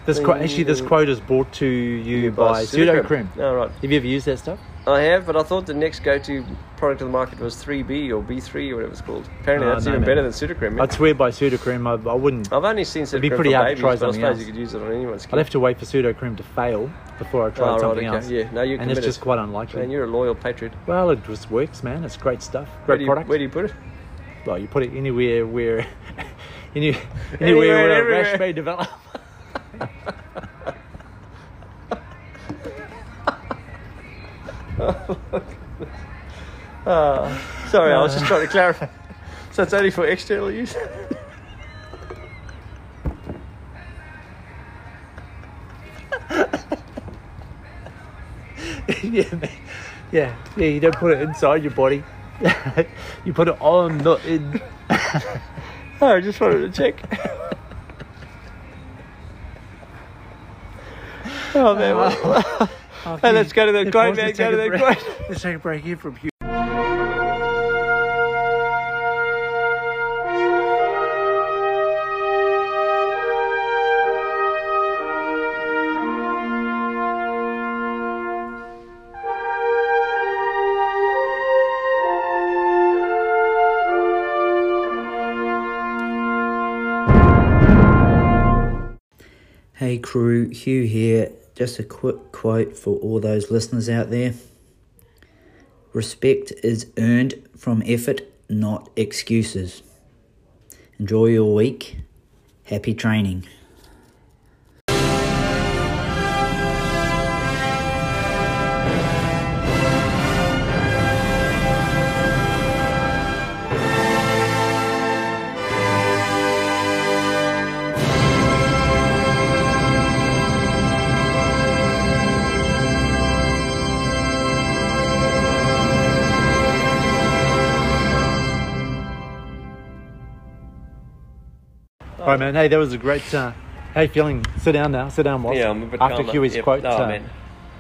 C: this quote. Actually, this quote is brought to you <laughs> by Pseudo Cream.
B: All right.
C: Have you ever used that stuff?
B: I have, but I thought the next go-to product of the market was 3B or B3 or whatever it's called. Apparently,
C: Oh,
B: that's
C: no,
B: even
C: man.
B: better than Sudocrem.
C: I'd swear by Pseudo Cream, I, I wouldn't.
B: I've only seen Sudocrem
C: be
B: for
C: pretty hard
B: babies,
C: to try
B: but I
C: something
B: suppose
C: else.
B: you could use it on anyone's skin.
C: I'd have to wait for Pseudo Cream to fail before I
B: Oh,
C: tried
B: right,
C: something
B: okay.
C: else.
B: Yeah, no, you're
C: and it's
B: committed.
C: just quite unlikely.
B: Man, you're a loyal patriot.
C: well, it just works, man. It's great stuff.
B: Where
C: Great
B: do, you,
C: product.
B: where do you put it?
C: Well, you put it anywhere where, <laughs> any, anywhere,
B: Anywhere,
C: where a
B: everywhere.
C: rash
B: <laughs>
C: may develop.
B: Oh, Sorry, I was just trying to clarify. So it's only for external use?
C: <laughs> yeah, man. yeah, yeah. You don't put it inside your body. <laughs> you put it on, not <laughs> in.
B: no, I just wanted to
C: <laughs>
B: check. oh, man.
C: <laughs> Uh,
B: <laughs> well-
C: oh,
B: hey, let's go to the quote, man. Go to the quote.
C: Let's take a break here from Hugh.
H: Hey crew, Hugh here. Just a quick quote for all those listeners out there. Respect is earned from effort, not excuses. Enjoy your week. Happy training.
C: All right, man. Hey, that was a great. Uh, how you feeling? Sit down now. Sit down, Wasp.
B: Yeah, I'm a bit
C: After
B: calmer.
C: Huey's
B: Yep.
C: quote,
B: No,
C: uh,
B: man.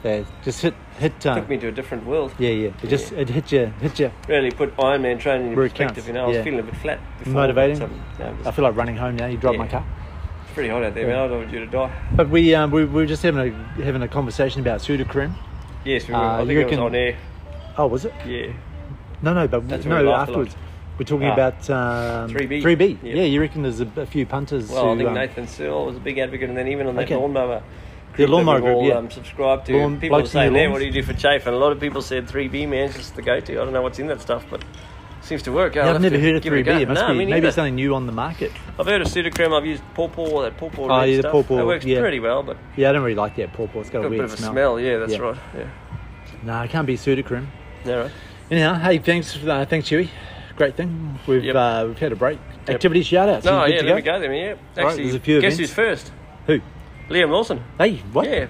C: yeah, just hit hit. Uh,
B: Took me to a different world.
C: yeah, yeah. It just it hit you, hit you.
B: Really put Iron Man training in
C: Where it
B: perspective.
C: counts,
B: You know, I was
C: yeah.
B: feeling a bit flat before.
C: Motivating.
B: but, um, no, it was
C: I feel like running home now. You drive my
B: Yeah.
C: car.
B: pretty hot out there, man. I don't want you to die.
C: But we, um, we we were just having a having a conversation about pseudocrim.
B: Yes, we were.
C: Uh,
B: I think
C: you
B: it was
C: reckon-
B: on air.
C: Oh, was it?
B: Yeah.
C: No, no, but
B: That's where we
C: no.
B: laughed a lot.
C: Afterwards, we're talking
B: Ah.
C: about um,
B: 3B.
C: 3B.
B: Yeah.
C: Yeah, you reckon there's a, a few punters.
B: Well, I
C: who,
B: think
C: um,
B: Nathan Searle was a big advocate, and then even on that
C: Okay.
B: lawnmower. group
C: The
B: that
C: lawnmower
B: we've
C: group,
B: all,
C: yeah.
B: um, subscribed to.
C: Lawn-
B: people were
C: blokes in their
B: saying, "There,
C: lawns."
B: what do you do for chafe?" And a lot of people said 3B man, it's just the go-to. I don't know what's in that stuff, but it seems to work.
C: yeah,
B: I'll
C: I've
B: have
C: never
B: to
C: heard of
B: give it a
C: 3B. It
B: go.
C: must
B: no,
C: be
B: me
C: maybe
B: neither.
C: it's something new on the market.
B: I've heard of Pseudocrem. I've used Pawpaw, that Pawpaw
C: Oh,
B: red
C: yeah, the
B: stuff.
C: Pawpaw,
B: It works
C: yeah.
B: pretty well, but
C: Yeah, I don't really like that pawpaw. It's got,
B: got a bit
C: weird
B: of a smell. Yeah, that's right. Yeah.
C: No, it can't be pseudocrim.
B: Yeah, right.
C: Anyhow, hey, thanks, uh, thanks, Huey. Great thing. We've
B: Yep.
C: uh, we've had a break. Activity shout outs.
B: No, yeah, there we go. Then, yeah.
C: right,
B: Actually,
C: there's a few
B: guess
C: events.
B: who's first?
C: Who?
B: Liam Lawson.
C: Hey, what?
B: Yeah.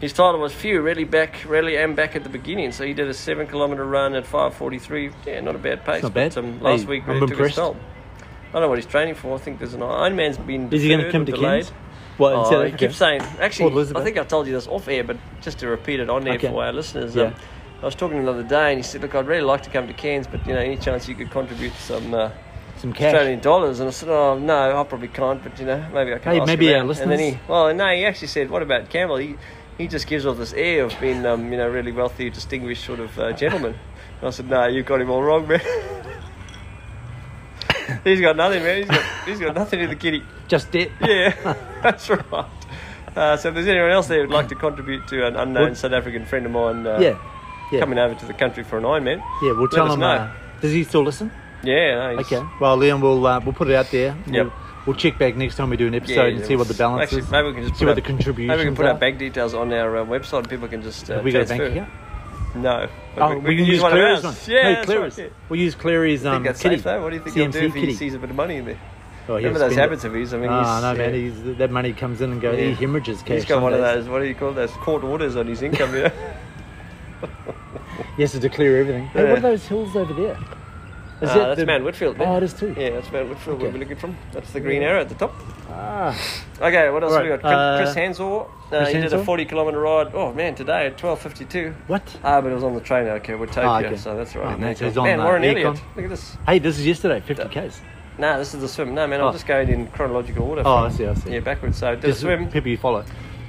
B: His title was Few, Rally Back, Rally and Back at the beginning. So he did a seven kilometre run at 5.43. Yeah, not a bad pace.
C: not bad.
B: But, um, last
C: Hey,
B: week,
C: I'm
B: it took a
C: impressed.
B: stop. I don't know what he's training for. I think there's an Ironman's been.
C: Is he going to
B: deferred
C: come
B: or
C: to
B: delayed.
C: Cairns? Well, in South
B: Oh, I
C: Africa?
B: keep saying.
C: Or
B: Actually,
C: Elizabeth?
B: I think I told you this off air, but just to repeat it on air
C: Okay.
B: for our listeners.
C: Yeah.
B: Um, I was talking another day, and he said, "Look, I'd really like to come to Cairns, but you know, any chance you could contribute some uh,
C: some cash.
B: Australian dollars?" And I said, "Oh no, I probably can't, but you know, maybe I can."
C: Hey,
B: ask
C: maybe our
B: around." And then
C: listeners-
B: he, well, no, he actually said, "What about Campbell?" He, he just gives off this air of being, um, you know, really wealthy, distinguished sort of uh, gentleman. And I said, "No, you got him all wrong, man." <laughs> he's got nothing, man. He's got, he's got nothing in the kitty.
C: Just it.
B: <laughs> Yeah, that's right. Uh, so if there's anyone else there who'd like to contribute to an unknown
C: Would-
B: South African friend of mine uh,
C: Yeah. Yeah.
B: coming over to the country for an Ironman,
C: Yeah, we'll
B: let
C: tell
B: us
C: him.
B: know.
C: Uh, does he still listen?
B: yeah, no, he's-
C: Okay. Well, Liam, we'll uh, we'll put it out there. We'll,
B: Yep.
C: we'll We'll check back next time we do an episode and
B: yeah,
C: see what the balance
B: actually,
C: is.
B: Maybe we can just
C: see
B: put
C: what
B: our-
C: the contributions
B: Maybe we can put
C: are.
B: our bank details on our uh, website. and People can just. Uh,
C: Have we got a
B: transfer.
C: bank here?
B: No.
C: Oh, we, can use
B: one of
C: Clary's one.
B: ours. Yeah,
C: no,
B: that's
C: Clary's.
B: right, yeah.
C: We'll use Clary's
B: I
C: um,
B: think that's
C: kitty.
B: safe though. What do you think
C: CMC
B: he'll do if
C: kitty.
B: he sees a bit of money in there?
C: Oh, he'll
B: Remember those
C: spend it.
B: habits of his? I mean,
C: Ah,
B: he's,
C: no, man,
B: yeah.
C: he's, that money comes in and goes.
B: Yeah.
C: He hemorrhages cash.
B: He's got one of
C: sometimes.
B: those. What do you call those? Court orders on his
C: <laughs>
B: income. You know?
C: He has to declare everything. Hey, what
B: Yeah.
C: are those hills over there? <clears throat> Is
B: Ah,
C: that
B: that's
C: the-
B: Mount Whitfield.
C: Oh,
B: there.
C: it is too.
B: Yeah, that's Mount Whitfield. Where
C: Okay.
B: we're looking from. That's the green arrow at the top.
C: Ah,
B: Okay, what else
C: All right,
B: we got? Chris,
C: uh,
B: Chris Hansor. Uh,
C: Chris
B: he did
C: Hansor?
B: a 40 kilometre ride. Oh man, today at 12:52.
C: what?
B: Ah, but it was on the train. Okay, we're Tokyo,
C: okay.
B: so that's all
C: Oh,
B: right.
C: man, so he's on,
B: man
C: uh,
B: Warren Elliott.
C: aircon.
B: Look at this.
C: Hey, this is yesterday. 50 k's.
B: No, this is the swim. No, man,
C: Oh.
B: I'm just going in chronological order.
C: Oh,
B: from-
C: I see. I see.
B: Yeah, backwards. So did a
C: Just
B: swim
C: People you follow.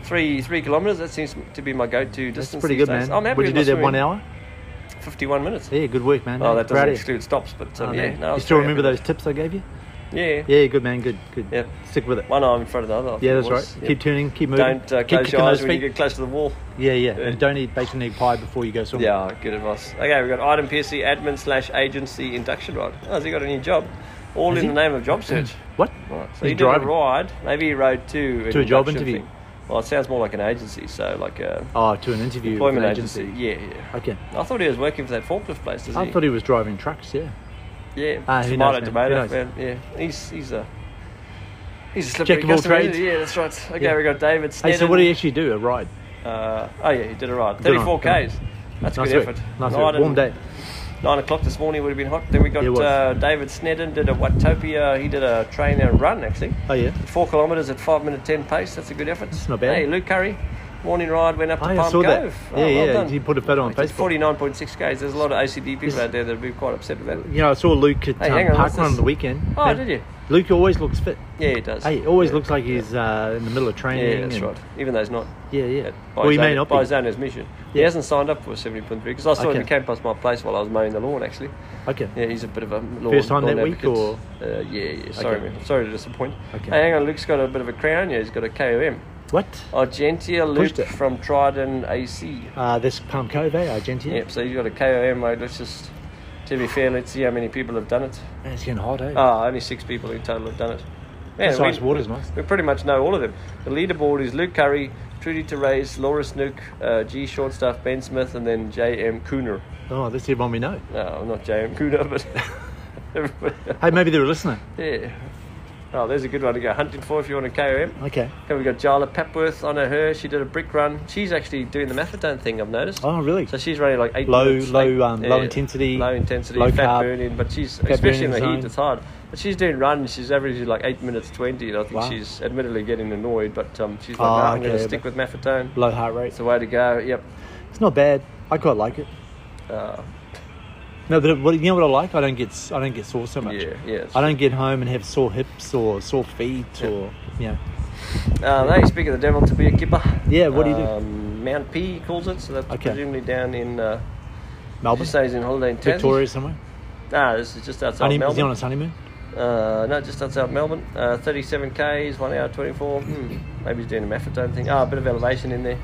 B: three three kilometres. That seems to be my go-to distance.
C: That's pretty
B: these
C: good,
B: days. Oh,
C: man.
B: I'm happy
C: Would you
B: with
C: do
B: my
C: that one
B: swimming.
C: hour?
B: Fifty-one minutes.
C: Yeah, good work, man.
B: Oh, that doesn't
C: Proud of you.
B: exclude stops, but um,
C: Oh,
B: yeah.
C: man.
B: No, I
C: you
B: was
C: still
B: very
C: remember
B: happy
C: those tips I gave you?
B: with it. Yeah.
C: Yeah, good man, good, good.
B: Yeah.
C: Stick with it.
B: One arm in front of the other. I
C: Yeah,
B: think
C: that's
B: it
C: right.
B: was.
C: Keep
B: Yeah.
C: tuning, keep moving.
B: Don't uh,
C: keep
B: close
C: kicking
B: your eyes
C: those
B: when you
C: feet.
B: get close to the wall.
C: Yeah, yeah,
B: Yeah.
C: And don't eat bacon egg pie before you go swimming.
B: Yeah, good advice. Okay, we've got Item Piercy admin slash agency induction ride. Oh, has he got a new job? All
C: Has
B: in
C: he?
B: the name of job
C: <clears throat>
B: search.
C: What?
B: Right, so
C: He's
B: he did a
C: driving.
B: ride. Maybe he rode to an
C: To a job
B: induction
C: interview.
B: thing. Well, it sounds more like an agency, so like a
C: Oh, to an interview. with
B: employment
C: an
B: agency. Yeah, yeah.
C: Okay.
B: I thought he was working for that forklift place. Does
C: I
B: he?
C: thought he was driving trucks. Yeah.
B: yeah.
C: Ah, who
B: tomato,
C: knows,
B: tomato.
C: man? Who knows?
B: man. Yeah, he's he's a he's a slippery
C: Jack of all
B: customer, isn't
C: trades.
B: he? Yeah, that's right. Okay,
C: Yeah.
B: we got David.
C: Hey,
B: Sneddon.
C: so what do you actually do? A ride?
B: Uh, oh yeah, he did a ride.
C: Good on him,
B: Thirty-four
C: good on him.
B: k's. That's a
C: nice
B: good
C: work.
B: effort.
C: Nice
B: Night
C: work.
B: and-
C: Warm day.
B: Nine o'clock this morning would have been hot. Then we got
C: It was.
B: uh, David Sneddon did a Watopia. He did a train and run actually,
C: Oh yeah.
B: four kilometres at five minute ten pace. That's a good effort. That's
C: not bad.
B: Hey, Luke Curry, morning ride went up to
C: Oh, yeah, I
B: Palm
C: saw that.
B: Cove.
C: yeah,
B: well
C: yeah.
B: done.
C: He put a photo on
B: He did
C: Facebook.
B: forty nine point six k's. There's a lot of OCD people
C: Is-
B: out there that'd be quite upset about it.
C: You know, I saw Luke at
B: Hey,
C: um,
B: hang on, what's
C: Parkrun on
B: this?
C: the weekend.
B: Oh,
C: Man,
B: did you?
C: Luke always looks fit.
B: Yeah, he does.
C: Hey, he always
B: Yeah.
C: looks like he's uh, in the middle of training.
B: Yeah, that's
C: and-
B: right. Even though he's not.
C: Yeah, yeah.
B: By
C: Well,
B: his
C: he may
B: own,
C: not
B: by
C: be.
B: his own admission, he
C: Yeah.
B: hasn't signed up for seventy point three because I saw
C: Okay.
B: him. He came past my place while I was mowing the lawn actually.
C: Okay.
B: Yeah, he's a bit of a lawn,
C: First time
B: lawn
C: that week,
B: advocate.
C: or-
B: uh, yeah, yeah. Sorry,
C: Okay.
B: man. Sorry to disappoint.
C: Okay.
B: Hey, hang on, Luke's got a bit of a crown. Yeah, he's got a KOM.
C: What?
B: Argentia
C: Pushed
B: Luke
C: it.
B: from Trident AC.
C: Uh, this Palm Cove, eh, Argentina.
B: Yep. So he's got a KOM. Mate. Let's just, to be fair, let's see how many people have done it.
C: Man, it's getting hot, eh?
B: Ah, only six people in total have done it. Man,
C: That's
B: we-
C: nice. Water's nice.
B: we pretty much know all of them. The leaderboard is Luke Curry, Trudy Therese, Laura Snook, uh, G Shortstaff, Ben Smith, and then J.M. Cooner.
C: Oh, that's everyone we know.
B: No, not J.M. Cooner, but everybody.
C: Hey, maybe they're a listener.
B: <laughs> Yeah. Oh, there's a good one to go hunting for if you want a KOM.
C: Okay.
B: Okay, we've got Jarla Pepworth. I know her. She did a brick run. She's actually doing the Mathadone thing, I've noticed.
C: Oh, really?
B: So she's running like eight
C: Low-
B: minutes,
C: low,
B: eight-
C: um, low intensity,
B: low intensity,
C: low
B: fat
C: carb,
B: burning. But she's especially in the
C: burning
B: heat,
C: zone.
B: it's hard. But she's doing runs. She's averaging like eight minutes twenty, and I think
C: Wow.
B: she's admittedly getting annoyed. But um, she's like,
C: Oh,
B: "No, I'm going
C: okay,
B: to stick
C: but-
B: with Maffetone.
C: Low heart rate.
B: It's the way to go. Yep.
C: It's not bad. I quite like it.
B: Uh,
C: No, but what, you know what I like? I don't get s- I don't get sore so much.
B: yeah, yeah. it's-
C: I don't get home and have sore hips or sore feet or you know.
B: Uh, they speak of the devil to be a kipper.
C: Yeah, what do you do?
B: Um, Mount P he calls it, so that's
C: Okay.
B: presumably down in. Uh,
C: Melbourne,
B: She stays in holiday in Tassie.
C: Victoria, somewhere.
B: Nah, this is just outside
C: Honey, is he on
B: Melbourne.
C: his honeymoon?
B: Uh, no, just outside Melbourne. Uh, 37 k's, one hour 24. Hmm. Maybe he's doing a Maffetone thing. Ah, a bit of elevation in there.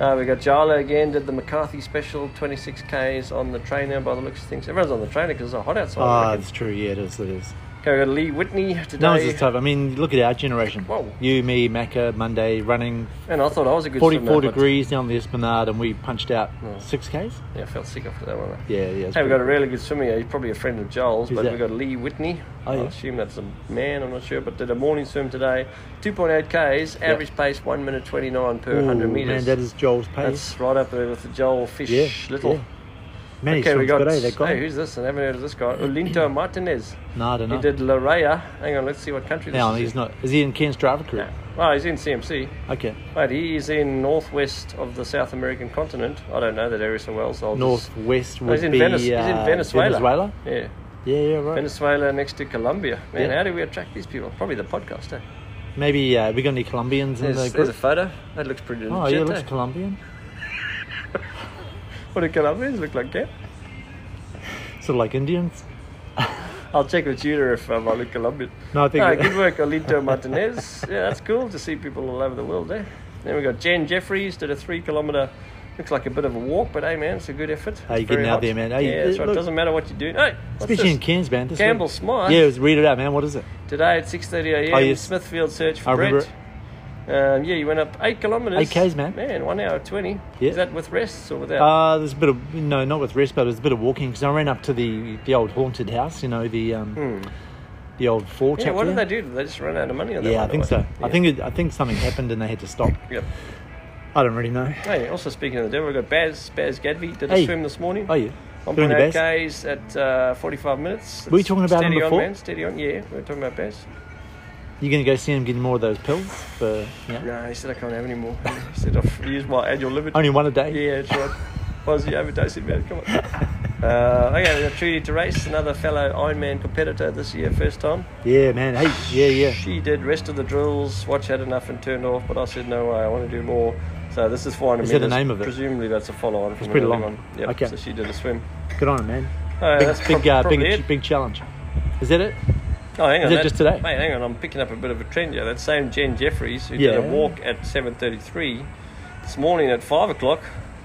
B: Uh, we got Jala again. Did the McCarthy special, 26 k's on the trainer. By the looks of things, everyone's on the trainer because it's hot outside.
C: Ah,
B: I reckon.
C: that's true. Yeah, it is. It is.
B: Okay, we got Lee Whitney today.
C: No one's as tough. I mean, look at our generation.
B: Whoa.
C: You, me, Macca, Monday, running
B: And I thought I was a good
C: 44
B: swimmer, but-
C: degrees down the Esplanade, and we punched out
B: Yeah.
C: six k's.
B: Yeah, I felt sick after that one. though.
C: Yeah, yeah. it's
B: Hey, we've
C: pretty-
B: got a really good swimmer here. He's probably a friend of Joel's,
C: Who's
B: but
C: that?
B: we've got Lee Whitney.
C: Oh, yeah.
B: I assume that's a man, I'm not sure, but did a morning swim today. 2.8 Ks, average pace 1 minute 29 per
C: Ooh,
B: 100 metres.
C: Man, that is Joel's pace.
B: That's right up there with the Joel Fish
C: yeah,
B: Little.
C: yeah. Man, he
B: Okay, we
C: swims
B: got.
C: good, eh, that guy?
B: Hey, who's this? I haven't heard of this guy. Olinto Martinez.
C: no, I don't know.
B: He did La Raya. Hang on, let's see what country this
C: No,
B: is.
C: he's not. Is he in Ken's driver crew?
B: No. Well, he's in CMC.
C: Okay.
B: But he is in northwest of the South American continent. I don't know that area so well, so I'll just-
C: Northwest
B: Oh,
C: would
B: he's in
C: be
B: Venice. He's in
C: uh,
B: Venezuela.
C: Venezuela?
B: Yeah.
C: Yeah, yeah, right.
B: Venezuela next to Colombia. Man,
C: Yeah.
B: how do we attract these people? Probably the podcast, eh?
C: Maybe uh, we got any Colombians in
B: There's,
C: the
B: there's a
C: group?
B: photo. That looks pretty legit.
C: Oh, yeah, looks
B: eh?
C: Colombian.
B: What do Colombians look like, yeah?
C: Sort of like Indians.
B: I'll check with you if um, I look Colombian.
C: No, I think.
B: Ah, good work, Olinto eh? Martinez. Yeah, that's cool to see people all over the world there. Then we got Jen Jeffries, did a three kilometre Looks like a bit of a walk, but hey, man, it's a good effort.
C: Hey,
B: It's
C: you're getting
B: very
C: out
B: hot.
C: there, man. Hey,
B: yeah, that's right.
C: look-
B: doesn't matter what you do. Hey, what's
C: Especially in
B: this?
C: Cairns, man. This
B: Campbell
C: week-
B: Smythe.
C: Yeah, it was, read it out, man. What is it?
B: Today at 6.30 a.m.
C: Oh, yes.
B: Smithfield search for
C: I remember
B: Brett. Um, yeah, you went up eight kilometres.
C: Eight Ks, man.
B: Man, one hour 20.
C: Yeah.
B: Is that with rests or without?
C: Uh, there's a bit of no, not with rest, but there's a bit of walking because I ran up to the the old haunted house. You know the um, the old fort.
B: Hmm. yeah,
C: up
B: what did
C: there.
B: they do? Did they just run out of money on that
C: Yeah, I
B: one,
C: think
B: or
C: so.
B: what?
C: I think it, I think something happened and they had to stop.
B: Yep.
C: I don't really know.
B: Hey, also speaking of the devil, we've got Baz, Baz Gadvi did a
C: Hey.
B: swim this morning.
C: Oh yeah, doing the
B: 1.8
C: best.
B: Ks at uh, 45 minutes.
C: Were you
B: It's
C: talking about him
B: steady
C: before?
B: on, man. Steady on, yeah. We were talking about Baz.
C: You're gonna go see him getting more of those pills for yeah,
B: No, he said I can't have any more. <laughs> He said I've used my annual limit.
C: only one a day.
B: Yeah, that's
C: <laughs>
B: right. Why was he overdosing, man? Come on. Uh, okay, we've got Trudy to race, another fellow Ironman competitor this year, first time.
C: Yeah, man. Hey, yeah, yeah.
B: She did rest of the drills, watch had enough and turned off, but I said no way, I want to do more. So this is 400
C: Is that
B: meters.
C: the name of it?
B: Presumably that's a follow on. It's
C: pretty long.
B: One. Yep,
C: Okay.
B: So she did a swim.
C: Good on him, man.
B: Oh,
C: Big,
B: that's
C: big,
B: prob-
C: uh,
B: probably
C: big,
B: it.
C: big challenge. Is that it?
B: Oh, hang on.
C: Is it
B: that-
C: just today?
B: Mate, hang on. I'm picking up a bit of a trend here. That same Jen Jeffries who did
C: Yeah.
B: a walk at 7:33 this morning at five o'clock.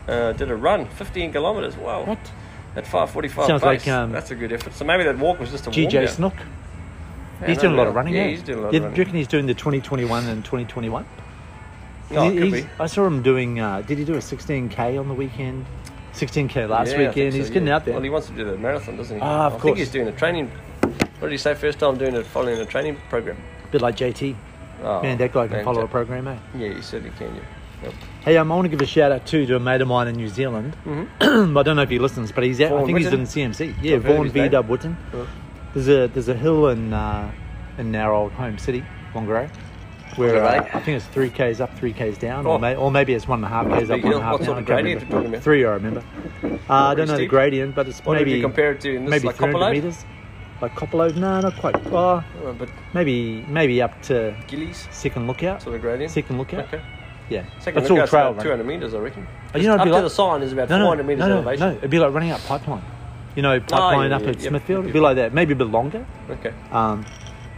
B: Uh, did a run, 15 kilometres. Wow.
C: What?
B: At 5:45.
C: Sounds
B: pace.
C: like, um,
B: that's a good effort. So maybe that walk was just a warm
C: GJ
B: down.
C: Snook.
B: Yeah,
C: He's
B: no
C: doing a lot of
B: doubt.
C: running.
B: Yeah,
C: eh?
B: he's doing a lot
C: Yeah,
B: of
C: Do you
B: running.
C: reckon he's doing the 2021 and 2021?
B: Oh, it
C: He-
B: could
C: he's-
B: be.
C: I saw him doing. Uh, did he do a 16k on the weekend? 16k last
B: Yeah, I think
C: weekend.
B: so,
C: he's getting
B: yeah.
C: out there.
B: Well, he wants to do the marathon, doesn't he?
C: Ah,
B: I
C: of
B: think
C: course.
B: he's doing a training. What did he say? First time doing it, following a training program.
C: bit like JT.
B: Oh,
C: man, that guy can
B: man,
C: follow
B: Ja-
C: a program, eh?
B: Yeah, he certainly can. Yeah. Yep.
C: Hey, um, I want to give a shout out too to a mate of mine in New Zealand. <clears throat> I don't know if he listens, but he's out. I
B: Vaughan
C: think
B: Whitten?
C: he's in CMC. Yeah,
B: I've heard
C: Vaughan
B: his
C: V
B: name.
C: Dub Witten.
B: Sure.
C: There's a there's a hill in uh, in our old home city, Whangarei, where
B: Whangarei.
C: uh, I think it's three k's up, three k's down,
B: Oh.
C: or, may, or maybe it's one and a half k's up,
B: Big
C: one
B: hill.
C: and a half
B: What
C: down.
B: sort of
C: I can't
B: gradient
C: remember.
B: are you talking about?
C: Three, I remember. Uh, I don't know the
B: steep?
C: gradient, but it's
B: What would
C: maybe
B: you compare it to in this,
C: maybe
B: like
C: 300
B: Coppolaid?
C: meters. Like Coppolo? No, not quite. Oh,
B: Uh, but
C: maybe maybe up to
B: Gillies,
C: second lookout.
B: sort of gradient.
C: Second lookout.
B: Okay.
C: Yeah,
B: Second lookout's
C: that's all trail.
B: about
C: running.
B: 200 metres, I reckon.
C: Oh, you know, it'd
B: up
C: be
B: to
C: like-
B: the sign is about 400 metres
C: no,
B: elevation. Oh,
C: No, it'd be like running out pipeline. You know, pipeline
B: yeah,
C: up
B: yeah,
C: at
B: yeah,
C: Smithfield.
B: yeah.
C: It'd be like that. Maybe a bit longer.
B: Okay.
C: Um,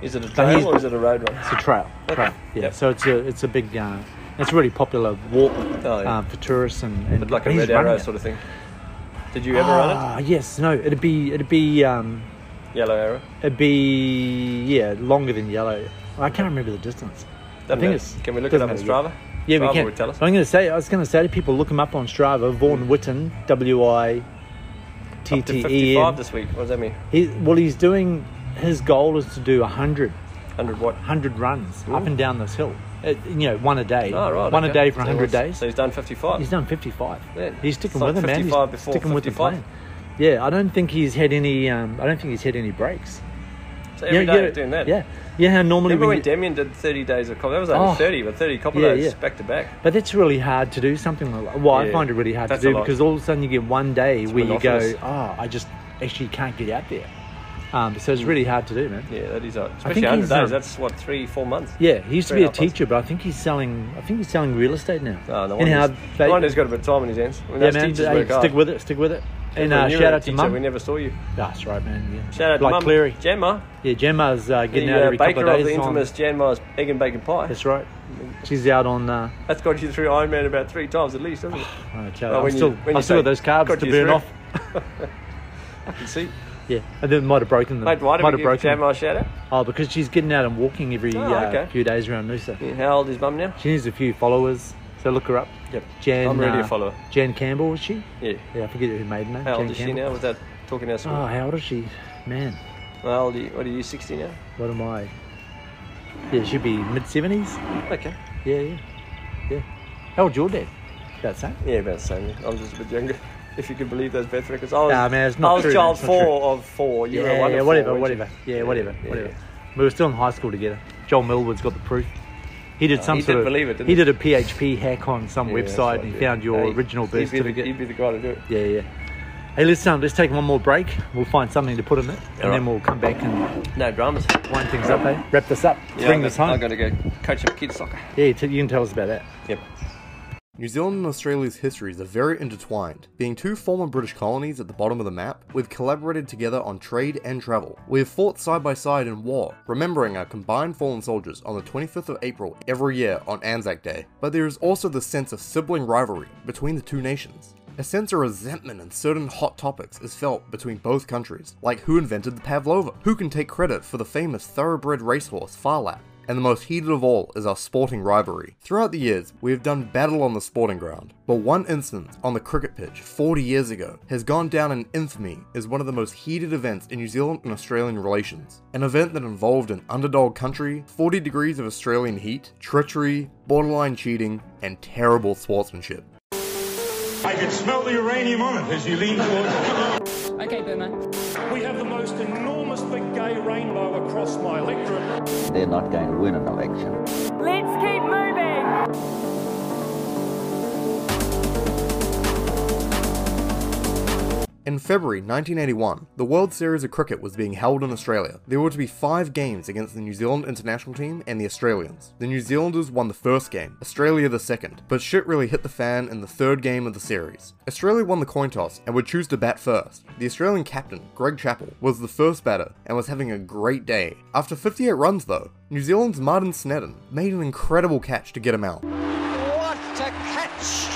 B: Is it a
C: here's-
B: trail or is it a road run?
C: it's a trail.
B: Okay.
C: trail. Yeah.
B: Yep.
C: So it's a it's a big. Uh, it's a really popular walk
B: Oh, yeah.
C: uh, for tourists and, and
B: But like a
C: he's
B: red arrow
C: running it.
B: sort of thing. Did you ever run
C: Ah, yes. No. It'd be it'd be um,
B: it? Yellow arrow.
C: it'd be yeah longer than yellow. I can't remember the distance.
B: Doesn't
C: think
B: matter.
C: it's-
B: Can we look it
C: doesn't
B: up on
C: matter,
B: Strava?
C: Yeah,
B: Strava
C: we can.
B: Would tell us.
C: I'm going to say I was going to say to people, look him up on Strava. Vaughan Witten, W I T
B: Up to
C: T
B: 55
C: E N.
B: this week. What does that mean?
C: He, well, he's doing. His goal is to do 100,
B: 100 what?
C: 100 runs up and down this hill. Uh, you know, one a day.
B: Oh, right.
C: One a
B: okay.
C: day for
B: So
C: 100
B: what's-
C: days.
B: So he's done 55.
C: he's done 55.
B: Man,
C: he's sticking
B: it's like
C: with it, man. He's
B: 55 before
C: sticking with the
B: 55.
C: plan. Yeah, I don't think he's had any. Um, I don't think he's had any breaks.
B: so every
C: yeah,
B: day
C: yeah,
B: doing that.
C: Yeah, yeah. How normally
B: Remember when
C: when you-
B: Damien did 30 days of copper? That was only
C: Oh.
B: 30, but 30 copper
C: Yeah,
B: days
C: yeah.
B: back to back.
C: but that's really hard to do something like that. Well,
B: Yeah,
C: I find it really hard to
B: that's a
C: do
B: lot.
C: because all of a sudden you get one day
B: It's
C: where you
B: monotonous.
C: go, oh, I just actually can't get out there. Um, so it's
B: Mm.
C: really hard to do, man.
B: Yeah, that is, uh,
C: think
B: especially 100 days.
C: he's, um,
B: that's what, three, four months?
C: Yeah, he used to
B: Three
C: be a
B: and a half months.
C: teacher, but I think he's selling. I think he's selling real estate now.
B: Oh, no
C: and how
B: wonder.
C: they,
B: No wonder he's got a bit of time in his hands. I mean,
C: yeah,
B: those
C: man,
B: teachers
C: hey,
B: work hard.
C: stick with it, stick with it. And
B: When
C: uh,
B: you
C: shout
B: were a
C: out to
B: teacher, We
C: mum.
B: never saw you.
C: That's right, man. Yeah.
B: Shout out
C: like
B: to Mum
C: Cleary.
B: Janma,
C: Yeah, Gemma's uh, getting out
B: the uh,
C: every couple
B: baker
C: of
B: of
C: days.
B: the
C: on-
B: infamous Janma's egg and bacon pie.
C: That's right. She's out on. Uh,
B: That's got you through Iron Man about three times at least, hasn't
C: <sighs>
B: it?
C: oh, okay,
B: Well,
C: I'm
B: when you-
C: still,
B: when you
C: I'm
B: say
C: still with those carbs
B: got
C: to
B: you
C: burn
B: through.
C: off.
B: <laughs> You can see.
C: Yeah, and then might have broken them.
B: Mate, why
C: might
B: did
C: have
B: we give
C: broken. them.
B: Janma a shout out?
C: Oh, because she's getting out and walking every
B: Oh,
C: uh,
B: okay.
C: few days around Noosa.
B: Yeah, how old is Mum now?
C: She needs a few followers, so look her up.
B: Yep.
C: Jan.
B: I'm already
C: uh,
B: a follower.
C: Jan Campbell was she?
B: Yeah.
C: Yeah, I forget her maiden name.
B: How
C: Jan
B: old is she
C: Campbell.
B: now? Was that talking our
C: Oh,
B: school?
C: how old is she? Man,
B: How old are you? What are you, 60 now?
C: what am I? Yeah, she'd be mid 70s.
B: Okay.
C: Yeah, yeah. Yeah. How old's your dad? About the same.
B: Yeah, about the same. yeah. I'm just a bit younger. <laughs> If you could believe those birth records. I was,
C: Nah, man, it's not
B: I was
C: true, man,
B: child
C: it's not
B: four
C: true.
B: of four. You were
C: yeah,
B: one
C: yeah,
B: of
C: whatever,
B: four, weren't you?
C: whatever. Yeah, whatever,
B: yeah,
C: whatever.
B: yeah.
C: We were still in high school together. Joel Millwood's got the proof. He did some
B: Uh, he
C: sort
B: did
C: of.
B: believe it, didn't he?
C: he did a PHP hack on some
B: Yeah, that's
C: website
B: right,
C: and
B: yeah.
C: he found your
B: Hey,
C: original birth
B: he'd be the-
C: certificate.
B: He'd be the guy to do it.
C: Yeah, yeah. Hey, let's um, let's take one more break. We'll find something to put in it,
B: right.
C: and then we'll come back and
B: No dramas.
C: wind things up. Hey, wrap this up.
B: Yeah,
C: Bring
B: I
C: this
B: got- I
C: home.
B: got to go coach some kids soccer.
C: Yeah, you, t- you can tell us about that.
B: Yep.
I: New Zealand and Australia's histories are very intertwined, being two former British colonies at the bottom of the map, we've collaborated together on trade and travel. We have fought side by side in war, remembering our combined fallen soldiers on the 25th of April every year on Anzac Day. But there is also the sense of sibling rivalry between the two nations. A sense of resentment in certain hot topics is felt between both countries, like who invented the pavlova, who can take credit for the famous thoroughbred racehorse Farlap, and the most heated of all is our sporting rivalry. Throughout the years, we have done battle on the sporting ground, but one instance on the cricket pitch 40 years ago has gone down in infamy as one of the most heated events in New Zealand and Australian relations. An event that involved an underdog country, 40 degrees of Australian heat, treachery, borderline cheating, and terrible sportsmanship.
J: I could smell the uranium on it as you leaned towards it.
K: Okay, Boomer.
J: We have the most enormous big gay rainbow across my electorate.
L: They're not going to win an election.
K: Let's keep moving.
I: In February 1981, the World Series of Cricket was being held in Australia. There were to be five games against the New Zealand international team and the Australians. The New Zealanders won the first game, Australia the second, but shit really hit the fan in the third game of the series. Australia won the coin toss and would choose to bat first. The Australian captain, Greg Chappell, was the first batter and was having a great day. After 58 runs though, New Zealand's Martin Snedden made an incredible catch to get him out.
M: What a catch!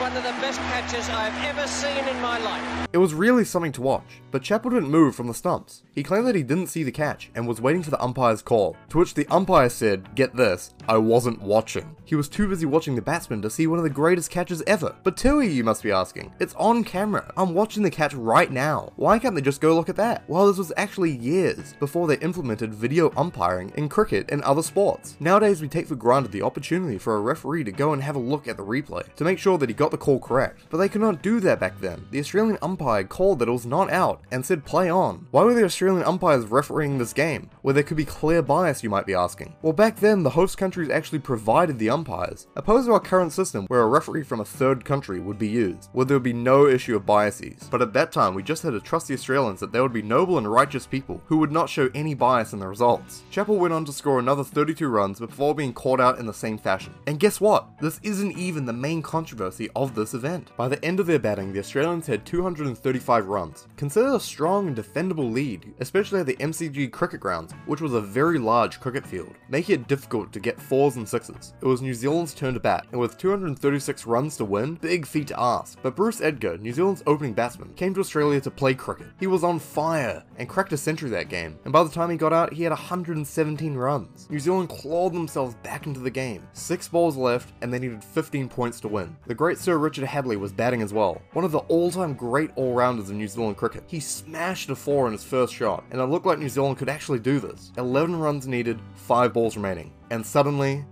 M: one of the best catches I've ever seen in my life.
I: It was really something to watch, but Chappell didn't move from the stumps. He claimed that he didn't see the catch and was waiting for the umpire's call, to which the umpire said, Get this, I wasn't watching. He was too busy watching the batsman to see one of the greatest catches ever. But Tui, you must be asking, it's on camera. I'm watching the catch right now. Why can't they just go look at that? Well, this was actually years before they implemented video umpiring in cricket and other sports. Nowadays, we take for granted the opportunity for a referee to go and have a look at the replay to make sure that he got the call correct, but they could not do that back then. The Australian umpire called that it was not out and said play on. Why were the Australian umpires refereeing this game, where there could be clear bias, you might be asking? Well, back then, the host countries actually provided the umpires, opposed to our current system where a referee from a third country would be used, where there would be no issue of biases. But at that time, we just had to trust the Australians that they would be noble and righteous people who would not show any bias in the results. Chappell went on to score another 32 runs before being called out in the same fashion. And guess what? This isn't even the main controversy of of this event. By the end of their batting, the Australians had 235 runs, considered a strong and defendable lead, especially at the MCG cricket grounds, which was a very large cricket field, making it difficult to get fours and sixes. It was New Zealand's turn to bat, and with 236 runs to win, big feat to ask. But Bruce Edgar, New Zealand's opening batsman, came to Australia to play cricket. He was on fire and cracked a century that game, and by the time he got out, he had 117 runs. New Zealand clawed themselves back into the game. Six balls left, and they needed 15 points to win. The great Sir Richard Hadley was batting as well, one of the all-time great all-rounders in New Zealand cricket. He smashed a four in his first shot, and it looked like New Zealand could actually do this. 11 runs needed, 5 balls remaining, and suddenly...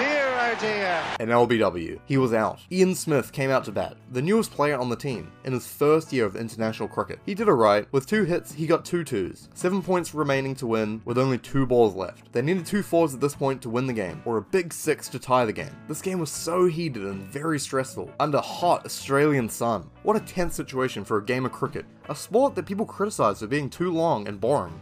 I: and LBW. He was out. Ian Smith came out to bat, the newest player on the team, in his first year of international cricket. He did alright. With two hits, he got two twos. Seven points remaining to win, with only two balls left. They needed two fours at this point to win the game, or a big six to tie the game. This game was so heated and very stressful, under hot Australian sun. What a tense situation for a game of cricket, a sport that people criticise for being too long and boring.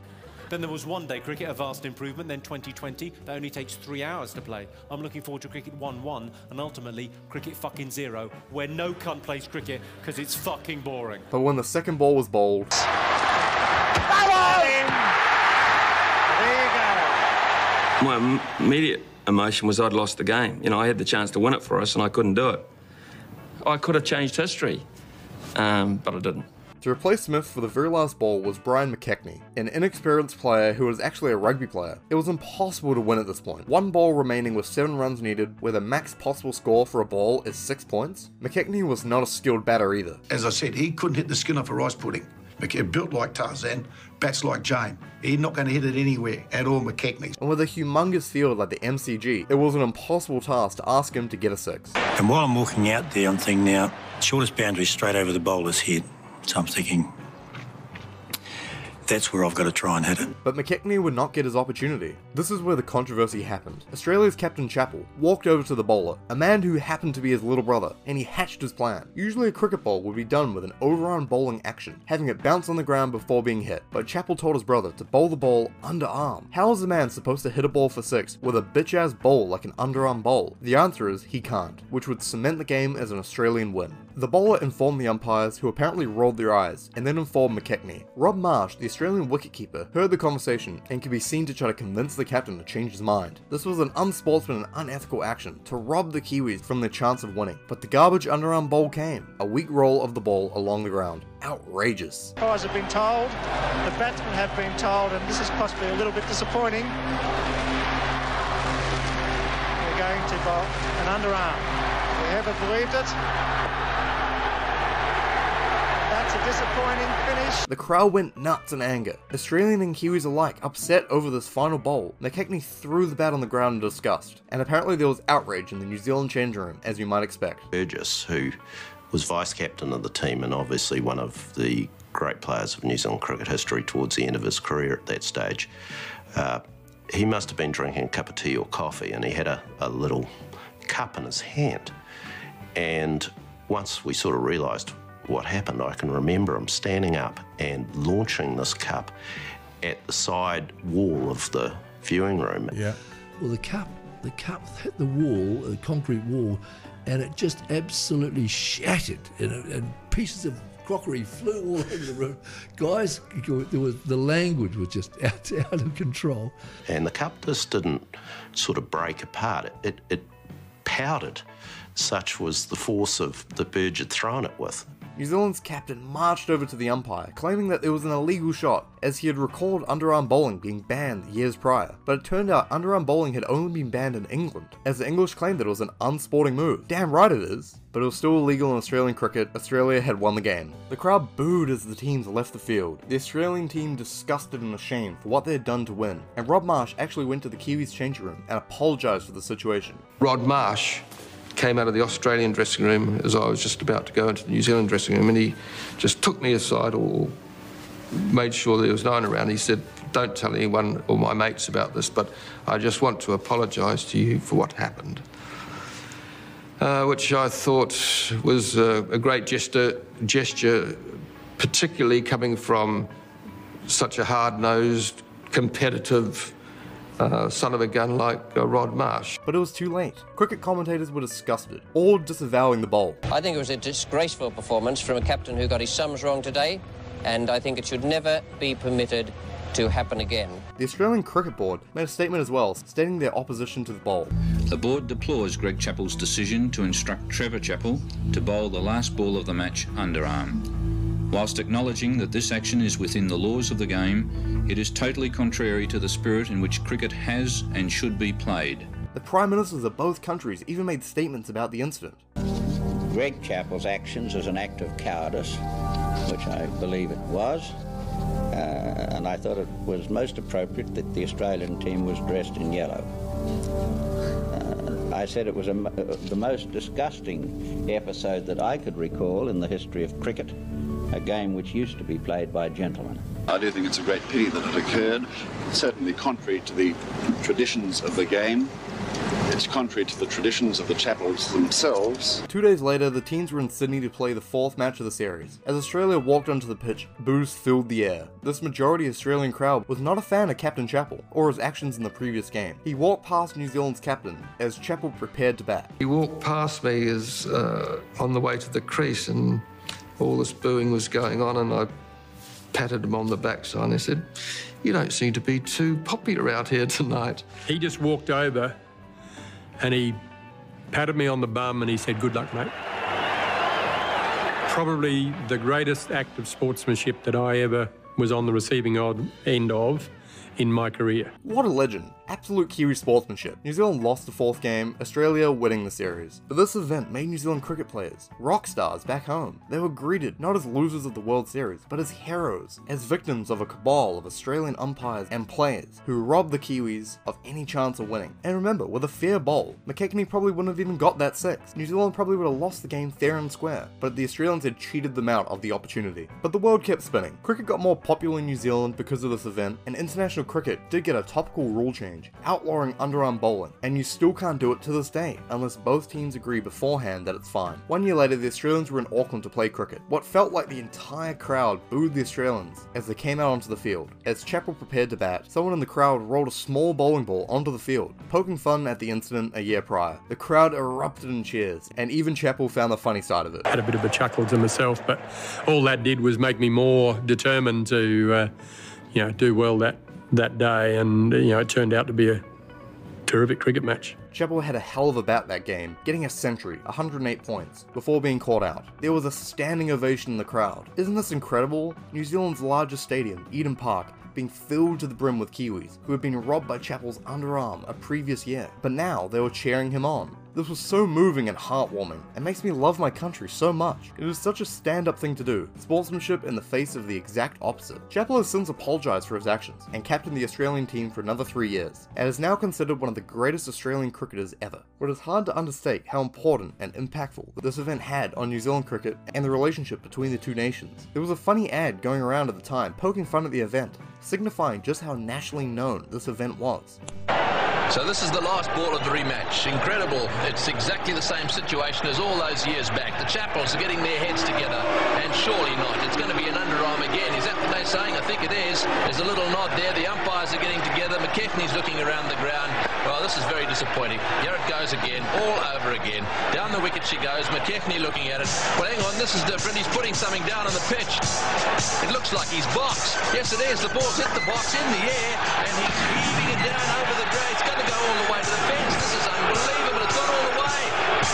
N: Then there was one day cricket, a vast improvement. Then 2020, that only takes three hours to play. I'm looking forward to cricket 1 1 and ultimately cricket fucking zero, where no cunt plays cricket because it's fucking boring.
I: But when the second ball was bowled.
O: My immediate emotion was I'd lost the game. You know, I had the chance to win it for us and I couldn't do it. I could have changed history, um, but I didn't.
I: To replace Smith for the very last ball was Brian McKechnie, an inexperienced player who was actually a rugby player. It was impossible to win at this point. One ball remaining with 7 runs needed, where the max possible score for a ball is 6 points. McKechnie was not a skilled batter either.
P: As I said, he couldn't hit the skin off a rice pudding. McKechnie built like Tarzan, bats like Jane. He's not going to hit it anywhere at all, McKechnie.
I: And with a humongous field like the MCG, it was an impossible task to ask him to get a 6.
Q: And while I'm walking out there, I'm thinking now, shortest boundary straight over the bowler's head. So I'm thinking, That's where I've got to try and hit it.
I: But McKechnie would not get his opportunity. This is where the controversy happened. Australia's Captain Chappell walked over to the bowler, a man who happened to be his little brother, and he hatched his plan. Usually a cricket ball would be done with an overarm bowling action, having it bounce on the ground before being hit, but Chappell told his brother to bowl the ball underarm. How is a man supposed to hit a ball for six with a bitch ass bowl like an underarm bowl? The answer is he can't, which would cement the game as an Australian win. The bowler informed the umpires, who apparently rolled their eyes, and then informed McKechnie. Rob Marsh, the Australian wicketkeeper, heard the conversation and could be seen to try to convince the captain to change his mind. This was an unsportsman and unethical action to rob the Kiwis from their chance of winning, but the garbage underarm bowl came, a weak roll of the ball along the ground. Outrageous.
R: Guys have been told, the batsmen have been told, and this is possibly a little bit disappointing. We're going to bowl an underarm. We haven't believed it. That's a disappointing finish.
I: The crowd went nuts in anger. Australian and Kiwis alike upset over this final bowl. McKechnie threw the bat on the ground in disgust, and apparently there was outrage in the New Zealand change room, as you might expect.
S: Burgess, who was vice captain of the team and obviously one of the great players of New Zealand cricket history towards the end of his career at that stage, uh, he must have been drinking a cup of tea or coffee and he had a, a little cup in his hand. And once we sort of realised what happened, I can remember him standing up and launching this cup at the side wall of the viewing room. Yeah.
T: Well, the cup, the cup hit the wall, uh, the concrete wall, and it just absolutely shattered, and, uh, and pieces of crockery flew all <laughs> over the room. Guys, there was the language was just <laughs> out, out of control.
S: And the cup just didn't sort of break apart. It, it, it pouted. Such was the force of the Burge had thrown it with.
I: New Zealand's captain marched over to the umpire, claiming that there was an illegal shot, as he had recalled underarm bowling being banned years prior. But it turned out underarm bowling had only been banned in England, as the English claimed that it was an unsporting move. Damn right it is! But it was still illegal in Australian cricket, Australia had won the game. The crowd booed as the teams left the field, the Australian team disgusted and ashamed for what they had done to win, and Rob Marsh actually went to the Kiwis' change room and apologised for the situation.
U: Rod Marsh came out of the Australian dressing room as I was just about to go into the New Zealand dressing room, and he just took me aside or made sure there was no one around. He said, "Don't tell anyone or my mates about this, but I just want to apologise to you for what happened." Uh, which I thought was uh, a, a great gesture, gesture, particularly coming from such a hard-nosed, competitive uh, son of a gun like uh, Rod Marsh.
I: But it was too late. Cricket commentators were disgusted, all disavowing the bowl.
M: I think it was a disgraceful performance from a captain who got his sums wrong today, and I think it should never be permitted to happen again.
I: The Australian Cricket Board made a statement as well, stating their opposition to the bowl.
V: The board deplores Greg Chappell's decision to instruct Trevor Chappell to bowl the last ball of the match underarm. Whilst acknowledging that this action is within the laws of the game, it is totally contrary to the spirit in which cricket has and should be played.
I: The prime ministers of both countries even made statements about the incident.
L: Greg Chappell's actions as an act of cowardice, which I believe it was, uh, and I thought it was most appropriate that the Australian team was dressed in yellow. Uh, I said it was a, uh, the most disgusting episode that I could recall in the history of cricket, a game which used to be played by gentlemen.
W: I do think it's a great pity that it occurred. Certainly contrary to the traditions of the game. It's contrary to the traditions of the chapels themselves.
I: Two days later, the teams were in Sydney to play the fourth match of the series. As Australia walked onto the pitch, boos filled the air. This majority Australian crowd was not a fan of Captain Chappell or his actions in the previous game. He walked past New Zealand's captain as Chappell prepared to bat.
U: He walked past me as uh, on the way to the crease, and all this booing was going on, and I patted him on the backside and I said, You don't seem to be too popular out here tonight.
X: He just walked over and he patted me on the bum and he said, Good luck, mate. Probably the greatest act of sportsmanship that I ever was on the receiving end of in my career.
I: What a legend. absolute Kiwi sportsmanship. New Zealand lost the fourth game, Australia winning the series. But this event made New Zealand cricket players, rock stars back home. They were greeted not as losers of the World Series, but as heroes, as victims of a cabal of Australian umpires and players who robbed the Kiwis of any chance of winning. And remember, with a fair bowl, McKechnie probably wouldn't have even got that six. New Zealand probably would have lost the game fair and square, but the Australians had cheated them out of the opportunity. But the world kept spinning. Cricket got more popular in New Zealand because of this event, and international cricket did get a topical rule change, outlawing underarm bowling, and you still can't do it to this day, unless both teams agree beforehand that it's fine. One year later, the Australians were in Auckland to play cricket. What felt like the entire crowd booed the Australians as they came out onto the field. As Chappell prepared to bat, someone in the crowd rolled a small bowling ball onto the field, poking fun at the incident a year prior. The crowd erupted in cheers, and even Chappell found the funny side of it.
X: I had a bit of a chuckle to myself, but all that did was make me more determined to, uh, you know, do well that that day, and you know, it turned out to be a terrific cricket match.
I: Chappell had a hell of a bat that game, getting a century, 108 points, before being caught out. There was a standing ovation in the crowd. Isn't this incredible? New Zealand's largest stadium, Eden Park, being filled to the brim with Kiwis, who had been robbed by Chappell's underarm a previous year, but now they were cheering him on. This was so moving and heartwarming. It makes me love my country so much. It is such a stand up thing to do. Sportsmanship in the face of the exact opposite. Chappell has since apologised for his actions and captained the Australian team for another three years, and is now considered one of the greatest Australian cricketers ever. But it's hard to understate how important and impactful this event had on New Zealand cricket and the relationship between the two nations. There was a funny ad going around at the time poking fun at the event, signifying just how nationally known this event was.
A: So this is the last ball of the rematch. Incredible. It's exactly the same situation as all those years back. The Chapels are getting their heads together, and surely not. It's going to be an underarm again. Is that what they're saying? I think it is. There's a little nod there. The umpires are getting together. McKechnie's looking around the ground. Well, this is very disappointing. Here it goes again, all over again. Down the wicket she goes. McKechnie looking at it. Well, hang on, this is different. He's putting something down on the pitch. It looks like he's boxed. Yes, it is. The ball's hit the box in the air, and he's heaving it down over the grey. It's going to go all the way to the fence. This is unbelievable. It's gone all the way.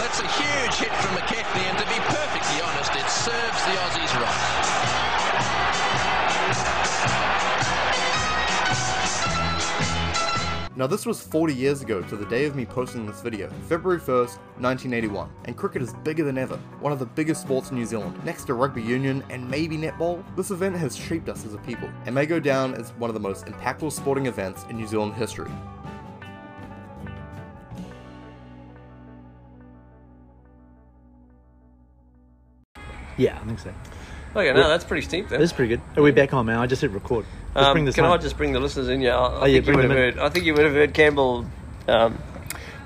A: That's a huge hit from McKechnie, and to be perfectly honest, it serves the Aussies right.
I: Now this was 40 years ago to the day of me posting this video, February 1st, 1981, and cricket is bigger than ever, one of the biggest sports in New Zealand, next to rugby union and maybe netball. This event has shaped us as a people, and may go down as one of the most impactful sporting events in New Zealand history.
C: Yeah, I think so.
B: Okay,
C: Well,
B: no, that's pretty steep then.
C: That's pretty good. Are we back on, man? I just hit record. Let's
B: Um,
C: bring this
B: can
C: home.
B: I just bring the listeners in? Yeah, I, I
C: Oh, yeah,
B: think you
C: bring
B: would have
C: them in.
B: heard. I think you would have heard Campbell um,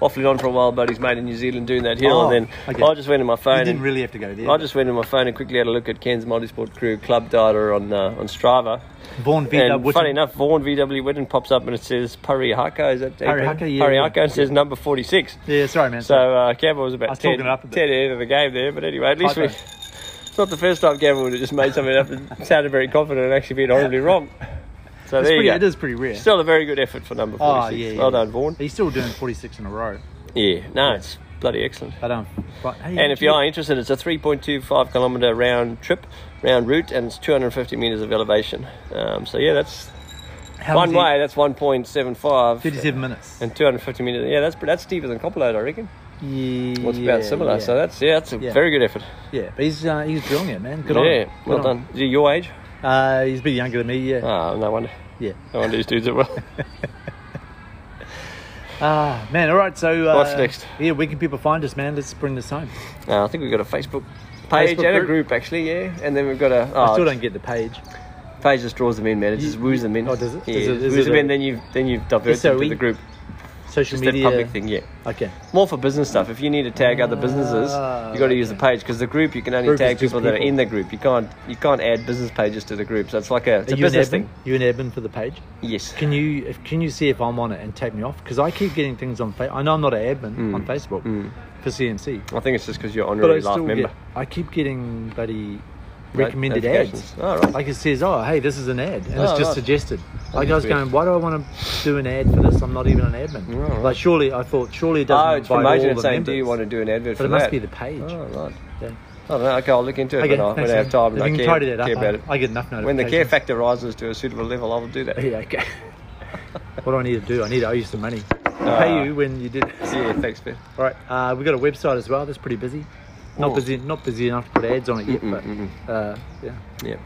B: waffling on for a while about his mate in New Zealand doing that hill,
C: Oh,
B: and then
C: okay.
B: I just went in my phone.
C: You didn't
B: and-
C: really have to go there,
B: I
C: but-
B: just went in my phone and quickly had a look at Cairns Multisport Crew club data on uh, on Strava.
C: Vaughan VW
B: And funny
C: Whitten.
B: enough, Vaughan VW Whitten pops up and it says Parihaka. Is that
C: Parihaka, yeah,
B: Parihaka
C: yeah.
B: and says number forty six.
C: Yeah, sorry, man.
B: So uh, Campbell was about
C: I was
B: 10,
C: talking it up a bit.
B: 10 ahead of the game there, but anyway, at least we.
C: Typo.
B: <laughs> It's not the first time Campbell would have just made something up and sounded very confident and actually been horribly wrong. So
C: It's
B: there
C: pretty-
B: you go.
C: it is pretty rare.
B: Still a very good effort for number
C: Oh,
B: 46.
C: yeah,
B: Well
C: yeah.
B: done, Vaughan.
C: He's still doing 46 in a row.
B: Yeah, no, it's bloody excellent.
C: But, um, but, hey,
B: and if
C: gee,
B: you are interested, it's a 3.25 kilometre round trip, round route, and it's 250 metres of elevation. Um, so yeah, that's
C: How
B: one
C: was he-
B: way. That's 1.75.
C: 57 minutes.
B: And 250 metres. Yeah, that's that's steeper than Copperload, I reckon.
C: Yeah,
B: Well, it's about similar. So that's yeah, that's a
C: Yeah.
B: very good effort.
C: Yeah, but he's uh, he's drilling it, man. Good on
B: yeah,
C: him. Good
B: well
C: on
B: done.
C: him.
B: Is he your age?
C: Uh, he's a bit younger than me. Yeah.
B: Oh, no wonder.
C: Yeah.
B: No wonder these dudes are
C: <laughs>
B: well.
C: Ah, man. All right. So uh,
B: What's next?
C: Yeah, where can people find us, man? Let's bring this home.
B: Uh, I think we've got a Facebook page
C: Facebook
B: and a
C: group?
B: group actually, yeah. And then we've got a.
C: I
B: oh,
C: still don't get the page.
B: Page just draws them in, man. It just woos them in. Oh, does it? Yeah,
C: Is it-
B: just
C: is
B: woos
C: it
B: them
C: a-
B: in. Then you've then you've diverted
C: SOE?
B: to the group.
C: Social
B: just
C: media.
B: That public thing, yeah.
C: Okay.
B: More for business stuff. If you need to tag other businesses, you got to use the page because the group you can only
C: Ah, Group is
B: tag
C: just
B: people, that are
C: people.
B: in the group. You can't you can't add business pages to the group. So it's like a it's
C: Are
B: a
C: you an
B: business
C: admin?
B: thing.
C: You an admin for the page?
B: Yes.
C: Can you if, can you see if I'm on it and take me off? Because I keep getting things on. Fa- I know I'm not an admin
B: Mm.
C: on Facebook for CMC.
B: I think it's just because you're
C: But I
B: honorary last
C: still
B: member.
C: get, I keep getting bloody recommended ads.
B: notifications. Oh, right.
C: Like it says, oh, hey, this is an ad. And
B: Oh,
C: it's just
B: right.
C: suggested.
B: That
C: Like
B: is
C: I was
B: weird.
C: going, why do I want to do an ad for this? I'm not even an admin.
B: right.
C: Oh, Like surely, I thought, surely it doesn't
B: Oh, it's
C: invite
B: promoting
C: all
B: it
C: the
B: saying,
C: members.
B: do you want to do an advert
C: But
B: for
C: it must
B: that?
C: be the page. Oh,
B: right.
C: Yeah.
B: I don't know. Okay, I'll look into it
C: Okay,
B: when, I, when
C: thanks,
B: I have
C: man.
B: time. and
C: If
B: I
C: you can
B: care,
C: tidy that up,
B: care about
C: I-
B: it.
C: I get enough
B: When the care
C: notifications.
B: factor rises to a suitable level, I will do that.
C: Yeah, okay. <laughs> What do I need to do? I need to owe you some money. I'll pay you when you did.
B: Ah. Yeah, thanks, Ben.
C: All right, uh, we've got a website as well. That's pretty busy. Not
B: Oh.
C: busy, not busy enough to put ads on it yet,
B: Mm-mm,
C: but uh, yeah,
B: Yep.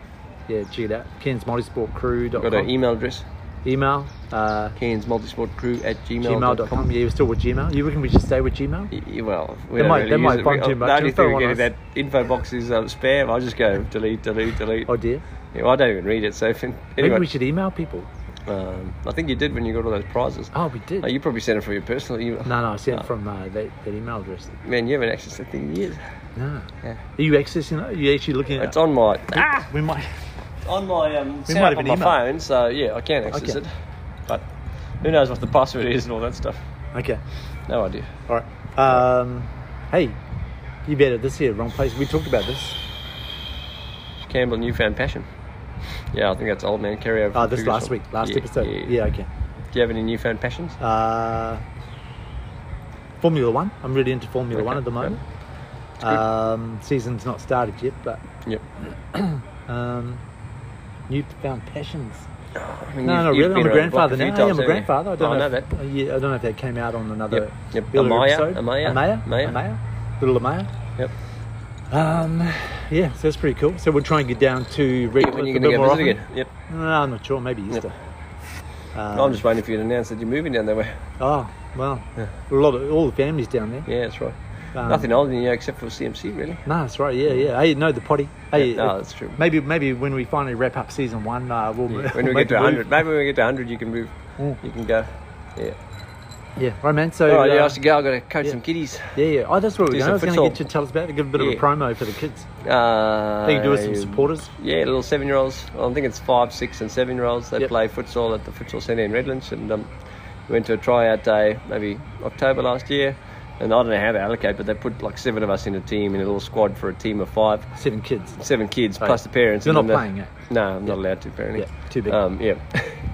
C: yeah, check it out. KensMultisportCrew.com.
B: Got an email address.
C: Email. Uh,
B: KensMultisportcrew at
C: Gmail.com.
B: gmail.com.
C: Yeah, we're still with Gmail. You reckon we should stay with Gmail?
B: Yeah, well, we
C: They
B: don't
C: might-
B: really
C: they
B: use
C: might
B: it.
C: bump
B: We-
C: too much
B: The only
C: info
B: thing we
C: on
B: get in
C: us.
B: that info box is um, spam. I just go delete, delete, delete. Oh
C: dear.
B: Yeah, well, I don't even read it. So if,
C: Maybe
B: anyway,
C: we should email people.
B: um, I think you did when you got all those prizes.
C: Oh, we did.
B: Oh, you probably sent it from your personal email.
C: No, no, I sent
B: Oh.
C: from uh, that, that email address.
B: Man, you haven't accessed that thing in years.
C: No.
B: Yeah.
C: Are you accessing it? Are you actually looking at
B: It's on my
C: Ah! We might.
B: on my um,
C: We
B: set
C: might
B: up on
C: have an
B: my
C: email.
B: phone, so yeah, I can access
C: Okay.
B: it. But who knows what the password is and all that stuff?
C: Okay.
B: No idea.
C: All right. Um, hey, you better this here, wrong place. We talked about this.
B: Campbell newfound passion. Yeah, I think that's old man carryover.
C: Oh,
B: from
C: this
B: previous
C: last
B: one.
C: week, last
B: Yeah,
C: episode.
B: yeah.
C: Yeah, okay.
B: Do you have any newfound passions?
C: Uh, Formula One. I'm really into Formula One at the moment. Um, season's not started yet, but
B: Yep.
C: um, newfound passions.
B: mean, you've-
C: no, no,
B: you've been
C: really. I'm a
B: around the block
C: grandfather
B: a few
C: now. Yeah,
B: times,
C: I'm a
B: haven't you?
C: grandfather. I don't
B: Oh, I
C: know,
B: know
C: if, that. Yeah, I don't know if that came out on another.
B: Yep.
C: earlier
B: Amaya,
C: episode.
B: Amaya,
C: Amaya,
B: Amaya.
C: little Amaya.
B: Yep.
C: Um, yeah, so that's pretty cool. So we'll try and get down to Red
B: when
C: Cliff
B: you're
C: a
B: gonna
C: bit
B: go
C: more
B: visit
C: often.
B: again? Yep.
C: No, I'm not sure. Maybe Easter. Um,
B: I'm just waiting for you to announce that you're moving down that way.
C: Oh well, a lot of all the families down there.
B: Yeah, that's right.
C: Um,
B: Nothing older than you except for CMC, really.
C: No, that's right. Yeah, yeah. Hey, no, the potty. Hey,
B: Yeah, no,
C: if-
B: that's true.
C: Maybe, maybe when we finally wrap up season one, uh, we'll, <laughs>
B: When we
C: we'll
B: get to
C: make a move.
B: 100, maybe when we get to 100, you can move. You can go. Yeah.
C: Yeah, right, man. So
B: All right, yeah,
C: uh,
B: I should go. I've got to coach some kiddies.
C: Yeah, yeah. Oh, that's what
B: Do
C: we're going.
B: some
C: I was going to
B: futsal.
C: get you to tell us about. it, Give a bit of
B: Yeah.
C: a promo for the kids.
B: Uh,
C: They can do with some supporters.
B: Yeah, little seven year olds. I think it's five, six, and seven year olds. They
C: Yep.
B: play futsal at the Futsal Centre in Redlands. And um, we went to a tryout day maybe October last year. And I don't know how they allocate, but they put like seven of us in a team, in a little squad for a team of five.
C: Seven kids.
B: Seven kids,
C: Right.
B: plus the parents.
C: You're
B: and
C: not
B: then the-
C: playing it.
B: No, I'm not allowed to, apparently.
C: Yeah, too big.
B: Um, yeah. <laughs>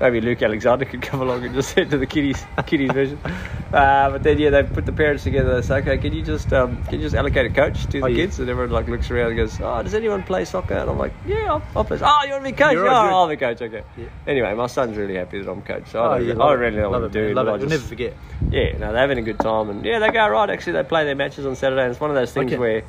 B: Maybe Luke Alexander could come along and just <laughs> head to the kiddies, kiddies version. Uh, but then, yeah, they put the parents together. They say, okay, can you just um, can you just allocate a coach to the
C: Oh, yeah.
B: kids? And everyone like looks around and goes, oh, does anyone play soccer? And I'm like, yeah, I'll, I'll play. soccer." Oh, you want to be coach?
C: You're
B: oh,
C: right,
B: I'll be coach. Okay.
C: Yeah.
B: Anyway, my son's really happy that I'm coach. So
C: Oh,
B: I,
C: you
B: don't,
C: love
B: I
C: it.
B: really don't
C: Love
B: want
C: it,
B: to
C: man.
B: do.
C: Love
B: but
C: it.
B: I
C: You'll
B: just-
C: never forget.
B: Yeah, no, they're having a good time, and yeah, they go right. Actually, they play their matches on Saturday. And it's one of those things
C: Okay.
B: where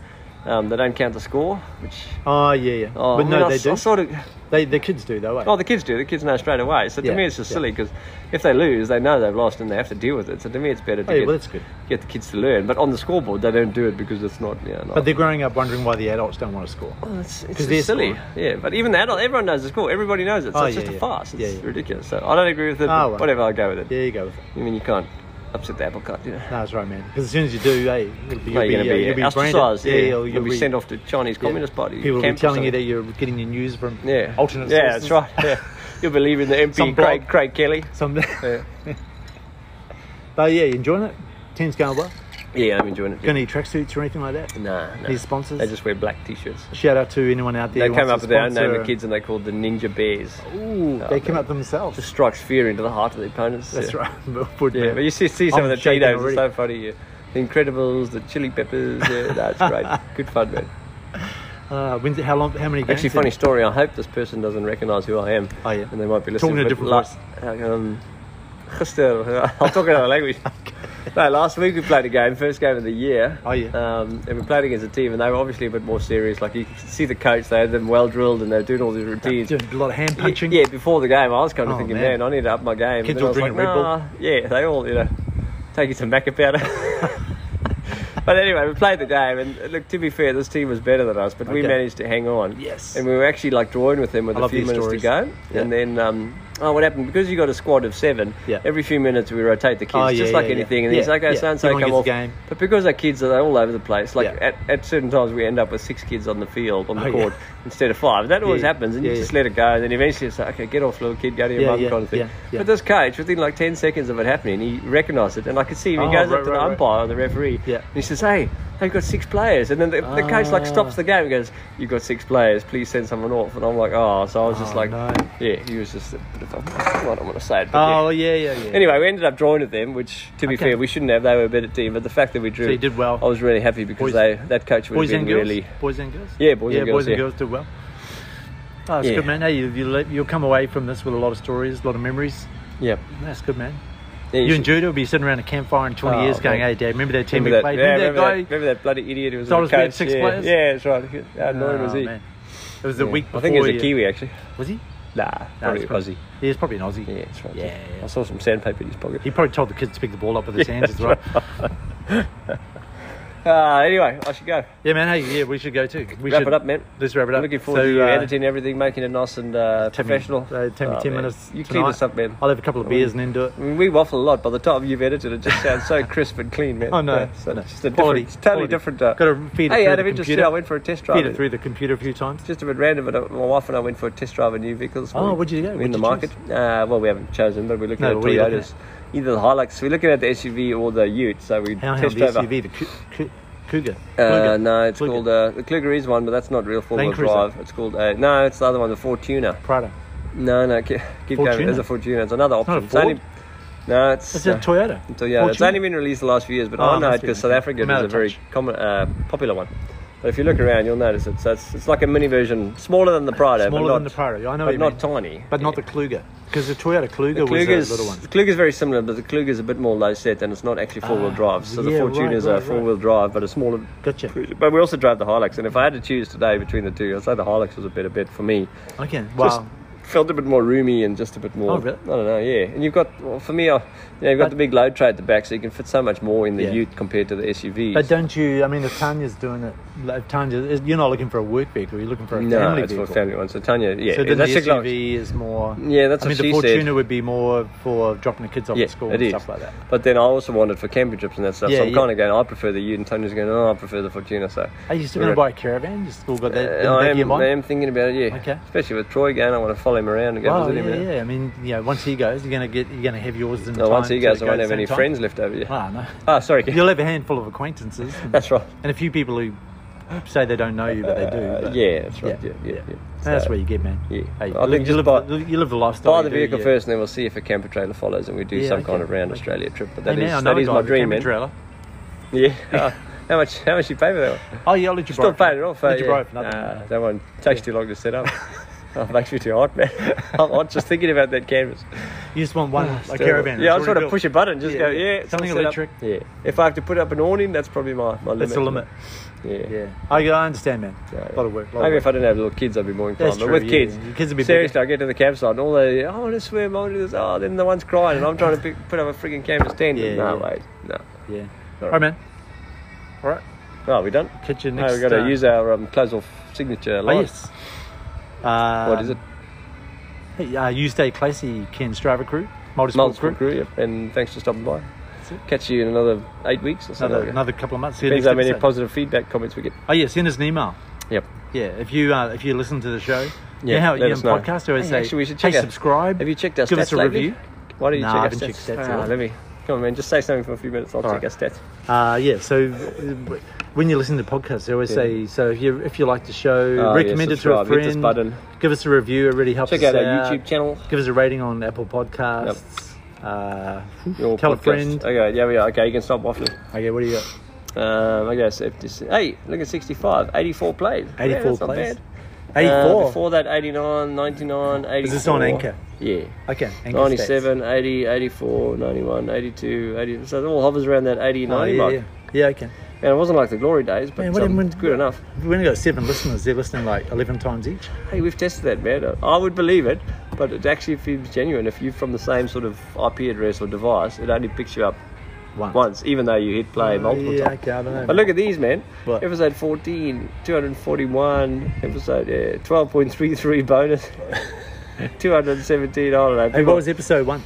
B: um, they don't count the score, which
C: Oh yeah, yeah.
B: Oh,
C: but
B: I
C: no,
B: mean, I
C: they
B: s-
C: do.
B: I sort of.
C: They the kids do though. eh?
B: Oh, the kids do. The kids know straight away. So to
C: Yeah,
B: me, it's just
C: yeah.
B: silly because if they lose, they know they've lost and they have to deal with it. So to me, it's better to
C: Oh, yeah,
B: get,
C: well, that's good.
B: get the kids to learn. But on the scoreboard, they don't do it because it's not. Yeah,
C: But they're growing up wondering why the adults don't want to score.
B: Oh, it's,
C: because they're
B: silly.
C: scoring.
B: Yeah, but even the adult, everyone knows the score. Everybody knows it. So
C: Oh,
B: it's
C: yeah,
B: just a
C: yeah.
B: farce. It's
C: Yeah, yeah.
B: ridiculous. So I don't agree with it. but
C: Oh, well.
B: Whatever, I'll go with it.
C: Yeah, you go with it.
B: I mean, you can't upset the apple cart, you know.
C: No, that's right, man. Because as soon as you do, hey, you'll be,
B: No, you're going
C: you'll be, uh,
B: to be,
C: you'll be branded.
B: ostracised. Yeah,
C: you'll,
B: you'll, be, sent off to Chinese
C: yeah.
B: Communist Party.
C: People will be
B: camp or
C: telling you
B: something.
C: that you're getting your news from
B: Yeah.
C: alternate
B: Yeah,
C: sources.
B: that's right. <laughs> Yeah. You'll believe in the MP
C: Some
B: Craig,
C: blog.
B: Craig Kelly.
C: Some
B: yeah.
C: <laughs> But yeah, you enjoying it? Team's going well.
B: yeah, I'm enjoying it.
C: Got any tracksuits or anything like that?
B: Nah, nah.
C: Any sponsors?
B: They just wear black t-shirts.
C: Shout out to anyone out there.
B: They
C: who
B: came up
C: wants
B: with
C: to
B: their own name
C: sponsor
B: of kids and they called the Ninja Bears.
C: a- Ooh,
B: Oh,
C: they came
B: man.
C: up themselves.
B: Just strikes fear into the heart of the opponents.
C: That's
B: yeah.
C: right. <laughs>
B: Yeah, but you see, see some of the Cheetos, it's so funny. Yeah. The Incredibles, the Chili Peppers, yeah, that's
C: <laughs>
B: great. Good fun, man.
C: Uh, when's it, how long? How many? Games
B: Actually,
C: is
B: funny
C: it?
B: story. I hope this person doesn't recognise who I am. Oh yeah. And they might be listening.
C: Talking in
B: but
C: a different
B: last, um, gister, <laughs> I'll talk another
C: <laughs>
B: language. No, last week we played a game, first game of the year. Oh yeah. Um, and we played against a team, and they were obviously a bit more serious. Like you could see the coach, they had them well drilled, and they were doing all these routines.
C: Doing a lot of hand
B: Yeah,
C: punching.
B: Yeah, before the game, I was kind of
C: Oh,
B: thinking, man.
C: man.
B: I need to up my game.
C: Kids
B: Then I
C: all
B: was
C: drinking
B: like,
C: Red Bull.
B: "Nah, Yeah, they all, you know, taking some maca
C: <laughs>
B: powder. <laughs> But anyway, we played the game, and uh, look, to be fair, this team was better than us, but we
C: Okay.
B: managed to hang on.
C: Yes.
B: And we were actually like drawing with them with
C: I
B: a
C: love
B: few
C: these
B: minutes
C: stories.
B: to go. And then, um, oh, what happened? Because you got a squad of seven,
C: Yeah.
B: every few minutes we rotate the kids,
C: Oh, yeah,
B: just like
C: yeah, yeah.
B: anything. And then
C: Yeah,
B: it's like, okay,
C: yeah.
B: so and so
C: Everyone
B: come
C: gets a
B: off.
C: game.
B: But because our kids are all over the place, like at, at certain times we end up with six kids on the field, on the
C: Oh, yeah.
B: court, instead of five. That always
C: Yeah,
B: happens, and you
C: yeah,
B: just let it go. And then eventually it's like, okay, get off, little kid, go to your
C: Yeah,
B: mum,
C: yeah,
B: kind of thing.
C: yeah, yeah.
B: But this coach, within like 10 seconds of it happening, he recognised it, and I could see him. He
C: Oh,
B: goes up
C: right,
B: to the
C: right, right.
B: umpire or the referee, and he says, hey, they've got six players. And then the, the coach like stops the game and goes, you've got six players, please send someone off. And I'm like, oh, so I was just
C: Oh,
B: like,
C: no.
B: yeah, he was just a bit of a, I don't want to say it, but yeah.
C: Oh yeah, yeah, yeah.
B: Anyway, we ended up drawing with them, which, to be
C: Okay.
B: fair, we shouldn't have. They were a better team, but the fact that we drew,
C: So you did well.
B: I was really happy because
C: Boys-
B: they that coach would
C: boys
B: have
C: and
B: been
C: girls.
B: really.
C: Boys and girls.
B: Yeah, boys
C: yeah,
B: and girls.
C: boys and
B: yeah.
C: girls do well. Oh, it's
B: Yeah.
C: good, man. Hey, you, you, let- you'll come away from this with a lot of stories, a lot of memories. Yep. That's good, man.
B: Yeah, you
C: you
B: should-
C: and Jude will be sitting around a campfire in 20
B: Oh,
C: years going,
B: man.
C: hey, Dad, remember that team
B: Remember
C: we
B: that-
C: played?
B: yeah,
C: remember that
B: remember
C: guy?
B: that- remember that bloody idiot who was
C: Told
B: on
C: us
B: the
C: we had
B: coach?
C: six
B: yeah.
C: players?
B: Yeah, that's right. How annoying was
C: Oh,
B: he?
C: man. It was the
B: Yeah.
C: week
B: I think he was
C: before
B: a
C: you-
B: Kiwi, actually.
C: Was he?
B: Nah, probably
C: it's probably-
B: Aussie.
C: He was probably an Aussie. Yeah,
B: that's right.
C: Yeah,
B: I saw some sandpaper in his pocket.
C: He probably told the kids to pick the ball up
B: <laughs>
C: with
B: Yeah,
C: his hands as well.
B: that's Uh, anyway, I should go.
C: Yeah, man. Hey, yeah, we should go too. We
B: wrap
C: should,
B: it up, man.
C: Let's wrap it up.
B: Looking forward
C: So,
B: to you
C: uh,
B: editing everything, making it nice and uh,
C: Ten minutes-
B: professional.
C: uh, ten-
B: Oh,
C: ten
B: man.
C: minutes
B: You clean
C: tonight.
B: us up, man.
C: I'll have a couple of beers and then do it.
B: We waffle a lot. By the time you've edited, it just sounds so crisp and clean,
C: <laughs>
B: man.
C: Oh, no,
B: Uh, so
C: no.
B: it's just a
C: Quality,
B: different, it's totally
C: quality.
B: different. Uh,
C: Gotta feed it
B: hey,
C: through
B: out
C: the
B: of interest,
C: computer.
B: yeah, I went for a test drive.
C: Feed it through the computer a few times.
B: Just a bit random, but uh, my wife and I went for a test drive of new vehicles.
C: Oh,
B: We-
C: where'd you go?
B: we're
C: What'd
B: In the
C: you
B: market. Uh, well, we haven't chosen, but we're looking
C: No,
B: at
C: what are you looking
B: Toyotas. Either the Hilux, we're looking at the SUV or the Ute. So we
C: How hell
B: test
C: the
B: drive.
C: SUV, the Cou- Cou- Cougar.
B: Uh,
C: Cougar.
B: no, it's called uh, the Kluger is one, but that's not real four-wheel
C: Land Cruiser.
B: drive. It's called uh, no, it's the other one, the Fortuner.
C: Prada.
B: No, no, keep, keep going.
C: Fortuner?
B: There's a Fortuner. It's another
C: It's
B: option.
C: not a
B: It's only-
C: Ford?
B: no, it's uh,
C: It's a Toyota.
B: Toyota. It's
C: Fortuner.
B: only been released the last few years, but
C: Oh,
B: I know
C: must
B: it
C: be.
B: because South Africa
C: I'm out
B: is a
C: of
B: very common, uh, popular one. But if you look around, you'll notice it. So it's, it's like a mini version, smaller than the Prado,
C: Smaller
B: but not,
C: than the Prado. I know
B: but
C: what you
B: not
C: mean.
B: tiny.
C: But not the Kluger. Because the Toyota Kluger
B: The
C: was
B: Kluger's,
C: a little one.
B: the Kluger's very similar, but the Kluger's a bit more low set, and it's not actually four-wheel drive. So the
C: Ah, yeah,
B: Fortuner
C: right,
B: is
C: right,
B: a
C: right.
B: four-wheel drive, but a smaller.
C: Gotcha.
B: But we also drive the Hilux, and if I had to choose today between the two, I'd say the Hilux was a better bet for me.
C: Okay,
B: Just
C: wow.
B: felt a bit more roomy and just a bit more.
C: Oh, really?
B: I don't know, yeah. And you've got, well, for me, I, you know, you've got the big load tray at the back, so you can fit so much more in the
C: Yeah.
B: Ute compared to the SUV.
C: But don't you, I mean, if Tanya's doing it, like, Tanya, is- you're not looking for a work vehicle, you're looking for a
B: no,
C: family
B: it's
C: vehicle.
B: for family one. So Tanya, yeah,
C: so then
B: that's
C: the
B: a Hilux.
C: SUV is more.
B: Yeah, that's
C: I mean,
B: what
C: the
B: she said.
C: Fortuner would be more for dropping the kids off
B: Yeah,
C: at school
B: it
C: and
B: is.
C: stuff like that.
B: But then I also wanted for camping trips and that stuff.
C: Yeah,
B: so I'm
C: yeah.
B: kind of going, I prefer the Ute, and Tanya's going, oh, I prefer the Fortuna. So
C: Are you still
B: we're
C: going
B: at-
C: to buy a caravan? You still got that in the
B: Uh, I
C: back of your
B: am,
C: mind?
B: I am thinking about it, yeah.
C: Okay.
B: Especially with Troy going, I want to follow him around and go
C: Wow,
B: visit
C: yeah,
B: him. you know.
C: yeah. I mean, you know, once he goes, you're going to get, you're going to have yours in
B: No,
C: time.
B: once he
C: to
B: goes, I
C: go
B: won't
C: at
B: have
C: the
B: any
C: same
B: friends
C: time.
B: left over. Yeah.
C: Ah, no.
B: Ah, sorry.
C: You'll have a handful of acquaintances. and-
B: That's right.
C: And a few people who say they don't know you, but they do.
B: Uh,
C: but-
B: yeah, that's right. Yeah, yeah, yeah.
C: That's
B: So-
C: where you get, man.
B: Yeah.
C: Hey,
B: I think
C: you,
B: just
C: live,
B: buy-
C: the, you live the lifestyle.
B: Buy
C: you
B: the
C: do,
B: vehicle
C: yeah.
B: first, and then we'll see if a camper trailer follows, and we do
C: Yeah,
B: some
C: okay,
B: kind of round Australia trip. But
C: Hey,
B: that is
C: man, I know
B: that
C: a
B: is
C: guy
B: my
C: with a
B: dream,
C: camper
B: man.
C: trailer.
B: <laughs> Yeah. <laughs> Ah, how much? How much you pay for that one? <laughs>
C: Oh, yeah, I'll let you
B: Still
C: borrow it.
B: paying it off.
C: Let
B: eh?
C: you
B: yeah.
C: borrow it for nothing.
B: Nah, that one takes too long to set up. oh, it makes me too hot, man. <laughs> I'm hot just thinking about that canvas.
C: <laughs> You just want one,
B: Ah,
C: a
B: it's terrible.
C: caravan.
B: Yeah, I
C: that's
B: just want
C: already
B: to push a
C: built.
B: button, just
C: Yeah,
B: go,
C: yeah.
B: yeah. it's all
C: Something
B: set up.
C: electric.
B: Yeah. If I have to put up an awning, that's probably my, my limit.
C: That's the limit.
B: Yeah.
C: Yeah. I, I understand, man. A lot of work. lot of
B: Maybe
C: work.
B: if I didn't have little kids, I'd be more inclined.
C: That's
B: But
C: true,
B: with
C: yeah,
B: kids,
C: yeah. Your kids would be
B: seriously, I get to the campsite and all they, I want to swim, I want to do this. Oh, then the one's crying and I'm trying to pick, put up a freaking canvas tent.
C: Yeah,
B: no,
C: yeah.
B: wait, no.
C: Yeah.
B: All
C: All right, man. All right.
B: Oh, we done?
C: Catch you
B: No,
C: next,
B: we've got to
C: uh,
B: use our um, close off signature
C: Oh,
B: line.
C: yes. Uh,
B: What is it?
C: Hey, uh, you stay classy, Ken Strava crew, multi
B: Multiple
C: sport crew.
B: crew, yep. And thanks for stopping by.
C: it.
B: Catch you in another eight weeks or something.
C: Another, another couple of months. See you
B: Depends
C: next
B: how many
C: episode.
B: positive feedback comments we get.
C: Oh yeah, send us an email.
B: Yep.
C: Yeah, if you uh, if you listen to the show,
B: Yeah,
C: yeah, how
B: let
C: you know,
B: us know.
C: podcast always
B: Hey,
C: say,
B: actually, we should check
C: hey,
B: our-
C: subscribe.
B: Have you checked our
C: Give
B: stats
C: us a
B: lately?
C: review.
B: Why don't you
C: Nah,
B: check
C: I
B: our
C: haven't
B: stats?
C: checked stats
B: Ah,
C: yet.
B: let me. Come on, man. Just say something for a few minutes. I'll
C: All
B: check our stats.
C: Uh, yeah, so uh, w- when you listen to podcasts, they always
B: Yeah. Oh,
C: say, so if you if you like the show,
B: yeah,
C: recommend it to a
B: subscribe, hit
C: friend.
B: this button.
C: Give us a review. It really helps.
B: Check
C: us
B: out our YouTube channel.
C: Give us a rating on Apple Podcasts. Uh,
B: Your
C: tell a
B: podcast.
C: friend.
B: Okay, yeah, we are. Okay, you can stop waffling.
C: Okay, what do you got?
B: Um, okay, so if this, hey, look at 65, 84 plays. Yeah,
C: 84
B: that's not
C: plays.
B: bad.
C: 84?
B: Uh, before that, 89, 99, 84.
C: Is this on Anchor?
B: Yeah.
C: Okay, Anchor
B: 97, 80, 84, 91, 82, 80. So it all hovers around that 80,
C: stats.
B: 90
C: Oh, yeah,
B: mark.
C: yeah. yeah, okay.
B: And it wasn't like the glory days, but
C: Man,
B: it's
C: what
B: um,
C: happened when-
B: it's good enough.
C: We've only got seven listeners. They're listening like eleven times each.
B: Hey, we've tested that, man. I would believe it, but it actually feels genuine. If you're from the same sort of IP address or device, it only picks you up
C: once, Oh,
B: even though you hit play multiple
C: yeah,
B: times.
C: okay, I don't know.
B: But look at these, man.
C: What?
B: Episode 14, 241, episode yeah, 12.33
C: <laughs>
B: bonus, 217, I don't know.
C: Hey, what was episode one?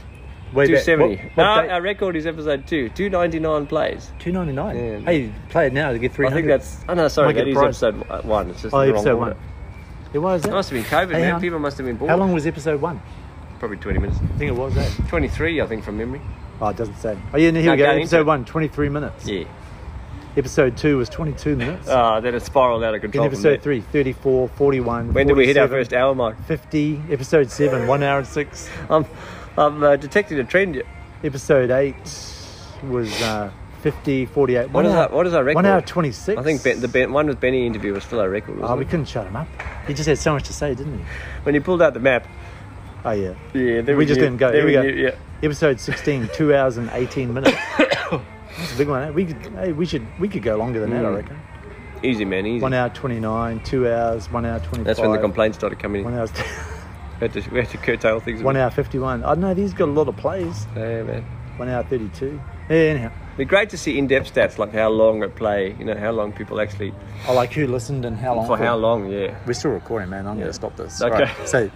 C: Way back.
B: 270.
C: What- what
B: no,
C: date?
B: our record is episode 2, 299 plays.
C: 299. Hey, play it now to get
B: I
C: 300.
B: think that's. Oh, no, sorry,
C: Might get
B: that is
C: a prize.
B: episode w- 1. It's just
C: Oh,
B: the wrong
C: episode
B: order.
C: one. It was.
B: It must have been COVID,
C: Hey,
B: man.
C: how-
B: People must have been bored.
C: How long was episode one?
B: Probably 20 minutes.
C: I think it was that.
B: 23, I think, from memory.
C: Oh, it doesn't say. Oh, yeah, no, here
B: No,
C: we go.
B: going into
C: Episode
B: it.
C: one, 23 minutes.
B: Yeah.
C: Episode two was 22 minutes.
B: Ah, then it spiraled out of
C: In
B: control. from there.
C: episode three, 34, 41.
B: When did we hit our
C: 47,
B: first hour mark?
C: 50. Episode seven, one hour and six.
B: I'm, I'm uh, detecting a trend. Yet.
C: Episode eight was uh, 50, 48.
B: What
C: one
B: is
C: hour,
B: our, what is our record?
C: One hour 26.
B: I think ben, the ben, one with Benny interview was still our record.
C: Oh,
B: Wasn't
C: we couldn't shut him up. He just had so much to say, didn't he?
B: it? When he pulled out the map.
C: Oh, yeah.
B: Yeah, there
C: We just
B: knew-
C: didn't go.
B: there
C: Here we go.
B: knew, yeah.
C: Episode 16, two hours and 18
B: <coughs>
C: minutes. That's a big one. Eh? We could, hey, we should, we could go longer than that, I
B: Mm.
C: reckon.
B: Easy, man. Easy.
C: One hour 29, two hours, one hour 25.
B: That's when the complaints started coming in.
C: One
B: <laughs>
C: hour,
B: we, had to, we had to curtail things. a
C: one
B: bit.
C: hour 51. I know these got a lot of plays.
B: Yeah, man.
C: One hour 32. Yeah, anyhow.
B: It'd be great to see in-depth stats like how long at play, you know, how long people actually
C: I like who listened and how long.
B: for how long, yeah.
C: We're still recording, man. I'm going to stop this.
B: Okay.
C: Right,
B: <laughs>
C: so,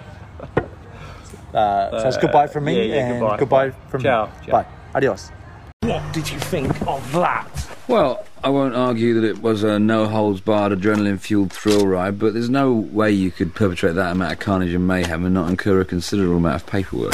C: uh, so it's goodbye from me
B: yeah, yeah,
C: and
B: goodbye.
C: goodbye, from
B: Ciao, ciao.
C: Bye. Adios.
Y: What did you think of that?
R: Well, I won't argue that it was a no holds barred adrenaline fueled thrill ride, but there's no way you could perpetrate that amount of carnage and mayhem and not incur a considerable amount of paperwork.